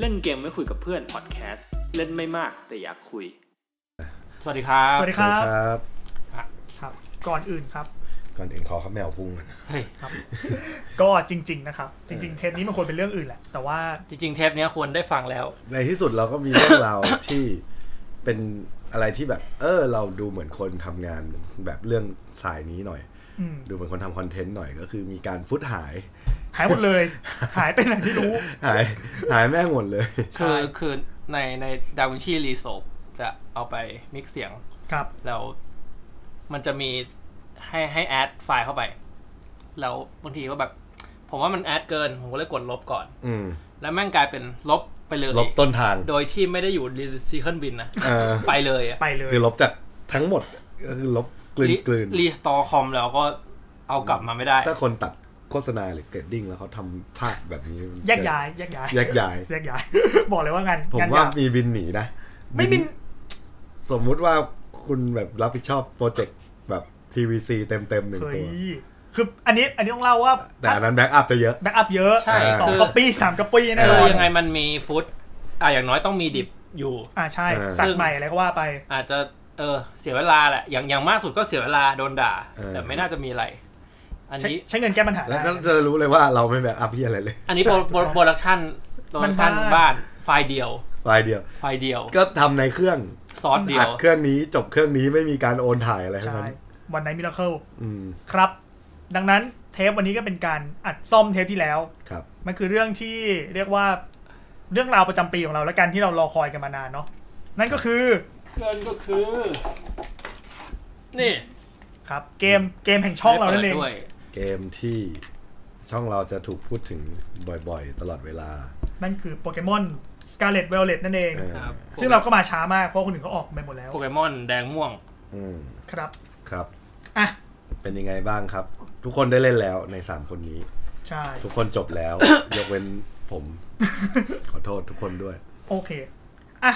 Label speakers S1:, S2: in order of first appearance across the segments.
S1: เล่นเกมไม่คุยกับเพื่อนพอดแคสต์เล่นไม่มากแต่อยากคุย
S2: สวัสดีครับ
S3: สวัสดีครับ
S4: ครับ
S3: ครับ ก่อนอื่นครับ
S4: ก่อนอื่นขอข้าวแมวพุ่งก่อน
S2: เฮ้ย
S3: ก็จริง ๆ นะครับ จริง ๆ เทปนี้มันควรเป็นเรื่องอื่นแหละ แต่ว่า
S2: จริงๆ เทปเนี้ยควรได้ฟังแล้ว
S4: ในที่สุดเราก็มีเรื่องราว ที่เป็นอะไรที่แบบ เออ เราดูเหมือนคนทำงานแบบเรื่องสายนี้หน่อย
S3: อืม
S4: ดูเหมือนคนทำคอนเทนต์หน่อยก็คือมีการฟุตหาย
S3: หายหมดเลย หายไปไหนไม่รู้
S4: หาย หายแม่งหมดเลย
S2: คือคือในในดาวินชีรีโซฟจะเอาไปมิกซ์เสียง
S3: ครับ
S2: แล้วมันจะมีให้ให้แอดไฟล์เข้าไป แล้วบางทีก็แบบ ผมว่ามันแอดเกิน ผมก็เลยกดลบก่อน
S4: อืม
S2: แล้วแม่งกลายเป็นลบไปเลย
S4: ลบต้นทาง
S2: โดยที่ไม่ได้อยู่รีซิเคิลบินนะ
S4: เออ
S2: ไปเลยอะ
S3: ไปเลย
S4: คือลบจากทั้งหมดก็คือลบกลืนกลืน
S2: รีสตอร์คอมแล้วก็เอากลับมาไม่ได้
S4: ถ้าคนตัดโฆษณาหรือเกรดดิ้งแล้วเขาทำภาพแบบนี้มัน
S3: แยกย้ายแยกย้าย
S4: แยกย้าย
S3: แยกย้าย บอกเลยว่างาน
S4: ผม
S3: งา
S4: ว่าย
S3: นาก
S4: มีบินหนีนะ
S3: ไม่มี
S4: สมมุติว่าคุณแบบรับผิดชอบโปรเจกต์แบบ TVC เต็มเต็มๆหนึ่ง
S3: เฮ้
S4: ตั
S3: ยว คืออันนี้อันนี้ต้องเล่าว่า
S4: แต่อันนั้นแบ็กอัพจะเยอะ
S3: แบ็กอัพเยอะ
S2: ใช่
S3: สอง
S2: คือ
S3: กระปี้สามกระปี้แน่น
S2: คือ อน ยังไงมันมีฟุตอ่ะอย่างน้อยต้องมีดิบอยู่
S3: อ่าใช่
S4: เออ
S3: สักใหม่อะไรก็ว่าไป
S2: อาจจะเออเสียเวลาแหละ อย่างอย่างมากสุดก็เสียเวลาโดนด่า
S4: เออ
S2: แต่ไม่น่าจะมีอะไร อัน
S3: ใช้
S2: นี้
S3: ใช้เงินแก้ปัญหา
S4: แล้ว
S3: ได้
S4: ก็จะรู้เลยว่าเราไม่แบ็กอัพที่อะไรเลย
S2: อันนี้โปรโปรโปรดักชันโปรดักชัน
S3: มันบ้าน
S2: บ้านไฟล์เดียว
S4: ไฟล์เดียว
S2: ไฟล์เดียว
S4: ก็ทำในเครื่อง
S2: ซอสเดีย
S4: อั
S2: ว
S4: ดเครื่องนี้จบเครื่องนี้ไม่มีการโอนถ่ายอะไรทั้ง
S3: ใช่
S4: นั้น
S3: วันไหนมิราเคิล
S4: อืม
S3: ครับ ดังนั้นเทปวันนี้ก็เป็นการอัดซ่อมเทปที่แล้ว
S4: ครับ
S3: มันคือเรื่องที่เรียกว่าเรื่องราวประจำปีของเราและการที่เรารอคอยกันมานานเนาะนั่นก็คือ
S2: เครื่องก็คือ นี่
S3: ครับเกมเกมแห่งช่องเรานั่นเอง
S2: ปิดด้วย
S4: เกมที่ช่องเราจะถูกพูดถึงบ่อยๆ ตลอดเวลา
S3: นั่นคือโปเกมอนสกาเลตเวลเลตนั่นเอง
S4: เออ
S2: ครับ
S3: ซึ่งเราก็มาช้ามากเพราะคนอื่นเขาออกไปหมดแล้ว
S2: โปเกมอนแดงม่วง
S4: อืม
S3: ครับ
S4: ครับ
S3: อ่ะ
S4: เป็นยังไงบ้างครับ ทุกคนได้เล่นแล้วในสามคนนี้
S3: ใช่
S4: ทุกคนจบแล้ว ยกเว้นผม ขอโทษทุกคนด้วย
S3: โอเคอ่ะ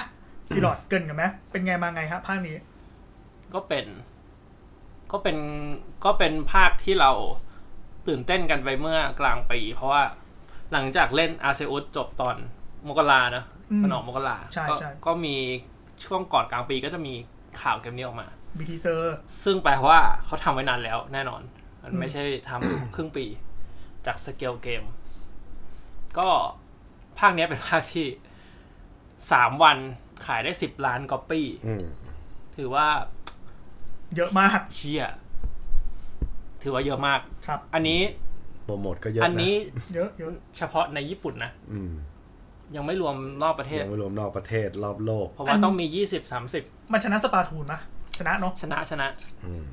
S3: ซีรอดเกรินกันไหมเป็นไงมาไงฮะภาคนี้
S2: ก็เป็น ก็เป็นก็เป็นภาคที่เราตื่นเต้นกันไปเมื่อกลางปี เพราะว่าหลังจากเล่นอาเซอุสจบตอนมกรานะ
S3: อืม
S2: มันออกมกรา
S3: ใช่
S2: ก็
S3: ใช่
S2: ก็มีช่วงก่อนกลางปีก็จะมีข่าวเกมนี้ออกมา
S3: บีทีเซอร์
S2: ซึ่งแปลว่าเขาทำไว้นานแล้วแน่นอน มัน
S3: อืม
S2: ไม่ใช่ทำ ครึ่งปี จากสเกลเกม ก็ภาคเนี้ยเป็นภาคที่สามวันขายได้สิบล้านก๊อปปี้
S4: อืม
S2: ถือว่า
S3: เยอะมาก
S2: เชี่ยถือว่าเยอะมาก
S3: ครับ
S2: อันนี้
S4: โปรโมทก็เยอะนะ
S2: อันนี้
S3: เยอะเยอะ
S2: เฉพาะในญี่ปุ่นนะ
S4: อืม
S2: ยังไม่รวมนอกประเทศ
S4: ยังไม่รวมนอกประเทศรอบโลก
S2: เพราะว่าต้องมียี่สิบสามสิบ
S3: มันชนะสปาทูนนะชนะเนาะ
S2: ชนะชนะ
S4: อืม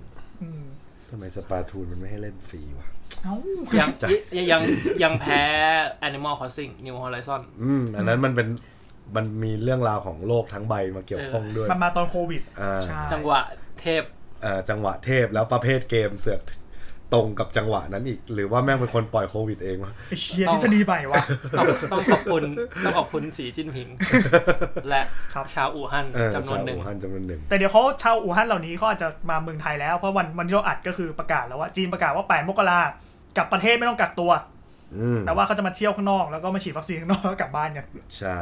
S3: อืม
S4: ทำไมสปาทูนมันไม่ให้เล่นฟรีวะ
S3: เอ้า
S2: ยัง
S4: จ้ะ
S2: ยังยังยังแพ้ Animal Crossing New Horizon
S4: อืม อันนั้นมันเป็นมันมีเรื่องราวของโลกทั้งใบมาเกี่ยวข้องด้วย
S3: มันมาตอนโควิด
S4: อ่า
S3: ใช่
S2: จังหวะเทพ
S4: เอ่อจังหวะเทพแล้วประเภทเกมเสือกตรงกับจังหวะนั้นอีก หรือว่าแม่งเป็นคนปล่อยโควิดเองวะ
S3: ไอ้เชียทฤษฎีใหม่วะ
S2: ต้องต้องขอบคุณต้องขอบคุณสีจิ้น ผิง และ
S3: ครับ
S2: ชาวอู่ฮั่น
S4: เออ
S2: จำนวนหนึ่ง
S4: ชาวอู่ฮั่นจำนวนหนึ่ง
S3: แต่เดี๋ยวเขาชาวอู่ฮั่นเหล่านี้เขาอาจจะมาเมืองไทยแล้ว เพราะวันวันที่เราอัดก็คือประกาศแล้วว่าจีนประกาศว่า8มกรากลับประเทศไม่ต้องกักตัว
S4: อืม
S3: แต่ว่าเขาจะมาเที่ยวข้างนอกแล้วก็มาฉีดวัคซีนข้างนอกแล้วกลับบ้านกัน
S4: ใช่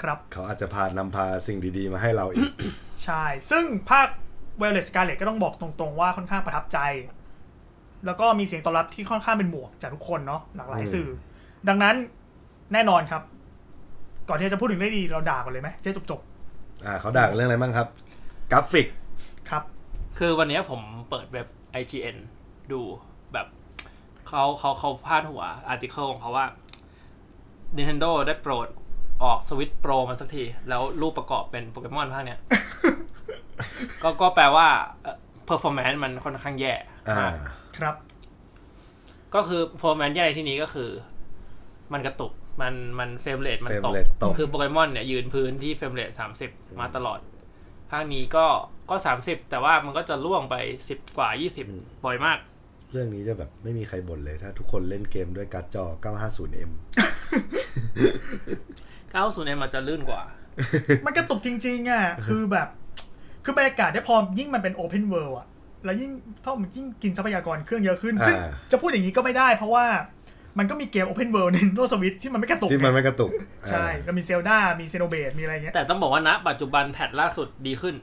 S3: ครับ
S4: เขาอาจจะพานำพาสิ่งดีๆมาให้เราอีก
S3: ใช่ ซึ่งภาคเวลเลสกาเลตก็ต้องบอกตรงๆว่าค่อนข้างประทับใจ แล้วก็มีเสียงตอบรับที่ค่อนข้างเป็นหมวกจากทุกคนเนาะหลากหลาย
S4: อืม
S3: สื่อ ดังนั้นแน่นอนครับ ก่อนที่จะพูดถึงเรื่องดีเราด่าก่อนเลยไหมจะได้จบ
S4: อ่าเขาด่ากันเรื่องอะไรบ้างครับ กราฟิก
S3: ๆครับ
S2: คือวันเนี้ยผมเปิดเว็บ IGN ดูแบบเขาเขาเขาพาดหัวอาร์ติเคิลของเขาว่า Nintendo ได้โปรดออกสวิตโปรมันสักที แล้วรูปประกอบเป็นโปเกมอนภาคเนี้ย ก็ก็แปลว่าเพอร์ฟอร์แมนซ์มันค่อนข้างแย่
S4: อ่า
S3: ครับ
S2: ก็คือ performance แย่ในที่นี้ก็คือ มันกระตุก มันมันเฟรมเรทมันตก
S4: frame rate ตก
S2: คือโปเกมอนเนี่ย ยืนพื้นที่เฟรมเรทสามสิบมาตลอด ภาคนี้ก็ก็สามสิบแต่ว่ามันก็จะล่วงไปสิบกว่ายี่สิบบ่อยมาก
S4: เรื่องนี้จะแบบไม่มีใครบ่นเลยถ้าทุกคนเล่นเกมด้วยการ์ดจอ 950M
S2: 90เนี่ยมันจะลื่นกว่า
S3: มันกระตุกจริง ๆ อ่ะ คือแบบ คือบรรยากาศได้พอยิ่งมันเป็นโอเพนเวิลด์อ่ะ แล้วยิ่งเท่ามันยิ่งกินทรัพยากรเครื่องเยอะขึ้น ซึ่ง
S4: อ่า
S3: จะพูดอย่างนี้ก็ไม่ได้เพราะว่า มันก็มีเกม Open World ใน โลกสวิตที่มันไม่กระตุก
S4: ที่มัน
S3: ไง
S4: ไม่กระตุก
S3: ใช่
S4: อ่า
S3: แล้วมีเซลดามีเซโนเบดมีอะไรเงี้ย
S2: แต่ต้องบอกว่าณปัจจุบันแพทล่าสุดดีขึ้น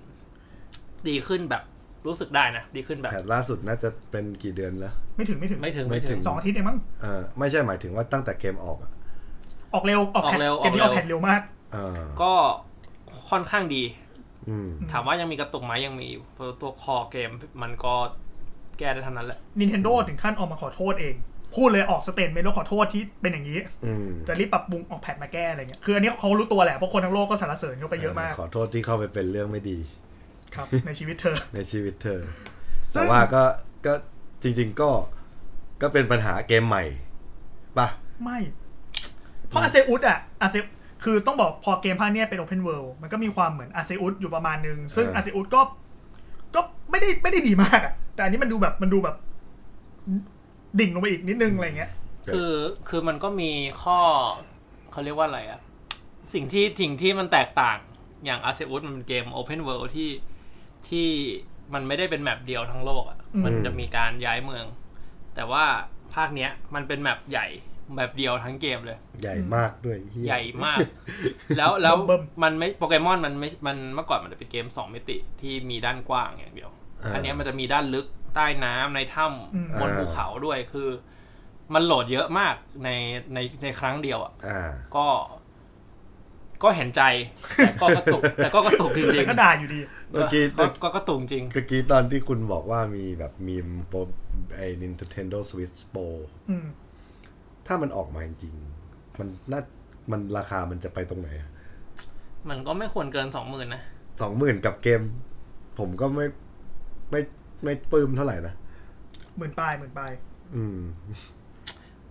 S2: ดีขึ้นแบบรู้สึกได้นะ ดีขึ้นแบบ
S4: แผนล่าสุดน่าจะเป็นกี่เดือนแล้ว
S3: ไม่ถึงไม่ถึง
S2: ไม่ถึง
S4: ไม่
S2: ไม่
S4: ถึ
S2: ถึ
S4: ง
S2: ง
S3: สองอาทิตย์เองมั้ง
S4: เออไม่ใช่หมายถึงว่าตั้งแต่เกมออกอะ
S3: ออกเร็วออกแพท
S2: ออกเร็ว
S3: เกมนี้อ
S2: อ
S3: อ
S2: อก กเร็ว
S3: แพทเร็วมาก
S4: เออ
S2: ก็ค่อนข้างดี
S4: อืม
S2: ถามว่ายังมีกระตุกไหมยังมีอยู่เพราะตัวคอเกมมันก็แก้ได้เท่านั้นแหละ
S3: Nintendo ถึงขั้นออกมาขอโทษเอง พูดเลยออกสเตทเมนต์แล้วขอโทษที่เป็นอย่างนี้
S4: อืม
S3: จะรีบปรับปรุงออกแพทมาแก้อะไรเงี้ยคืออันนี้เขารู้ตัวแหละเพราะคนทั้งโลกก็สรรเสริญเขาไปเยอะมาก
S4: ขอโทษที่เข้าไปเป็นเรื่องไม่ดี
S3: ครับ ในชีวิตเธอ
S4: ในชีวิตเธอ
S3: ซึ่
S4: แต่
S3: ง
S4: ว่าก็ก็จริง ๆก็ก็เป็นปัญหาเกมใหม่ปะ
S3: ไม่ เพราะอาเซอุสอะอาเซคือต้องบอกพอเกมภาคเนี้ยเป็นโอเพนเวิลด์มันก็มีความเหมือนอาเซอุสอยู่ประมาณนึง ซึ่งอาเซอุสก็ ก็ไม่ได้ไม่ได้ดีมากอะแต่อันนี้มันดูแบบมันดูแบบ ดิ่งลงไปอีกนิดนึงอะไรเงี้ย
S2: คือคือมันก็มีข้อเขาเรียกว่าอะไรอะสิ่งที่สิ่งที่มันแตกต่างอย่างอาเซอุสมันเป็นเกม Open World ที่ที่มันไม่ได้เป็นแมปเดียวทั้งโลกอะ
S3: อืม
S2: มันจะมีการย้ายเมือง แต่ว่าภาคเนี้ยมันเป็นแมปใหญ่แมปเดียวทั้งเกมเลย
S4: ใหญ่มากด้วยเหี้ย
S2: ใหญ่มาก แล้วแล้ว
S3: เบิ่ม
S2: มันไม่โปเกมอนมันไม่มันเมื่อก่อนมันจะเป็นเกมสองมิติที่มีด้านกว้างอย่างเดียว
S4: า
S2: อันเนี้ยมันจะมีด้านลึกใต้น้ำในถ้
S3: อืม
S2: ำบนภูเขาด้วยคือ มันโหลดเยอะมากในในในครั้งเดียวอ่ะ
S4: อ่า
S2: ก็ ก็เห็นใจ แต่ก็กระตุก แต่ก็กระตุกจริ
S3: แต่
S2: ง
S3: ก็
S2: ๆ
S3: ด่าอยู่ดี
S4: เมื่อกี้
S2: ก็ก็กระตุกจริง
S4: เมื่อกี้ตอนที่คุณบอกว่ามีแบบมีมโปรไอ้ Nintendo Switch Pro
S3: อืม
S4: ถ้ามันออกมาจริงๆมันน่ามันราคามันจะไปตรงไหน
S2: มันก็ไม่ควรเกินสองหมื่นนะ
S4: สองหมื่นกับเกม ผมก็ไม่ไม่ไม่ปลื้มเท่าไหร่นะ
S3: หมื่นปลายหมื่นปลาย
S4: อืม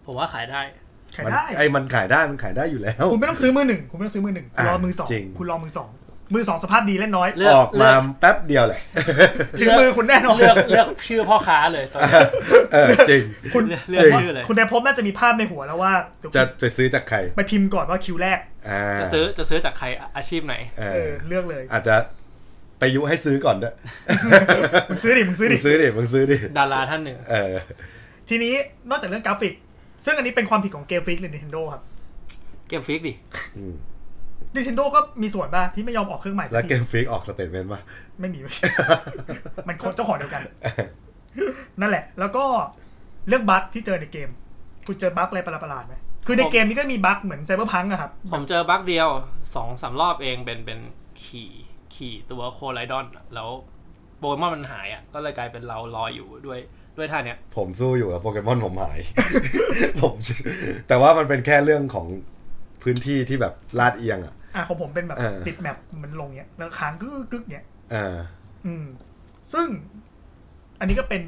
S2: ผมว่าขายได้
S3: ขายได้
S4: มันไอ้มันขายได้มันขายได้อยู่แล้ว
S3: คุณไม่ต้องซื้อมือหนึ่งคุณไม่ต้องซื้อมือหนึ่งคุณรอมือสอง
S4: จริง
S3: คุณรอมือสองมือสองสภาพดีเล่นน้อย
S2: เลือก
S4: ออกมาแป๊บเดียวแหละ
S3: ถึงมือคุณแน่นอน
S2: เลือกเลือกชื่อพ่อค้าเลยตอนนี้
S4: เออจริง
S3: คุณ
S2: เลือก
S4: จริง
S2: ชื่อเลย
S3: คุณแต่พบน่าจะมีภาพในหัวแล้วว่าเดี๋ยว
S4: จะไปซื้อจากใคร
S3: ไปพิมพ์ก่อนว่าคิวแรก
S4: อ่า
S2: จะซื้อจะซื้อจากใครอาชีพไหน
S4: เอ
S3: เออ
S4: อ
S3: เลือกเลย
S4: อาจจะไปยุให้ซื้อก่อนด้วย
S3: มึงซื้อดิมึงซื้อ
S4: มึ
S3: ดิ
S4: งซื้อดิมึงซื้อดิ
S2: ดาราท่านหนึ่ง
S4: เออ
S3: ทีนี้นอกจากเรื่องกราฟิก ซึ่งอันนี้เป็นความผิดของเกมฟิกหรือ Nintendo ครับ
S2: เกมฟิกดิ
S4: อืม
S3: Nintendo ก็มีส่วนบ้างที่ไม่ยอมออกเครื่องใหม่สั
S4: แล้ว
S3: ก
S4: เก
S3: ที
S4: มฟรีกออกสเตทเมนต์ป่ะ
S3: ไม่มี มันคนเจ้าของเดียวกัน นั่นแหละ แล้วก็เรื่องบั๊กที่เจอในเกม คุณเจอบั๊กอะไรประหลาดๆไหมคือในเกมนี้ก็มีบั๊กเหมือนไซเบอร์พังอะครับ
S2: ผมเจอบั๊กเดียวสองสามรอบเองเป็นเป็นขี่ขี่ตัวโคไลดอนอะแล้วโปเกมอนมันหายอ่ะ ก็เลยกลายเป็นเราลอยอยู่ด้วยด้วยท่าเนี้ย
S4: ผมสู้อยู่กับโปเกมอนผมหาย ผมแต่ว่ามันเป็นแค่เรื่องของพื้นที่ที่แบบลาดเอียงอ่ะ
S3: อ่ะของผมเป็นแบบ
S4: เออ
S3: ปิดแมปมันลงเนี้ยแล้วค้างกึกกึกเนี้ย
S4: อ่า
S3: อืม ซึ่งอันนี้ก็เป็น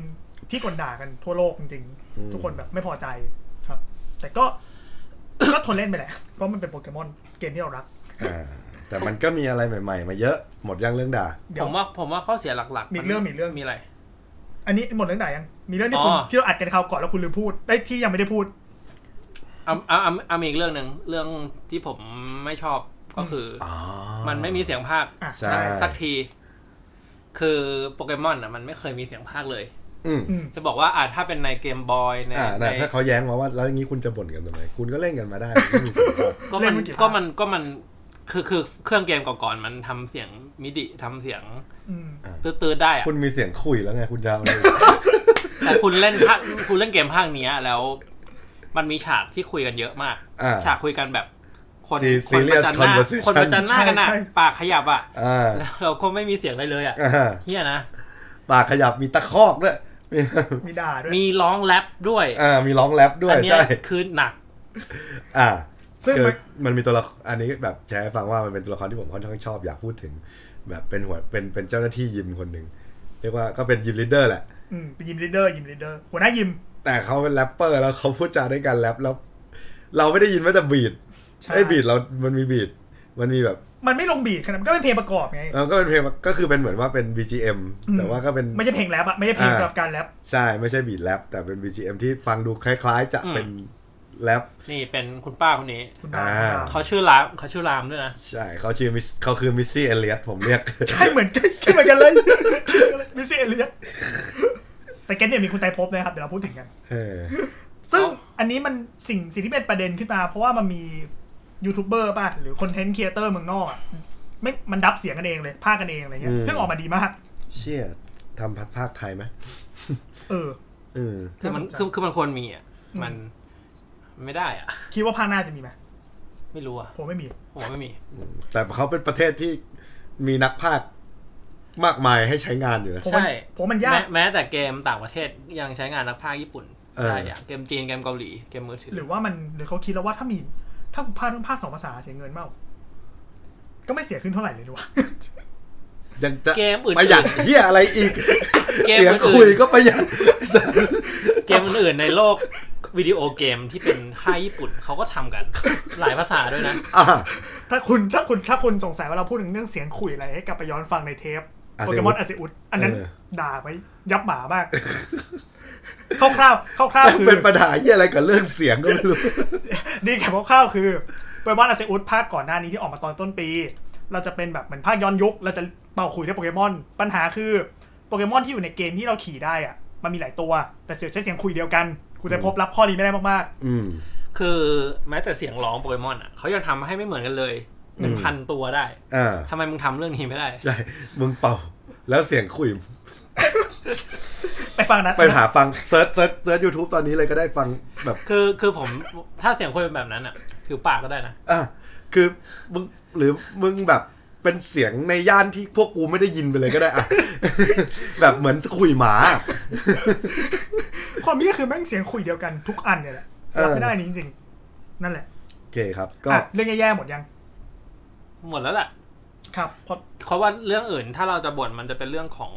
S3: ที่คนด่ากันทั่วโลกจริง
S4: อืม
S3: ๆ ทุกคนแบบไม่พอใจครับ แต่ก็ ก็ทนเล่นไปแหละเพราะมันเป็นโปเกมอนเกมที่เรารัก
S4: อ่า แต่มันก็มีอะไรใหม่ ๆ มาเยอะหมดยังเรื่องด่า
S3: เดี๋
S2: ผ
S3: ยว
S2: มว่าผมว่าข้อเสียหลักๆ
S3: มีเรื่องมีเรื่อง
S2: มีอะไร
S3: อันนี้หมดเรื่องไหนยัง มีเรื่องที่คุณ
S2: อ๋อ
S3: ที่เราอัดกันคราวก่อนแล้วคุณลืมพูดได้ยที่ยังไม่ได้พูด
S2: เอาเอาเอาเอามีอีกเรื่องหนึ่งเรื่องที่ผมไม่ชอบก็คืออ
S4: อ๋อ
S2: มันไม่มีเสียงภาค
S3: อ่ะ
S4: ใช่
S2: สักที คือโปเกมอนอ่ะมันไม่เคยมีเสียงภาคเลย
S4: อืม
S3: อืม
S2: จะบอกว่าอ่ะถ้าเป็นในเกมบอยใน
S4: อ่า
S2: ใน
S4: น่ะถ้าเขาแย้งมาว่า แล้วอย่างนี้คุณจะบ่นกันทำไมคุณก็เล่นกันมาได้ไม่มีเสียงหรอก
S2: ก็
S3: เล่
S2: มัน น
S3: ไม่กี่ภาค
S2: ก็มันก็มันคือคือเครื่องเกมก่อนๆมันทำเสียงมิดิทำเสียง
S3: อืม
S2: ตื้อๆได้อะ
S4: คุณมีเสียงคุยแล้วไงคุณจะเอาอะไร
S2: แต่คุณเล่นภาคคุณเล่นเกมภาคเนี้ยแล้ว มันมีฉากที่คุยกันเยอะมาก
S4: อ่า
S2: ฉากคุยกันแบบ คน
S4: ซี
S2: คน
S4: serious
S2: ประจันหน้า
S4: conversation
S2: คนประจันหน้ากันอ่ะ
S3: ใช่ใช่
S2: ปากขยับอ่ะ
S4: อ่า
S2: แล้วเราก็ไม่มีเสียงอะไรเลยอ่ะ
S4: อ่า
S2: เฮียนะ
S4: ปากขยับมีตะคอกด้วยมี
S3: มีด่าด้วย
S2: มีร้องแรปด้วย
S4: อ่ามีร้องแรปด้วย
S2: อัเนี้ย
S4: ใช่
S2: คือหนัก
S4: อ่า
S3: ซึ่ง
S4: คือ
S3: มัน
S4: มันมีตัวละครอันนี้แบบแชร์ให้ฟังว่ามันเป็นตัวละครที่ผมค่อนข้างชอบอยากพูดถึง แบบเป็นหัวเป็นเป็นเจ้าหน้าที่ยิมคนหนึ่งเรียกว่าก็เป็นยิมลีดเดอร์แหละ
S3: อืมเป็นยิมลีดเดอร์ยิมลีดเดอร์หัวหน้ายิม
S4: แต่เขาเป็นแรปเปอร์แล้วเขาพูดจาด้วยกันแรปแล้ว เราไม่ได้ยินแม้แต่บีด
S3: ใช่
S4: ไอ้บีดเรามันมีบีดมันมีแบบ
S3: มันไม่ลงบีดขนาดมันก็เป็นเพลงประกอบไง
S4: เออก็เป็นเพลงก็คือเป็นเหมือนว่าเป็น BGM แต่ว่าก็เป็น
S3: ไม่ใช่เพลงแรปอะไม่ใช่เพลง
S4: อ่า
S3: สำหรับการแรป
S4: ใช่ไม่ใช่บีดแรปแต่เป็น BGM ที่ฟังดูคล้าย ๆ จะ
S2: อืม
S4: เป็นแรป
S2: นี่เป็นคุณป้าคนนี้
S3: คุณดาว
S4: อ่า
S2: เขาชื่อรามเขาชื่อรามด้วยนะ
S4: ใช่เขาชื่อมิสเขาคือมิสซี่เอเลียตผมเรียก
S3: ใช่เหมือนกันเหมือนกัน เลยมิสเอเลียแต่แกเนี่ยมีคุณไตรภพนะครับเดี๋ยวเราพูดถึงกัน
S4: เออ
S3: ซึ่งอันนี้มันสิ่งสิ่งที่เป็นประเด็นขึ้นมา เพราะว่ามันมียูทูบเบอร์ป่ะ หรือคอนเทนต์ครีเอเตอร์เมืองนอกอ่ะไม่มันดับเสียงกันเองเลยภาคกันเองอะไรเงี้ย
S4: อืม
S3: ซึ่งออกมาดีมาก
S4: เชี่ยทำพัดภาคไทยไหม
S3: เออ
S4: อืม
S2: คือมัน
S3: น่าสนใจ
S2: คือคือมันควรมีอ่ะมันไม่ได้อ่ะ
S3: คิดว่าภาคหน้าจะมีไหม
S2: ไม่รู้อ่ะ
S3: ผมไม่มี
S2: ผมว่าไม่มี
S4: แต่เขาเป็นประเทศที่มีนักภาคมากมายให้ใช้งานอยู่นะ
S3: ผม
S2: ใช่
S3: มันผมมันยาก
S2: แแม้แต่เกมต่างประเทศยังใช้งานนักพากย์ญี่ปุ่น
S4: เออ
S2: ได้อะเกมจีนเกมเกาหลีเกมมือถือ
S3: หรือว่ามันหรือเขาคิดแล้วว่าถ้ามี ถ้ากูพากต้องพากสองภาษาเสียเงินมากก็ไม่เสียขึ้นเท่าไหร่เลยดีกว่า
S4: ยังจะ
S2: เกมอื่น
S4: ประหยัดเฮียอะไรอีก
S2: เกม
S4: เสีย
S2: อื่น
S4: คุยก็ประหยัด
S2: เกมอื่นๆในโลกวิดีโอเกมที่เป็นค่ายญี่ปุ่นเขาก็ทำกัน หลายภาษาด้วยนะ
S4: อ่ะ
S3: ถ้าคุณถ้าคุณถ้าคุณสงสัยว่าเราพูดถึงเรื่องเสียงขุยอะไรให้กลับไปย้อนฟังในเทป
S4: อาเซ
S3: โป
S4: อุส
S3: เกมอนอาเซอุสอันนั้น
S4: เออ
S3: ด่าไว้ยับหมา มากคร่าวๆคร่าวๆคือ
S4: เป็นปัญหาเฮียอะไรกับเรื่องเสียงก็ไม่รู้
S3: ดีแค่คร่าวๆคือโปเกมอนอาเซอุสภาคก่อนหน้านี้ที่ออกมาตอนต้นปี เราจะเป็นแบบเหมือนภาคย้อนยุคเราจะเป่าขุยด้วยโปเกมอน ปัญหาคือโปเกมอนที่อยู่ในเกมที่เราขี่ได้อะมันมีหลายตัว แต่เสียงใช้เสียงคุยเดียวกันคุณจะพบรับข้อนี้ไม่ได้มาก
S4: อืม
S2: คือแม้แต่เสียงร้องโปเกมอนอ่ะเขายังทำให้ไม่เหมือนกันเลยเป็น
S4: อืม
S2: พันตัวได้
S4: อ่า
S2: ทำไมมึงทำเรื่องนี้ไม่ได้
S4: ใช่ มึงเป่า แล้วเสียงคุย
S3: ๆ ไปฟังนะ
S4: ไปหาฟังเซิร์ชเซิร์ชเซิร์ชยูทูบตอนนี้เลยก็ได้ฟังแบบ
S2: คือคือผมถ้าเสียงคุยเป็นแบบนั้นอ่ะผิวปากก็ได้นะ
S4: อ่ะคือมึงหรือมึงแบบเป็นเสียงในย่านที่พวกกูไม่ได้ยินไปเลยก็ได้อ่ะ แบบเหมือนคุยหมา
S3: ความนี้คือแม่งเสียงคุยเดียวกันทุกอันเนี่ยแหละรับไม่ได้นี่จริงๆนั่นแหละ
S4: โอเคครับ ก็
S3: อ่ะเรื่องแย่ๆหมดยัง
S2: หมดแล้วแหละ
S3: ครับพอ
S2: เพราะว่าเรื่องอื่นถ้าเราจะบ่นมันจะเป็นเรื่องของ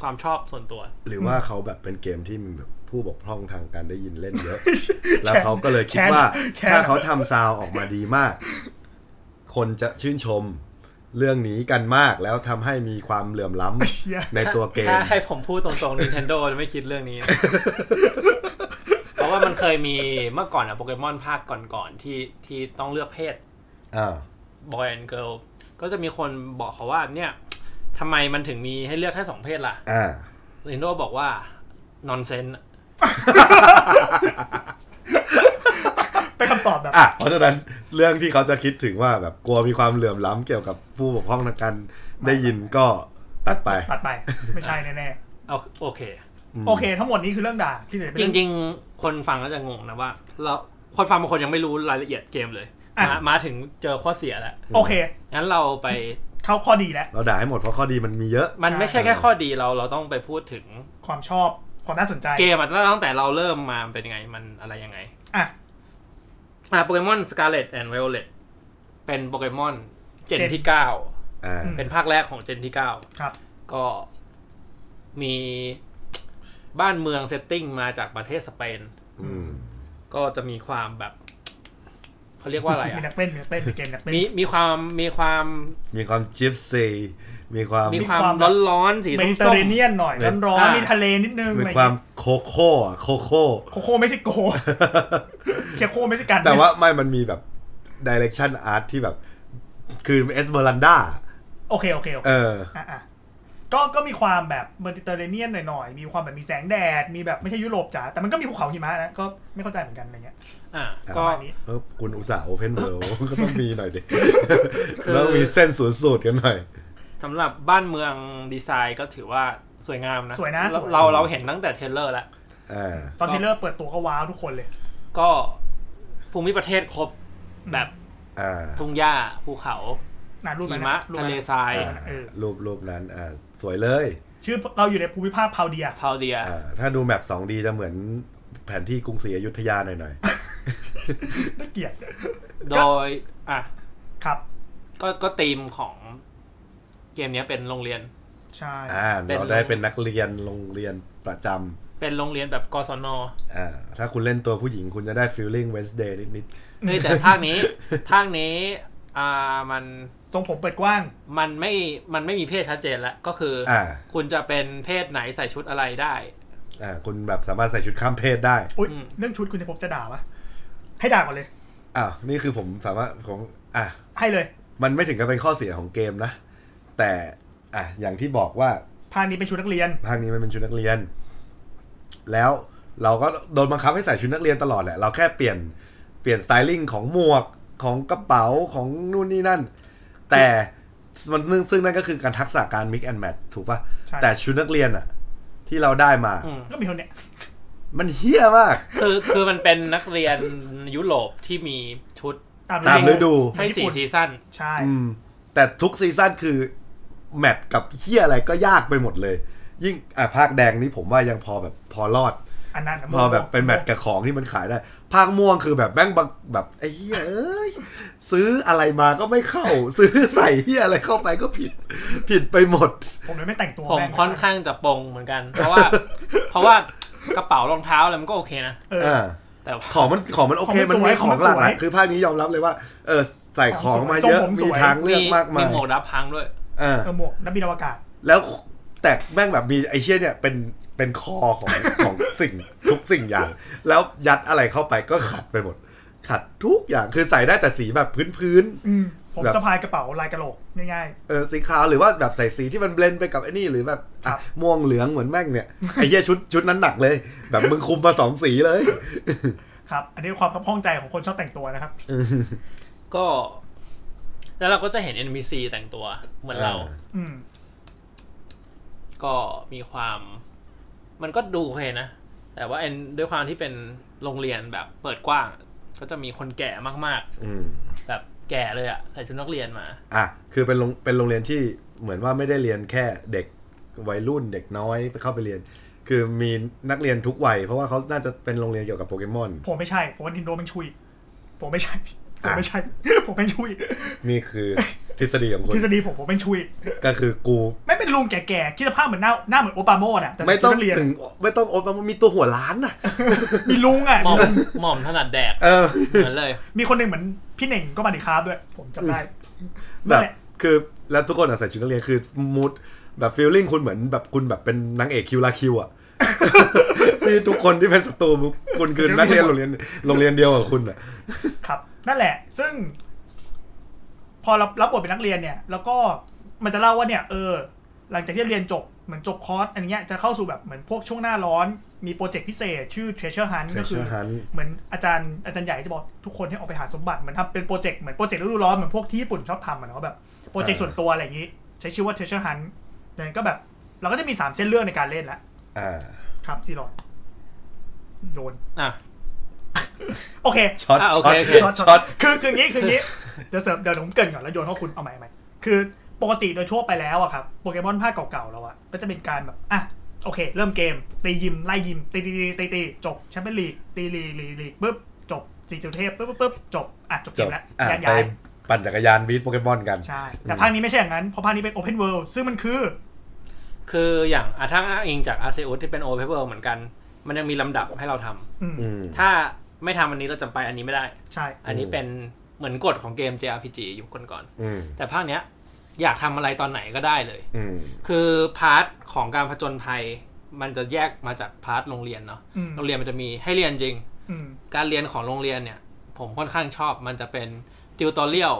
S2: ความชอบส่วนตัว
S4: หรือว่าเขาแบบเป็นเกมที่มีแบบผู้บกพร่องทางการได้ยินเล่น เยอะ แล้วเขาก็เลยคิดว่า
S3: แค่
S4: ถ้าเขาทำซาวด์ออกมาดีมาก คนจะชื่นชมเรื่องนี้กันมากแล้วทำให้มีความเหลื่อมล้
S3: เชีย
S4: ำในตัวเกม
S2: ถ้าให้ผมพูดตรงๆ Nintendo จะไม่คิดเรื่องนี้นะ เพราะว่ามันเคยมีเมื่อก่อนอะโปเกมอนภาคก่อนๆที่ที่ต้องเลือกเพศ
S4: อ่า
S2: บอยแอนด์เกิลก็จะมีคนบอกเขาว่าเนี่ยทำไมมันถึงมีให้เลือกแค่สองเพศล่ะ
S4: อ่า
S2: Nintendo บอกว่า nonsense
S3: ไปคำตอบแบบ
S4: อ่ะเพราะฉะนั้นเรื่องที่เขาจะคิดถึงว่าแบบกลัวมีความเหลื่อมล้ำเกี่ยวกับผู้บกพร่องทางการได้ยินก็ตัดไป
S3: ตัดไป ไม่ใช่แน่
S2: เอาโอเค
S3: ๆ โอเค ทั้งหมดนี้คือเรื่องด่าที่เหลือเป็น
S2: จ
S3: เรื่อง
S2: ริงๆ คนฟังก็จะงงนะว่า เราคนฟังบางคนยังไม่รู้รายละเอียดเกมเลย
S3: อ่ะ
S2: มามาถึงเจอข้อเสียแล้ว
S3: โอเค
S2: งั้นเราไป
S3: เข้าข้อดีแล้ว
S4: เราด่าให้หมดเพราะข้อดีมันมีเยอะ
S2: มันไม่ใช่แค่ข้อดีเราเราต้องไปพูดถึง
S3: ความชอบความน่าสนใจ
S2: เกมอะตั้งแต่เราเริ่มมามันเป็นยังไงมันอะไรยังไง
S3: อ่ะ
S2: อ่ะโปเกมอนสกาเลตแอนด์ไวโอเลตเป็นโปเกมอนเจน
S3: เจน
S2: ที่เก้า
S4: อ่า
S3: อืม
S2: เป็นภาคแรกของเจนที่เก้า
S3: ครับ
S2: ก็มีบ้านเมืองเซตติ้งมาจากประเทศสเปน
S4: อืม
S2: ก็จะมีความแบบ เขาเรียกว่าอะไร
S3: มี
S2: อ่ะ
S3: นักเต้นมีนักเต้นมีเกมนักเต้น
S2: มีมีความมีความ
S4: มีความจิฟซีมีความ
S2: มี
S4: มี
S2: ความ
S3: ความ
S2: ร้อนร้อนๆสี
S3: เม
S2: ส้
S3: ดิเตอร์
S2: ม
S3: เรเนียนหน่อยร้อน
S2: อ่ะ
S3: ๆมีทะเลนิดนึงอะไร
S4: ความ
S3: เงี้ย
S4: โคโค่อะโคโค่
S3: โคโค่เม็กซิโกเคียโคเม็กซิกัน
S4: แต่ว่าไม่มันมีแบบดิเรกชันอาร์ตที่แบบ คือเอสเมอรันด้า
S3: โอเค โอเคโอเค
S4: เออ
S3: อ่ะอ่ะก็ก็มีความแบบเมดิเตอร์เรเนียนหน่อยๆมีความแบบมีแสงแดดมีแบบไม่ใช่ยุโรปจ๋าแต่มันก็มีภูเขาหิมะนะก็ไม่เข้าใจเหมือนกันอะไรเงี้ย
S2: ๆอ่ะ
S4: อ่ะ
S2: ก็
S3: ประมาณนี้
S4: เออคุณอุตส่าห์โอเพนเวิลด์ ก็ต้องมีหน่อยดิ
S2: คือ
S4: แล้วมีเส้นศูนย์สูตรกันหน่อย
S2: สำหรับบ้านเมืองดีไซน์ก็ถือว่าสวยงามนะ
S3: สวยนะ
S2: เรา
S3: สวย
S2: เราเราเห็นตั้งแต่เทรลเลอร์แล้ว
S4: อ่า
S3: ตอนเทรลเลอร์เปิดตัวก็ว้าวทุกคนเลย
S2: ก็ภูมิประเทศครบแบบ
S4: อ่า
S2: ทุ่งหญ้าภูเขา
S3: นะรูป
S2: หิ
S3: นั้น
S2: มะ
S3: นะรูป
S2: ทะ
S3: นั้น
S2: เล
S3: นะ
S2: ทราย
S4: อ่า
S3: เออ
S4: รูปรูปนั้นอ่าสวยเลย
S3: ชื่อเราอยู่ในภูมิภาคพาวเดีย
S2: พาวเดีย
S4: อ่าถ้าดูแมป 2D จะเหมือนแผนที่กรุงศรีอยุธยาหน่อย
S3: น่าเกลียด
S2: โดยอ่ะ
S3: ครับ
S2: ก็ก็ธีมของเกมเนี้ยเป็นโรงเรียน
S3: ใช่
S4: ๆอ่า
S2: เป็น
S4: เราได้เป็นนักเรียนโรงเรียนประจ
S2: เป็นโรงเรียนแบบกศน
S4: ำอ่าถ้าคุณเล่นตัวผู้หญิงคุณจะได้ feeling Wednesday นิด
S2: เฮ้ยแต่ภาคนี้ ภาคนี้อ่ามัน
S3: ทรงผมเปิดกว้าง
S2: มันไม่มันไม่มีเพศชัดเจนแล้วก็คืออ
S4: ๆอ่า
S2: คุณจะเป็นเพศไหนใส่ชุดอะไรได้
S4: อ่าคุณแบบสามารถใส่ชุดข้ามเพศได้
S3: อุ้ย
S2: อืม
S3: เรื่องชุดคุณจะพบจะด่าปะให้ด่าก่อนเลย
S4: อ้าวนี่คือผมสามารถผมอ่ะ
S3: ให้เลย
S4: มันไม่ถึงกับเป็นข้อเสียของเกมนะ แต่อ่ะอย่างที่บอกว่า
S3: ภาคนี้เป็นชุดนักเรียน
S4: ภาคนี้มันเป็นชุดนักเรียน แล้ว เราก็โดนบังคับให้ใส่ชุดนักเรียนตลอดแหละ เราแค่เปลี่ยนเปลี่ยนสไตลิ่งของหมวกของกระเป๋าของนู่นนี่นั่น แต่มันซึ่งซึ่งนั่นก็คือการทักษะการ mix and match ถูกปะ
S3: ใช่
S4: ่ะ แต่ชุดนักเรียนอะที่เราได้มา
S2: อืม
S3: ก็มีคนเนี้ย
S4: มันเฮี้ยมาก
S2: คือคือมันเป็นนักเรียนยุโรปที่มีชุด
S3: ตาม
S4: ตามฤดู
S2: ให้สี่
S3: ญี่ปุ่น
S2: ซีซั่น
S3: ใช่
S4: อืมแต่ทุกซีซั่นคือ แมตช์กับเฮี้ยอะไรก็ยากไปหมดเลย ยิ่งอ่ะภาคแดงนี่ผมว่ายังพอแบบพอรอด
S3: อันนั้นนะ
S4: พอแบบเป็นแมทกับของที่มันขายได้ ภาคม่วงคือแบบแม่งบังแบบไอ้เหี้ยเอ้ยซื้ออะไรมาก็ไม่เข้า ซื้อใส่เหี้ยอะไรเข้าไปก็ผิด ผิดไปหมด
S3: ผมเลยไม่แต่งตัว
S2: ผม
S3: แง
S2: ค่อนข้างจะปงเหมือนกัน เพราะว่า เพราะว่ากระเป๋ารองเท้าอะไรมันก็โอเคนะ
S3: เออ
S4: อ่า
S2: แต่ว่า
S4: ของมันของมันโอเค
S3: ของมัส
S4: มันน
S3: วย
S4: มีของหลากหลา
S3: ของมัน
S4: ย
S3: สวย
S4: คือภาคนี้ยอมรับเลยว่า เออใส่ของมาเยอะ
S3: ของสวย
S4: มีทางเลือกมากมา
S2: มี
S4: ย
S2: โหมดรับพังด้วย
S4: อ่า
S3: เออหมวกนักบินอวกาศ
S4: แล้วแต่แม่งแบบมีไอ้เชี่ยเนี่ยเป็นเป็นคอของของสิ่งทุกสิ่งอย่าง แล้วยัดอะไรเข้าไปก็ขัดไปหมด ขัดทุกอย่างคือใส่ได้แต่สีแบบพื้นๆ
S3: อืมผม
S4: แบบ
S3: สะพายกระเป๋าลายกะโหลกง่าย
S4: เออสีขาวหรือว่าแบบใส่สีที่มันเบลนด์ไปกับไอ้นี่หรือแบบ
S3: ครั
S4: อ่ะ
S3: บ
S4: ม่วงเหลืองเหมือนแม่งเนี่ย ไอ้เหี้ยชุดชุดนั้นหนักเลย แบบมึงคุมมาสองสีเลย
S3: ๆครับ อันนี้ความขับข้องใจของคนชอบแต่งตัวนะครับ
S2: ก็ แล้วเราก็จะเห็น NPC แต่งตัวเหมือนเรา
S4: อ่า
S3: อืม
S2: ก็มีความ มันก็ดูโอเคนะ แต่ว่า N ด้วยความที่เป็นโรงเรียนแบบเปิดกว้าง ก็จะมีคนแก่มาก
S4: อืม
S2: ๆ แบบแก่เลยอะใส่ชุดนักเรียนมา
S4: อ่ะคือเป็นโรงเป็นโรงเรียนที่เหมือนว่าไม่ได้เรียนแค่เด็กวัยรุ่นเด็กน้อยไปเข้าไปเรียน คือมีนักเรียนทุกวัย เพราะว่าเขาน่าจะเป็นโรงเรียนเกี่ยวกับโปเกมอน
S3: ผมไม่ใช่ ผมว่านินโดมันชุย ผมไม่ใช่ ผ
S4: อ่ะ
S3: มไม่ ใช่ ผมเป็นชุย
S4: นี่คือทฤษฎีของคุ
S3: ท
S4: ณ
S3: ฤษฎีผมผมเป็นชุย
S4: ก็คือกู
S3: ไม่เป็นลุงแก่ๆคิดสภาพเหมือนหน้าหน้าเหมือนโอปาโมดอ่ะแต่
S4: ไม่ต้อง
S3: ชุดนักเรียน
S4: ถึงไม่ต้องโอ๊ตมันมีตัวหัวล้านน่ะ
S3: มีลุงอ่ะ
S2: หม่อ
S3: มี
S2: ม
S3: ลุง
S2: หม่อมถนัดแดก
S4: เออ
S2: เหมือนเลย
S3: มีคนหนึ่งเหมือนพี่เน่งก็มาดิคาร์ฟด้วย ผมจำได้ นั่
S4: แบ
S3: น
S4: บ
S3: แหละ
S4: คือแล้วทุกคนอะใส่ชุดนักเรียนคือมูดแบบฟีลลิ่งคุณเหมือนแบบคุณแบบเป็นนางเอกคิวลาคิวอะ ที่ทุกคนที่เป็นศัตรูคุณคือนักเรียนโรงเรียนโรงเรียนเดียวกับคุณอะ
S3: ครับ นั่นแหละ ซึ่ง พอเรารับบทเป็นนักเรียนเนี่ย แล้วก็มันจะเล่าว่าเนี่ยเออ หลังจากที่เรียนจบเหมือนจบคอร์สอันเนี้ยจะเข้าสู่แบบเหมือนพวกช่วงหน้าร้อน มีโปรเจกต์พิเศษ ชื่อ Treasure Hunt ก็คือ
S4: ฮัน
S3: เหมือนอาจารย์อาจารย์ใหญ่จะบอกทุกคนให้ออกไปหาสมบัติเหมือนทำเป็นโปรเจกต์เหมือนโปรเจกต์ฤดูร้อนเหมือนพวกที่ญี่ปุ่นชอบทำอะเนาะแบบโปรเจกต์ส่วนตัวอะไรอย่างนี้ ใช้ชื่อว่า Treasure Hunt ดังนั้นก็แบบ เราก็จะมี 3 เส้นเรื่องในการเล่นละ
S4: อ่า
S3: ครับซีรอนโดน
S2: อ่ะ
S3: โอ เค
S4: ช็อต
S2: อ่ะโอ
S4: ช็อ
S2: เค
S4: ต
S2: โอเค
S3: ช็อต
S4: ช็อต
S3: คือคืองี้คืองี้เดี๋ยวเสริมเดี๋ยวผมเกรินก่อนแล้วโยนเข้าคุณเอาใหม่เอาใหม่คือปกติโดยทั่วไปแล้วอะครับโปเกมอนภาคเก่าๆเราอะก็จะเป็นการแบบอ่ะโอเค เริ่มเกมตียิมไล่ยิมตีตีตีตีตีจบแชมเปี้ยนลีกตีลีลีลีปุ๊บจบสีจุดเทพปุ๊บปุ๊บปุ๊บจบอ่ะจบเก
S4: จบ
S3: มแล้ว
S4: อ่ะ
S3: แยก
S4: ไป
S3: ย้าย
S4: ปั่นจักรยานบีทโปเกมอนกัน
S3: ใช่ แต่ภาคนี้ไม่ใช่อย่างนั้นเพราะภาคนี้เป็นโอเพนเวิลด์ซึ่งมันคือ
S2: คืออย่างอ่ะถ้าอ้างอิงจากอาเซอุสที่เป็นโอเพเ r อร์เหมือนกัน มันยังมีลำดับให้เราทำ
S3: อืม
S4: อืม
S2: ถ้าไม่ทำอันนี้เราจะไปอันนี้ไม่ได้
S3: ใช่
S2: อันนี้
S4: อืม
S2: เป็นเหมือนกฎของเกม JRPG อยู่ก่อน
S4: อืม
S2: ๆแต่ภาคเนี้ยอยากทำอะไรตอนไหนก็ได้เลย
S4: อืม
S2: คือพาร์ทของการผจญภัย มันจะแยกมาจากพาร์ทโรงเรียนเนาะ
S3: อืม
S2: โรงเรียนมันจะมีให้เรียนจริง
S3: อืม
S2: การเรียนของโรงเรียนเนี่ย ผมค่อนข้างชอบ มันจะเป็นติวตอเรียล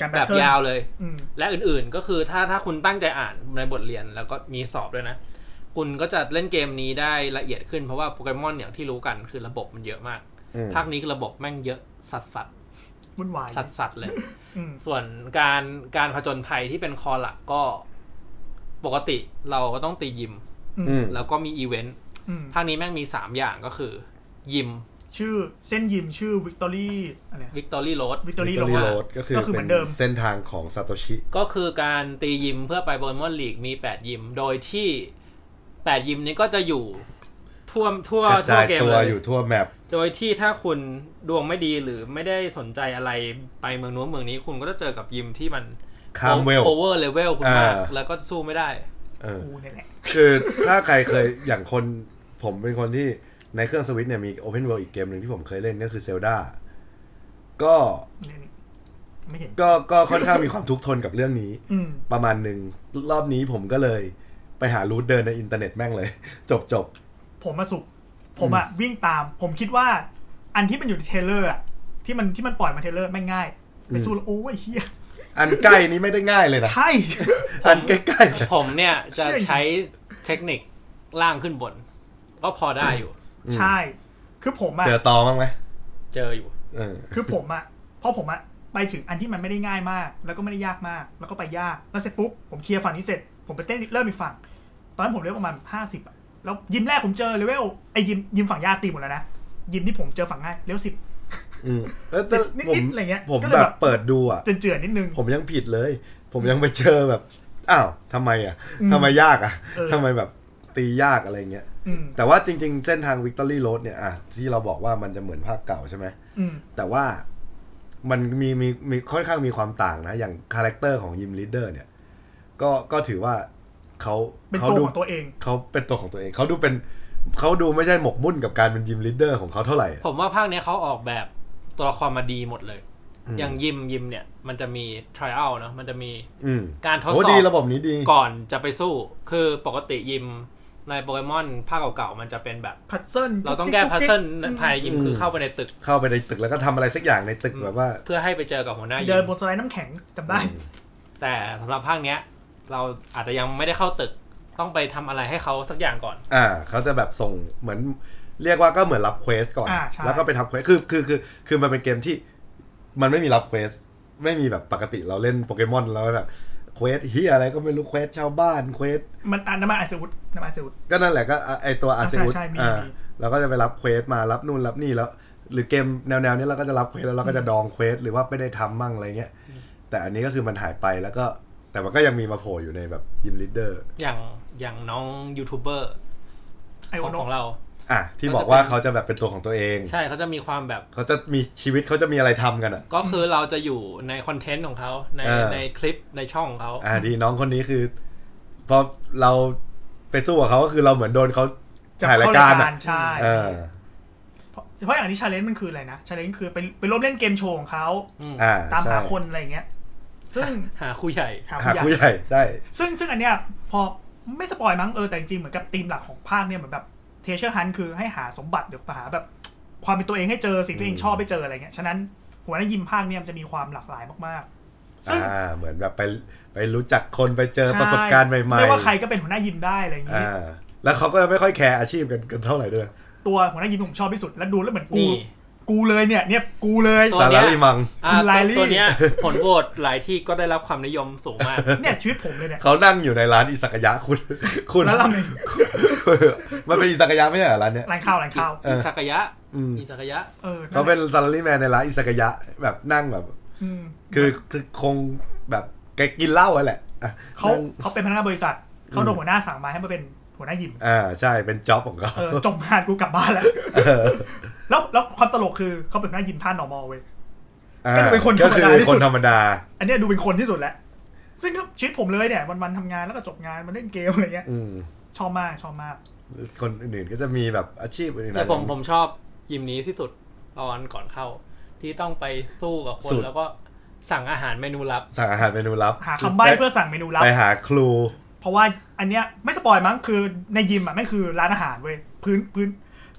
S3: การแบ
S2: แบบ
S3: บเทิล
S2: ยาวเลย
S3: อืม
S2: และอื่นๆ ก็คือถ้าถ้าคุณตั้งใจอ่านในบทเรียนแล้วก็มีสอบด้วยนะ คุณก็จะเล่นเกมนี้ได้ละเอียดขึ้นเพราะว่าโปเกมอนอย่างที่รู้กันคือระบบมันเยอะมาก
S4: อืม
S2: ภาคนี้คือระบบแม่งเยอะสัดสัด
S3: วุ่นวาย
S2: สัดสัดเลย
S3: อืม
S2: ส่วนการการผจญภัยที่เป็นคอหลักก็ปกติเราก็ต้องตียิม
S4: อืม
S2: แล้วก็มีอีเวนต์
S3: อืม
S2: ภาคนี้แม่งมี 3 อย่างก็คือ ยิม
S3: ชื่อเส้นยิมชื่อวิกตอรี่อะไร
S2: วิกตอรี่โรด
S3: วิกตอ
S4: วิ
S3: รี่
S4: กตอรี่โรดก็คือ
S3: ก็คือเหมื
S4: เป็
S3: อน นเดิม
S4: เส้นทางของซาโตชิ
S2: ก็คือการตียิมเพื่อไปโปเกมอนลีกมี 8 ยิม โดยที่ 8 ยิมนี้ก็จะอยู่ทั่วทั่ว
S4: กระ
S2: ทั่
S4: จา
S2: วย เกม
S4: ตัว
S2: เลย
S4: อยู่ทั่วแมป
S2: โดยที่ถ้าคุณดวงไม่ดีหรือไม่ได้สนใจอะไรไปเมืองนู้นเมืองนี้คุณก็จะเจอกับยิมที่มัน
S4: คามเวล
S2: โอเวอร์เลเวลคุณมาก
S4: อ่า
S2: แล้วก็สู้ไม่ได้
S4: เออ
S3: กูเนี่ยแหละ
S4: คือถ้าใครเคยอย่างคนผมเป็นคนที่ในเครื่องสวิตเนี่ยมี Open World อีกเกมหนึ่งที่ผมเคยเล่นก็คือเซลดาก็
S3: นี่นี่ไม่เห็น
S4: ก็ก็ค่อนข้างมีความทุกข์ทนกับเรื่องนี้
S3: อืม
S4: ประมาณหนึ่งรอบนี้ผมก็เลยไปหารูทเดินในอินเทอร์เน็ตแม่งเลย จบจบ
S3: ผมมาสุก ผมอะวิ่งตาม ผมคิดว่า อันที่มันอยู่ในเทรลเลอร์อะที่มันที่มันปล่อยมาเทรลเลอร์ไม่งง่าย ไปสู้แล้วโอ้ยเฮีย
S4: อันใกล้นี้ไม่ได้ง่ายเลย นะ
S3: ใช่
S4: อันใกล้ๆ
S2: ผมเนี่ย จะ
S3: เชี่ย
S2: ใช้เทคนิคล่างขึ้นบน ก็พอได้อยู่
S3: ใช่ คือผมอะ
S4: เจอตอบ้างไหม
S2: เจออยู่
S4: เออ
S3: คือผมอะเพราะผมอะไปถึงอันที่มันไม่ได้ง่ายมาก แล้วก็ไม่ได้ยากมาก แล้วก็ไปยาก แล้วเสร็จปุ๊บผมเคลียร์ฝั่งนี้เสร็จ ผมไปเต้นเริ่มอีกฝั่ง ตอนนั้นผมเลเวลประมาณห้าสิบอะแล้วยิมแรกผมเจอเลเวลไอ้ยิมยิมฝั่งยากตีหมดแล้วนะ ยิมที่ผมเจอฝั่งง่ายเลเวลสิบ
S4: อืมแล้วแต่
S3: นิดๆ
S4: ผม
S3: อะไรเงี้ย
S4: ผม
S3: ก็เลย
S4: แบ
S3: แบบ บ
S4: เปิดดูอ่ะ
S3: เจือนๆนิดนึง
S4: ผมยังผิดเลย ผมยังไปเจอแบบ อ้าวทำไมอ่ะทำไมยากอ่ะ
S3: เออ
S4: ทำไมแบบตียากอะไรเงี้ย
S3: อืม
S4: แต่ว่าจริงๆ เส้นทาง Victory Road เนี่ยอ่ะที่เราบอกว่ามันจะเหมือนภาคเก่าใช่ไหม
S3: อืม
S4: แต่ว่ามันมีมีมีค่อนข้างมีความต่างนะ อย่างคาแรคเตอร์ของยิมลีดเดอร์เนี่ย ก็ก็ถือว่าเขา
S3: เป็น
S4: เขา
S3: ตัว
S4: ดู
S3: ของตัวเอง
S4: เขาเป็นตัวของตัวเอง เขาดูเป็นเขาดูไม่ใช่หมกมุ่นกับการเป็นยิมลีดเดอร์ของเขาเท่าไหร่อะ
S2: ผมว่าภาคเนี้ยเขาออกแบบตัวละครมาดีหมดเลย
S4: อืม
S2: อย่างยิมยิมเนี่ย มันจะมี trial เนอะมันจะมี
S4: อืม
S2: การทด
S4: โอ้
S2: สอ
S4: ดี
S2: บ
S4: ระบบนี้ดี
S2: ก่อนจะไปสู้ คือปกติยิมในโปเกมอนภาคเก่าๆ มันจะเป็นแบบ
S3: พัซเซิล
S2: เราต้องแก้พัซเซิลภายในยิม
S4: อืม
S2: คือเข้าไปในตึก
S4: เข้าไปในตึกแล้วก็ทำอะไรสักอย่างในตึกแบบว่า
S2: เพื่อให้ไปเจอกับหัวหน้ายิ
S3: เดิ
S2: ม
S3: นบนสไลด์น้ำแข็งจำได้
S2: แต่สำหรับภาคเนี้ย เราอาจจะยังไม่ได้เข้าตึก ต้องไปทำอะไรให้เขาสักอย่างก่อน
S4: อ่าเขาจะแบบส่งเหมือนเรียกว่าก็เหมือนรับเควสก่อน
S3: อ่าใช่
S4: แล้วก็ไปทำเควสคือคือคือคือมันเป็นเกมที่มันไม่มีรับเควสไม่มีแบบปกติเราเล่นโปเกมอนแล้วแบบเควสเฮียอะไรก็ไม่รู้เควสชาวบ้านเควส
S3: มันอันน้ำมันไอเซอุดน้ำมันไอเซอุด
S4: ก็นั่นแหละก็อ่ะไอตัวอา
S3: อ่า
S4: เซ
S3: ใช่
S4: อุส
S3: ใช่มี
S4: อ่า
S3: มี
S4: เราก็จะไปรับเควสมารับนู่นรับนี่แล้ว หรือเกมแนวๆนี้เราก็จะรับเควสแล้วเราก็จะดองเควสหรือว่าไม่ได้ทำมั่งอะไรเงี้ยแต่อันนี้ก็คือมันหายไปแล้วก็แต่มันก็ยังมีมาโผล่อยู่ในแบบยิมลีดเดอร์
S2: อย่างอย่างน้องยูทูบเบอร์
S3: ไอ
S2: ข
S3: โอ
S2: อง
S3: โน
S2: ของเรา
S4: อ่ะที่บอกว่าเขาจะแบบเป็นตัวของตัวเอง
S2: ใช่เขาจะมีความแบบ
S4: เขาจะมีชีวิตเขาจะมีอะไรทำกันอ่ะ
S2: ก็คือเราจะอยู่ในคอนเทนต์ของเขาใน
S4: เออ
S2: ในคลิปในช่องของเขา
S4: อ่าดีน้องคนนี้คือพอเราไปสู้กับเขาก็คือเราเหมือนโดนเขาถ่ายรายการอ่ะ
S3: ใช่
S4: เออ
S3: เพราะเพราะอย่างนี้ชาเลนจ์มันคืออะไรนะชาเลนจ์คือไปไปร่วมเล่นเกมโชว์ของเขา
S2: ม
S4: อ่า
S3: ตามหา
S4: ใช่
S3: คนอะไรอย่างเงี้ย ซึ่ง
S2: หาคู่ใหญ่
S3: หา
S4: หา
S3: ผู้
S4: ผู้
S3: ให
S4: ให
S3: ญ่
S4: ญ่ใช่
S3: ซึ่งซึ่งอันเนี้ยพอไม่สปอยมั้งเออแต่จริงๆเหมือนกับธีมหลักของภาคเนี่ยเหมือนแบบเทเชอร์ฮันคือให้หาสมบัติเดี๋ยวหาแบบ ความเป็นตัวเองให้เจอสิ่งที่ตัวเองชอบไปเจออะไรเงี้ยฉะนั้นหัวหน้ายิมภาคเนี่ยมันจะมีความหลากหลายมากๆ ซึ่ง
S4: อ่าเหมือนแบบไปไปรู้จักคนไปเจอ
S3: ใช่
S4: ประสบการณ์ใหม่ๆ
S3: ไม่ว่าใครก็เป็นหัวหน้ายิมได้อะไรอย่างนี้
S4: อ่าแล้วเขาก็ไม่ค่อยแคร์อาชีพกันกันเท่าไหร่ด้วย
S3: ตัวหัวหน้ายิมผมชอบที่สุด แล้วดูแล้วเหมือน
S2: นี่
S3: กู กูเลยเนี่ย เนี่ยกูเลย
S2: ตัว
S4: สาราลีมัง
S2: อ่า
S3: คุณไล
S2: ตัว
S3: ลี่
S2: ตัวเนี้ยผลโหวตหลายที่ก็ได้รับความนิยมสูงมาก
S3: เนี่ยชีวิตผมเลยเนี่ย
S4: เขานั่งอยู่ในร้านอิสักายะคุณคุณ
S3: แล้วเราเนี่ย
S4: มันเป็นอิสักายะไม่ใช่เหรอร้านเนี้ย
S3: ร้านข้าวร้านข้าว
S4: เออ
S2: อิ
S4: อิ
S2: สักายะ
S4: อืม
S2: อิสักายะ
S3: เออ
S4: เขาเป็นซาลารีแมนในร้านอิสักายะแบบนั่งแบบ
S3: อืม
S4: คือคือคงแบบแกกินเหล้าอะแหละอ่ะ
S3: เขา
S4: นั่ง
S3: เขาเป็นพนักงานบริษัท เขาโดนหัวหน้าสั่งมาให้มาเป็นหัวหน้ายิม
S4: อ่าใช่เป็นจ็อบของเขา
S3: เออจบงานกูกลับบ้านแล้ว
S4: เออ
S3: แล้วแล้วความตลกคือเขาเป็นหัวหน้ายิมท่านอมอเว้ย
S4: อ่า
S3: ก็เป็นคนธรรมดา
S4: ก็คือ
S3: ที่สุด
S4: คนธรรมดา
S3: อันเนี้ยดูเป็นคนที่สุดแล้ว ซึ่งก็ชีวิตผมเลยเนี่ยวันวันๆทำงานแล้วก็จบงานมาเล่นเกมอะไรเงี้ย
S4: อืม
S3: ชอบมากชอบมาก
S4: คนอื่นๆก็จะมีแบบอาชีพอื่นๆ
S2: แต่ผม
S4: นะ
S2: ผมชอบยิมนี้ที่สุดตอนก่อนเข้า ที่ต้องไปสู้กับคน
S4: สุด
S2: แล้วก็สั่งอาหารเมนูลับ
S4: สั่งอาหารเมนูลับ
S3: หาคำใบ้เพื่อสั่งเมนูลับ
S4: ไปหาครู
S3: เพราะว่าอันเนี้ยไม่สปอยมั้งคือในยิมอ่ะไม่คือร้านอาหารเว้ยพื้นพื้น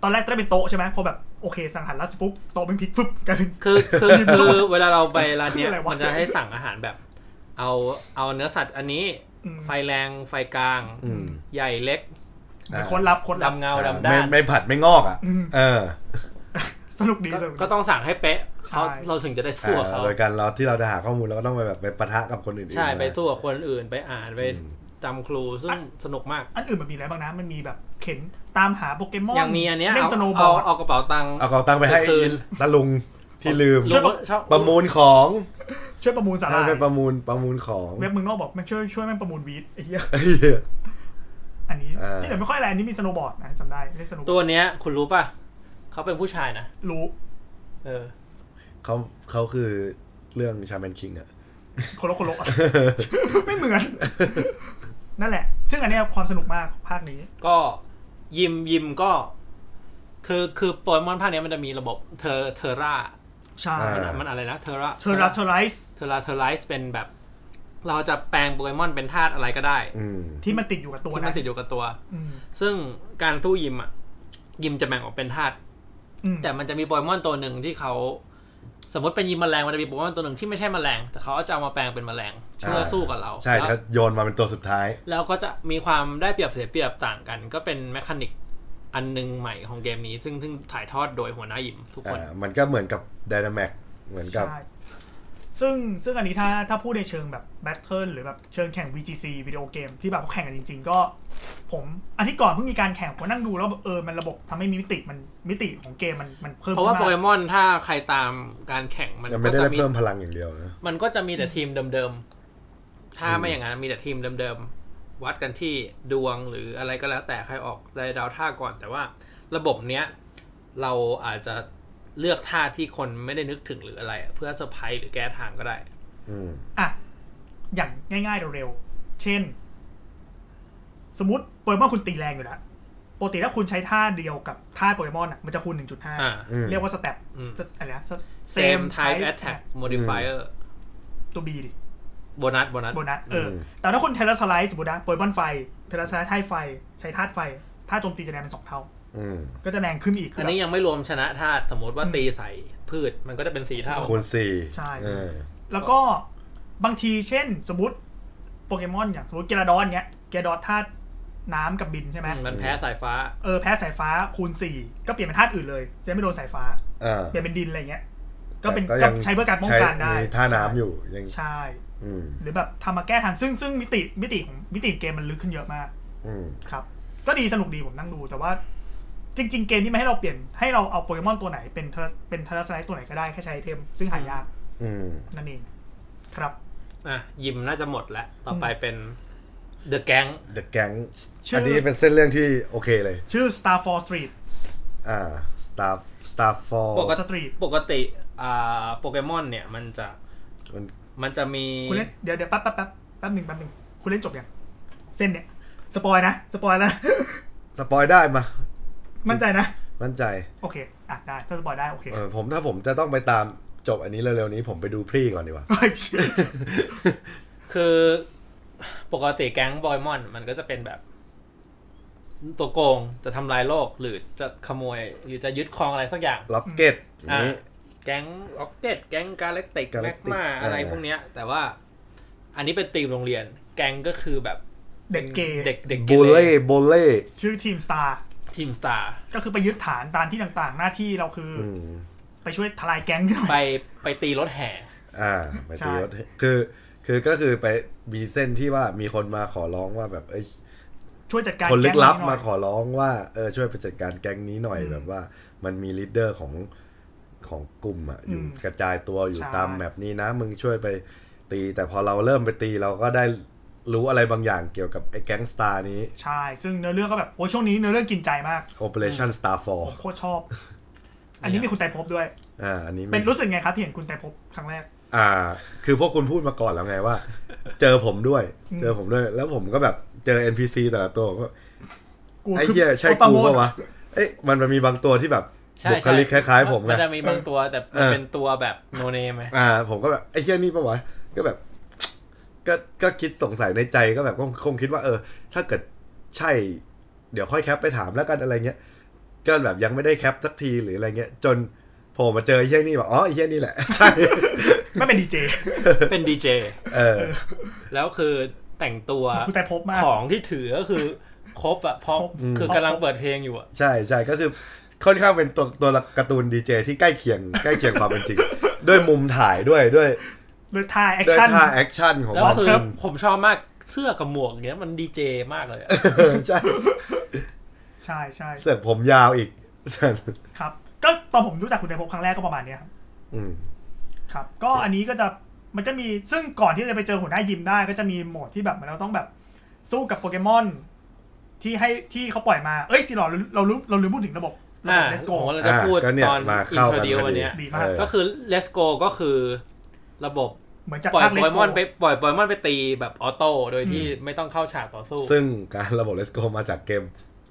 S3: ตอนแรกจะได้เป็นโต๊ะใช่ไหมพอแบบโอเคสั่งอาหารแล้วปุ๊บโต๊ะเป็นพลิกฟึบกลายเป็น
S2: คือ คือคือเวลาเราไปร้านเนี้ย
S3: คืออะไรวะ
S2: มันจะให้สั่งอาหารแบบ เอาเอาเนื้อสัตว์อันนี้
S3: อืม
S2: ไฟแรงไฟกลาง
S4: อืม
S2: ใหญ่เล็ก
S3: เหมือนคนรับคนรับ
S2: ดำเงา
S4: อ่า
S2: ดำ
S4: ไม่
S2: ด้าน
S4: ไม่ผัดไม่งอกอ่ะ
S3: อืม
S4: เออ
S3: สนุกดี
S2: ก็
S3: สนุกดี
S2: ก็ต้องสั่งให้เป๊ะเขา
S3: ใช่
S2: เราถึงจะได้สู้
S4: อ่า
S2: กับเขา
S4: โดยการเราที่เราจะหาข้อมูลเราก็ต้องไปแบบไปปะทะกับคนอื่นๆ
S2: ใช่ไป
S4: มา
S2: สู้กับคนอื่นไปอ่านไปจำครูซึ่งสนุกมาก
S3: อันอื่นมันมีอะไรบ้างนะมันมีแบบเข็นตามหาโปเกมอน
S2: ยังมีอันเนี้ย
S3: เล่
S2: เอา
S3: นสโนว์บ
S2: เอา
S3: อร์ด
S2: เอากระเป๋าตังค์
S4: เอากองตังไปให้
S2: ก็คือ
S4: ตาลุงที่ลืม
S3: ช่วย
S2: ลุงชอบ
S4: ประมูลของ
S3: ช่วยประมูลสาห
S4: ให้
S3: ร่าย
S4: ไปประมูลประมูลของ
S3: เว็บมึงนอกบอกมันช่วยช่วยแม่งประมูลวีดไอ้เหี้ย
S4: เอ้ย
S3: อันนี้
S4: อ่า
S3: ที่เหลือไม่ค่อยอะไรอันนี้มีสโนว์บอร์ดนะจำได้เล่นสโนว์บ
S2: ตั
S3: อร์ด
S2: วเนี้ยคุณรู้ป่ะเขาเป็นผู้ชายนะ
S3: รู้
S2: เออ
S4: เขาเขาคือเรื่องชาแมนคิงอ่ะ
S3: คนละคน ละ ไม่เหมือนนั่นแหละ ซึ่งอันเนี้ยความสนุกมากของภาคนี้
S2: ก็ยิมยิมก็ คือคือโปเกมอนภาคเนี้ยมันจะมีระบบเทอเทอร่า
S3: ใช่
S4: อ่า
S2: มันอะไรนะเทอร่า
S3: เทอร์ราเทอร์ไรส์
S2: เทอร่าเทอไลซ์เป็นแบบ เราจะแปลงโปเกมอนเป็นธาตุอะไรก็ได้
S4: อืม
S3: ที่มันติดอยู่กับตัว
S2: ที่มั
S3: นะ
S2: นติดอยู่กับตัว
S3: อืม
S2: ซึ่งการสู้ยิมอ่ะ ยิมจะแบ่งออกเป็นธาตุ
S3: อืม
S2: แต่มันจะมีโปเกมอนตัวหนึ่งที่เขา สมมติเป็นยิมแมลงมันจะมีโปเกมอนตัวหนึ่งที่ไม่ใช่แมลง แต่เขาจะเอามาแปลงเป็นแมลงเพื่อสู้กับเรา
S4: ใช่
S2: แล้ว
S4: ถ้าโยนมาเป็นตัวสุดท้าย
S2: แล้วก็จะมีความได้เปรียบเสียเปรียบต่างกัน ก็เป็นแมคานิก อันหนึงใหม่ของเกมนี้ ซึ่งซึ่งถ่ายทอดโดยหัวหน้าหยิมทุกคน
S4: อ่ามันก็เหมือนกับด y นา a มกเหมือนกับ
S3: ใช่ซึ่งซึ่งอันนี้ถ้าถ้าพูดในเชิงแบบแบทเทิลหรือแบบเชิงแข่ง VGC วิดีโอเกมที่แบบเขาแข่งกันจริง ๆ ก็ ผมอาทิตย์ก่อนเพิ่งมีการแข่งผมนั่งดูแล้วแบบเออมันระบบทำให้มีมิติมันมิติของเกมมันมันเพิ่ม
S2: เพ
S3: ขึ้
S2: ราะ
S3: น
S2: ว่าโป
S3: มา
S2: เก
S3: ก
S2: มอนถ้าใครตามการแข่งมัน
S4: ยัง
S2: ก็
S4: ไม่ได้
S2: จะ
S4: ได้
S2: มี
S4: เพิ่มพลังอย่างเดียวนะ
S2: มันก็จะมีแต่ทีมเดิมๆ ถ้าไม่อย่างนั้นมีแต่ทีมเดิมๆ วัดกันที่ดวงหรืออะไรก็แล้วแต่ใครออกได้ดาวท่าก่อน แต่ว่าระบบเนี้ยเราอาจจะเลือกท่าที่คนไม่ได้นึกถึงหรืออะไร เพื่อเซอร์ไพรส์หรือแก้ทางก็ได้
S4: อืม
S3: อ่ะอย่างง่ายๆเร็วๆเช่น สมมติโปเกมอนคุณตีแรงอยู่แล้วปกติถ้าคุณใช้ท่าเดียวกับท่าโปเกมอนอ่ะมันจะคูณ
S2: อ่า
S4: อืม
S3: 1.5 เรียกว่าสเต็ป
S2: อืม
S3: อะไรนะ
S2: same type attack modifier
S3: ตัว B ดิ
S2: โบนัสโบนัส
S3: โบนัสเอออ
S4: ม
S3: แต่ถ้าคนเทเลสไลซ์สมมตินะโปรยบอนไฟเทเลสไลซ์ให้ไฟ ใช้ธาตุไฟธาตุโจมตีจะแรงเป็นสองเท่า
S4: อืม
S3: ก็จะแรงขึ้นอีก
S2: อันนี้ยังไม่รวมชนะธาตุสมมติว่าตีใส่พืชมันก็จะเป็นสีเท่า
S4: คูณสี่
S3: ใช่
S4: เออ
S3: แล้วก็บางทีเช่นสมมติโปเกมอนอย่างสมมติเกลาดอนเงี้ยเกลาดอนธาตุน้ำกับบินใช่ไหม
S2: มันแพ้สายฟ้า
S3: เออแพ้สายฟ้าคูณ 4 ก็เปลี่ยนเป็นธาตุอื่นเลย จะไม่โดนสายฟ้า
S4: อ่า
S3: เปลี่ยนเป็นดินอะไรเงี้ย ก็เป็น
S4: แต่ก็ยั
S3: ก็
S4: ง
S3: ใช้เพื่อการป้องกันได้
S4: มีท่าน้ำอยู่ยัง
S3: ใช่
S4: อืม
S3: หรือแบบทำมาแก้ทางซึ่งซึ่งมิติมิติของมิติเกมมันลึกขึ้นเยอะมาก
S4: อืม
S3: ครับ ก็ดีสนุกดีผมนั่งดูแต่ว่า จริง ๆ เกมนี้มันให้เราเปลี่ยนให้เราเอาโปเกมอนตัวไหนเป็นทะเป็นทาราสไนตัวไหนก็ได้แค่ใช้ไอเทม ซึ่งหายาก
S4: อืม
S3: นั่นเอง ครับ
S2: อ่ะยิมน่าจะหมดแล้วต่อไปเป็น The Gang
S4: เดอะแก๊ง
S3: ชื่ออั
S4: อันนี้เป็นเส้นเรื่องที่โอเคเลย
S3: ชื่อ Star f a l l Street
S4: อ่าสตาร์สตาร์ฟอร์
S2: ปกติ
S3: Street
S2: ปกติอ่าโปเกมอนเนี่ยมันจะ
S4: มัน
S2: มันจะมี
S3: คุณเล่นเดี๋ยวเดี๋ยวแป๊บแป๊บแป๊บแป๊บหนึ่งแป๊บหนึ่งคุณเล่นจบยังเส้นเนี่ย สปอยนะ สปอยแล้ว
S4: สปอยได้มา
S3: มั่นใจนะ
S4: มั่นใจ
S3: โอเค อ่ะ ได้ ถ้าสปอยได้ โอเค
S4: เออผมถ้าผมจะต้องไปตามจบอันนี้เร็วๆนี้ผมไปดูพรีก่อนดีกว่า
S3: เฮ้ยเชี่ย
S2: คือปกติแก๊งโปเกมอนมันก็จะเป็นแบบ ตัวโกงจะทำลายโลกหรือจะขโมย หรือจะยึดครองอะไรสักอย่าง
S4: ล็อกเก็ต
S2: อ่ะ
S4: นี้
S2: แก๊งล็อกเก็ตแก๊งกาแล็กติกแมก
S4: Galactic
S2: มาอะไร
S4: อ่า
S2: พวกเนี้ย แต่ว่าอันนี้เป็นตีมโรงเรียน แก๊งก็คือแบบ
S3: เด็กเกย์
S2: เด็กเด็ก
S4: บูเล่บูเล่
S3: ชื่อทีม Star
S2: ทีมสตาร์
S3: ก็คือไปยึดฐานตามที่ต่างๆ หน้าที่เราคืออ
S4: อืม
S3: ไปช่วยทลายแก๊งหน่อย
S2: ไปไปตีรถแห่
S4: อ่าหมาย
S3: ใช่
S4: ถึงว่าคือ คือก็คือไปมีเส้นที่ว่ามีคนมาขอร้องว่าแบบเอ้ย
S3: ช่วยจัดการ
S4: คนลึกลับ
S3: แงนี้หน่
S4: มา
S3: อย
S4: ขอร้องว่าเออช่วยไปจัดการแก๊งนี้หน่อย
S3: อืม
S4: แบบว่ามันมีลีดเดอร์ของของกลุ่มอ่ะอยู่
S3: อืม
S4: กระจายตัวอยู่
S3: ใช่
S4: ตามแมปนี้นะ มึงช่วยไปตี แต่พอเราเริ่มไปตีเราก็ได้รู้อะไรบางอย่างเกี่ยวกับไอ้แก๊งสตาร์นี้
S3: ใช่ ซึ่งเนื้อเรื่องก็แบบ โอ้ยช่วงนี้เนื้อเรื่องกินใจมาก
S4: Operation Starfall
S3: ผมโคตรชอบ อันนี้มีคุณไตรภพด้วย
S4: อ่าอันนี้มี
S3: เป็นรู้สึกไงครับที่เห็นคุณไตรภพครั้งแรก
S4: อ่า คือพวกคุณพูดมาก่อนแล้วไงว่า เจอผมด้วย
S3: อืม
S4: เจอผมด้วย แล้วผมก็แบบเจอ NPC แต่ละตัวก็
S3: กู
S4: ไอ้
S3: คื
S4: เหี้ยใช่
S3: โอปา
S4: กู
S3: โมด
S4: ปะวะ เอ้ยมันมันมีบางตัวที่แบบ
S2: ใช่
S4: บุคลิกค
S2: ใช่
S4: ล้าย ๆ ผม
S2: มั
S4: นะ
S2: นจะมีบางตัวแต่มัน
S4: เออ
S2: เป็นตัวแบบโนเนมไหม
S4: อ่า ผมก็แบบไอ้เหี้ยนี่ปะวะก็แบบ ก็ก็คิดสงสัยในใจก็แบบคงคงคิดว่า เออ ถ้าเกิดใช่ เดี๋ยวค่อยแคปไปถามแล้วกันอะไรเงี้ยก็แบบยังไม่ได้แคปสักทีหรืออะไรเงี้ย จนโผล่มาเจอไอ้เหี้ยนี่แบบอ๋อไอ้เหี้ยนี่แหละ ใช่
S3: ไม่เป็นดีเจ
S2: เป็นดีเจ
S4: เออ
S2: แล้วคือแต่งตัว
S3: คุณไตรภพมาก
S2: ของที่ถือก็คือครบอะเพราะ
S3: ครบ
S2: คือกำลังเปิดเพลงอยู่อะ
S4: ใช่ใช่ก็คือค่อนข้างเป็นตัวตัวการ์ตูนดีเจที่ใกล้เคียงใกล้เคียงความเป็นจริง ด้วยมุมถ่ายด้วยด้วย
S3: ด้วยท่าแอค
S4: ด้วย
S3: ชั่น
S4: ท่าแอคชั่นของ
S2: แล้ว
S4: มัน
S2: คือ
S4: ครับ
S2: ผมชอบมากเสื้อกับหมวกเนี้ยมันดีเจมากเลยอะ
S4: ใช่
S3: ใช่ใช่
S4: เสือกผมยาวอีกเสือก
S3: ครับ ก็ตอนผมรู้จักคุณไตรภพครั้งแรกก็ประมาณเนี้ยครับ
S4: อืม
S3: ครับ ก็อันนี้ก็จะ มันก็มี ซึ่งก่อนที่จะไปเจอหัวหน้ายิมได้ ก็จะมีโหมดที่แบบเหมือนเราต้องแบบสู้กับโปเกมอน ที่ให้ที่เขาปล่อยมา เอ้ยสิหรอเราเราลืมเราลืมพูดถึงระบบระบบ
S2: อ่า
S3: Let's
S2: โอ้
S3: Go
S2: โหเราจะพูด
S4: อ่ะก็เนี่ย
S2: ตอน
S4: มา
S2: อิน
S4: เข้า
S2: โทร
S4: กัน
S2: ดิว
S4: พอดี
S2: วันเนี้ย
S3: ดีมาก
S4: เออ
S2: ก็คือ Let's Go ก็คือระบบ
S3: เหมือนจาก
S2: ปล่อย
S3: ภาค
S2: โป
S3: Let's
S2: เก
S3: Go
S2: มอนไปปล่อยโปเกมอนไปตีแบบออโต้โดยที่ไม่ต้องเข้าฉากต่อสู้
S4: ซึ่งการระบบเลสโกมาจากเกม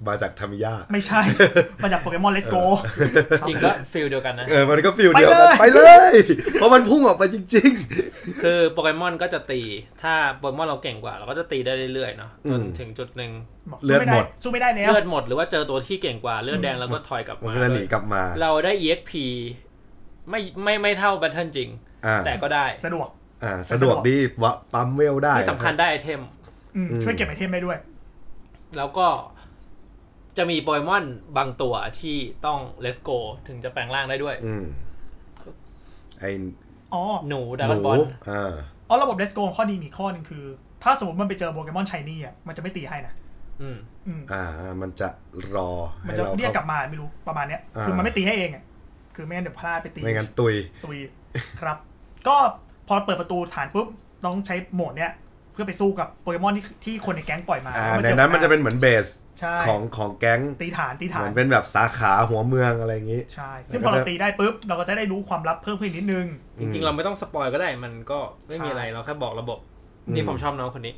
S4: มาจากทามิยา
S3: ไม่ ใช่ มาจากโปเกมอน Let's Go
S2: จริงก็ฟิลเดียวกันนะ
S4: เออมันก็ฟิลเดียวกัน
S3: ไป
S4: ไป
S3: เล
S4: เลย เพราะมันพุ่งออกไปจริง
S2: คือโปเกมอนก็จะตี ถ้าโปเกมอนเราเก่งกว่า เราก็จะตีได้เรื่อยๆเนาะจน
S4: อืม
S2: ถึงจุดหนึ่ง
S3: บอก
S4: เลือดหมด
S3: สู้ไม่ได้แล้ว
S2: เลือดหมดหรือว่าเจอตัวที่เก่งกว่าเลือดแดงแล้วก็ถอยกลับ
S4: ๆ มัน
S2: มา
S4: ก็จะหนีกลับมา
S2: เราได้ EXP ไม่ไม่ไม่เท่าแบทเทิลจริง
S4: อ่า
S2: แต่ก็ได้
S3: สะดวก
S4: อ่าสะดวกดีวะปั๊มเวลได้
S2: ที่สำคัญได้ไอเทม
S3: อืม
S4: อืม
S3: ช่วยเก็บไอเทมได้ด้วย
S2: แล้วก็ จะมีโปเกมอนบางตัวที่ต้องเลสโกถึงจะแปลงร่างได้ด้วย
S4: อืมไอ้
S3: อ๋อ
S2: หนู
S4: ห
S2: ดาร์
S4: นู
S2: บอล
S4: อ่า
S3: อ๋อระบบเดสโกข้อดีมีข้อหนึ่งคือ ถ้าสมมติมันไปเจอโปเกมอนชายนี่อ่ะมันจะไม่ตีให้นะ
S2: อืม
S3: อืม
S4: อ่า มันจะรอ
S3: มัน
S4: ให้
S3: จะ
S4: เรา
S3: เรียกกลั
S4: เข้า
S3: บมาไม่รู้ประมาณเนี้ย
S4: อ่า
S3: คือมันไม่ตีให้เองอ่ะคือไม่งั้นเดี๋ยวพลาดไปตี
S4: ไม่งั้นตุย
S3: ตุยครับ ก็พอเปิดประตูฐานปุ๊บต้องใช้โหมดเนี้ยเพื่อไปสู้กับโปเกมอนที่ที่คนในแก๊งปล่อยมา
S4: อ่า
S3: แล้ว
S4: ใน
S3: จอ
S4: นั้นมันจะเป็นเหมือนเบส
S3: ใช่
S4: ของของแก๊ง
S3: ตีฐานตีฐา
S4: เหมื
S3: น
S4: อนเป็นแบบสาขาหัวเมืองอะไรอย่างนี้
S3: ใช่ ซึ่งพอเราตีได้ปุ๊บ เราก็จะได้รู้ความลับเพิ่มขึ้นอีกนิดนึง
S2: จริงๆ เราไม่ต้องสปอยก็ได้มันก็ไม่มีอะไรเราแค่บอกระบบ
S4: อืม
S2: นี่ผมชอบน้องคนนี้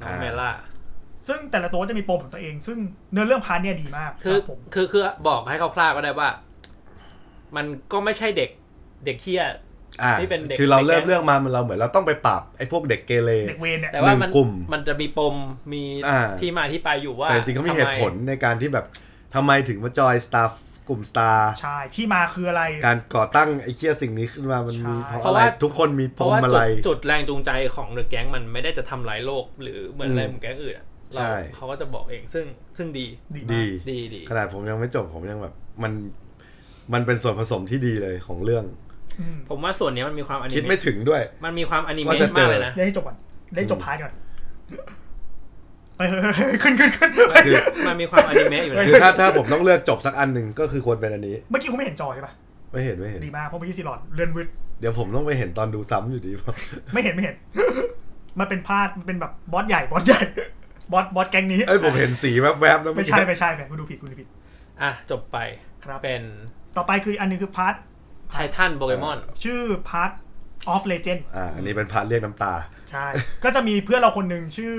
S2: น้อง
S4: อ่า
S2: เมล่า
S3: ซึ่งแต่ละตัวจะมีปมของตัวเอง ซึ่งเนื้อเรื่องพาร์ทเนี่ยดีมาก
S2: คือ
S3: รับผม
S2: คือคือบอกให้คร่าวๆก็ได้ว่า มันก็ไม่ใช่เด็กเด็กเคี้ย
S4: อ่า
S2: ที่เป็นเด็ก
S4: คือเรา
S2: ในแก๊ง
S4: เริ่มเรื่องมามันเราเหมือนเราต้องไปปราบไอ้พวกเด็กเกเร
S3: เด็กเวรเนี่ย
S2: แต่ว่า
S4: ห
S2: มั
S4: นึ่ง
S2: น
S4: กลุ่ม
S2: มันจะมีปมมี
S4: อ่า
S2: ที่มาที่ไปอยู่ว่า
S4: แต่จริงๆเขามีเหตุผล
S2: ทำไ
S4: ในการที่แบบทำไมถึงมาจอยสตาฟกลุ่มสตาร์
S3: ใช่ที่มาคืออะไร
S4: การก่อตั้งไอ้เคียสิ่งนี้ขึ้นมามันมี
S3: ใช่
S4: เพราะ
S2: เพราะ
S4: อะไร
S2: ว่า
S4: ทุกคนมี
S2: ม
S4: ป
S2: เพราะ
S4: ม
S2: ว่าจุ
S4: อะไร
S2: ดจุดแรงจูงใจของเดอะแก๊งมันไม่ได้จะทำร้ายโลก หรือเหมือนอะไร
S4: อืม
S2: เหมือนแก๊งอื่นอะ
S4: ใช่
S2: เราเขาก็จะบอกเองซึ่งซึ่งดี
S3: ดี
S4: ดี
S3: มาก
S2: ดีดี
S4: ขนาดผมยังไม่จบผมยังแบบ มันมันเป็นส่วนผสมที่ดีเลยของเรื่อง
S3: อืม
S2: ผมว่าส่วนเนี้ยมันมีความอนิ
S4: คิดไม่
S2: เมะ
S4: ถึงด้วย
S2: มันมีความอนิ
S4: ว่า
S2: เมะ
S4: จะเจ
S2: มาก
S4: อ
S2: เลยนะ
S3: เล่นให้จบก่อนเล่นให้จบพาร์ทก่อนเฮ้ยเฮ้ยเฮ้ยขึ้นขึ้นขึ้นเฮ้ย
S4: คือ
S2: มันมีความอนิเมะอยู่นะ
S4: คือถ้าถ้าผมต้องเลือกจบสักอันหนึ่งก็คือควรเป็นอันนี้
S3: เมื่อกี้คุณไม่เห็นจอใช่ปะ
S4: ไม่เห็นไม่เห็น
S3: ดีมากเพราะเมื่อกี้ซีหลอดเลื่อนวึด
S4: เดี๋ยวผมต้องไปเห็นตอนดูซ้ำอยู่ดีเพราะ
S3: ไม่เห็นไม่เห็น มันเป็นพลาด มันเป็นแบบบอสใหญ่บอสใหญ่ บอสบอสแก๊งนี้
S4: เอ้ยผมเห็นสีแวบๆแล้ว
S3: ไม่
S4: เอกี้
S3: ใช่ไม่ใช่ไม่คุณดูผิดคุณดูผิด
S2: อ่ะจบไป
S3: ครับ
S2: เป็น
S3: ต่อไปคืออันหนึงคือพาร์ท
S2: ไททันโปเกมอน
S3: ชื่อพาร์ทออฟเลเจนด์
S4: อ่าอันนี้เป็นพาร์ทเรียกน้ำตา
S3: ใช่ ก็จะมีเพื่อนเราคนหนึ่งชื่อ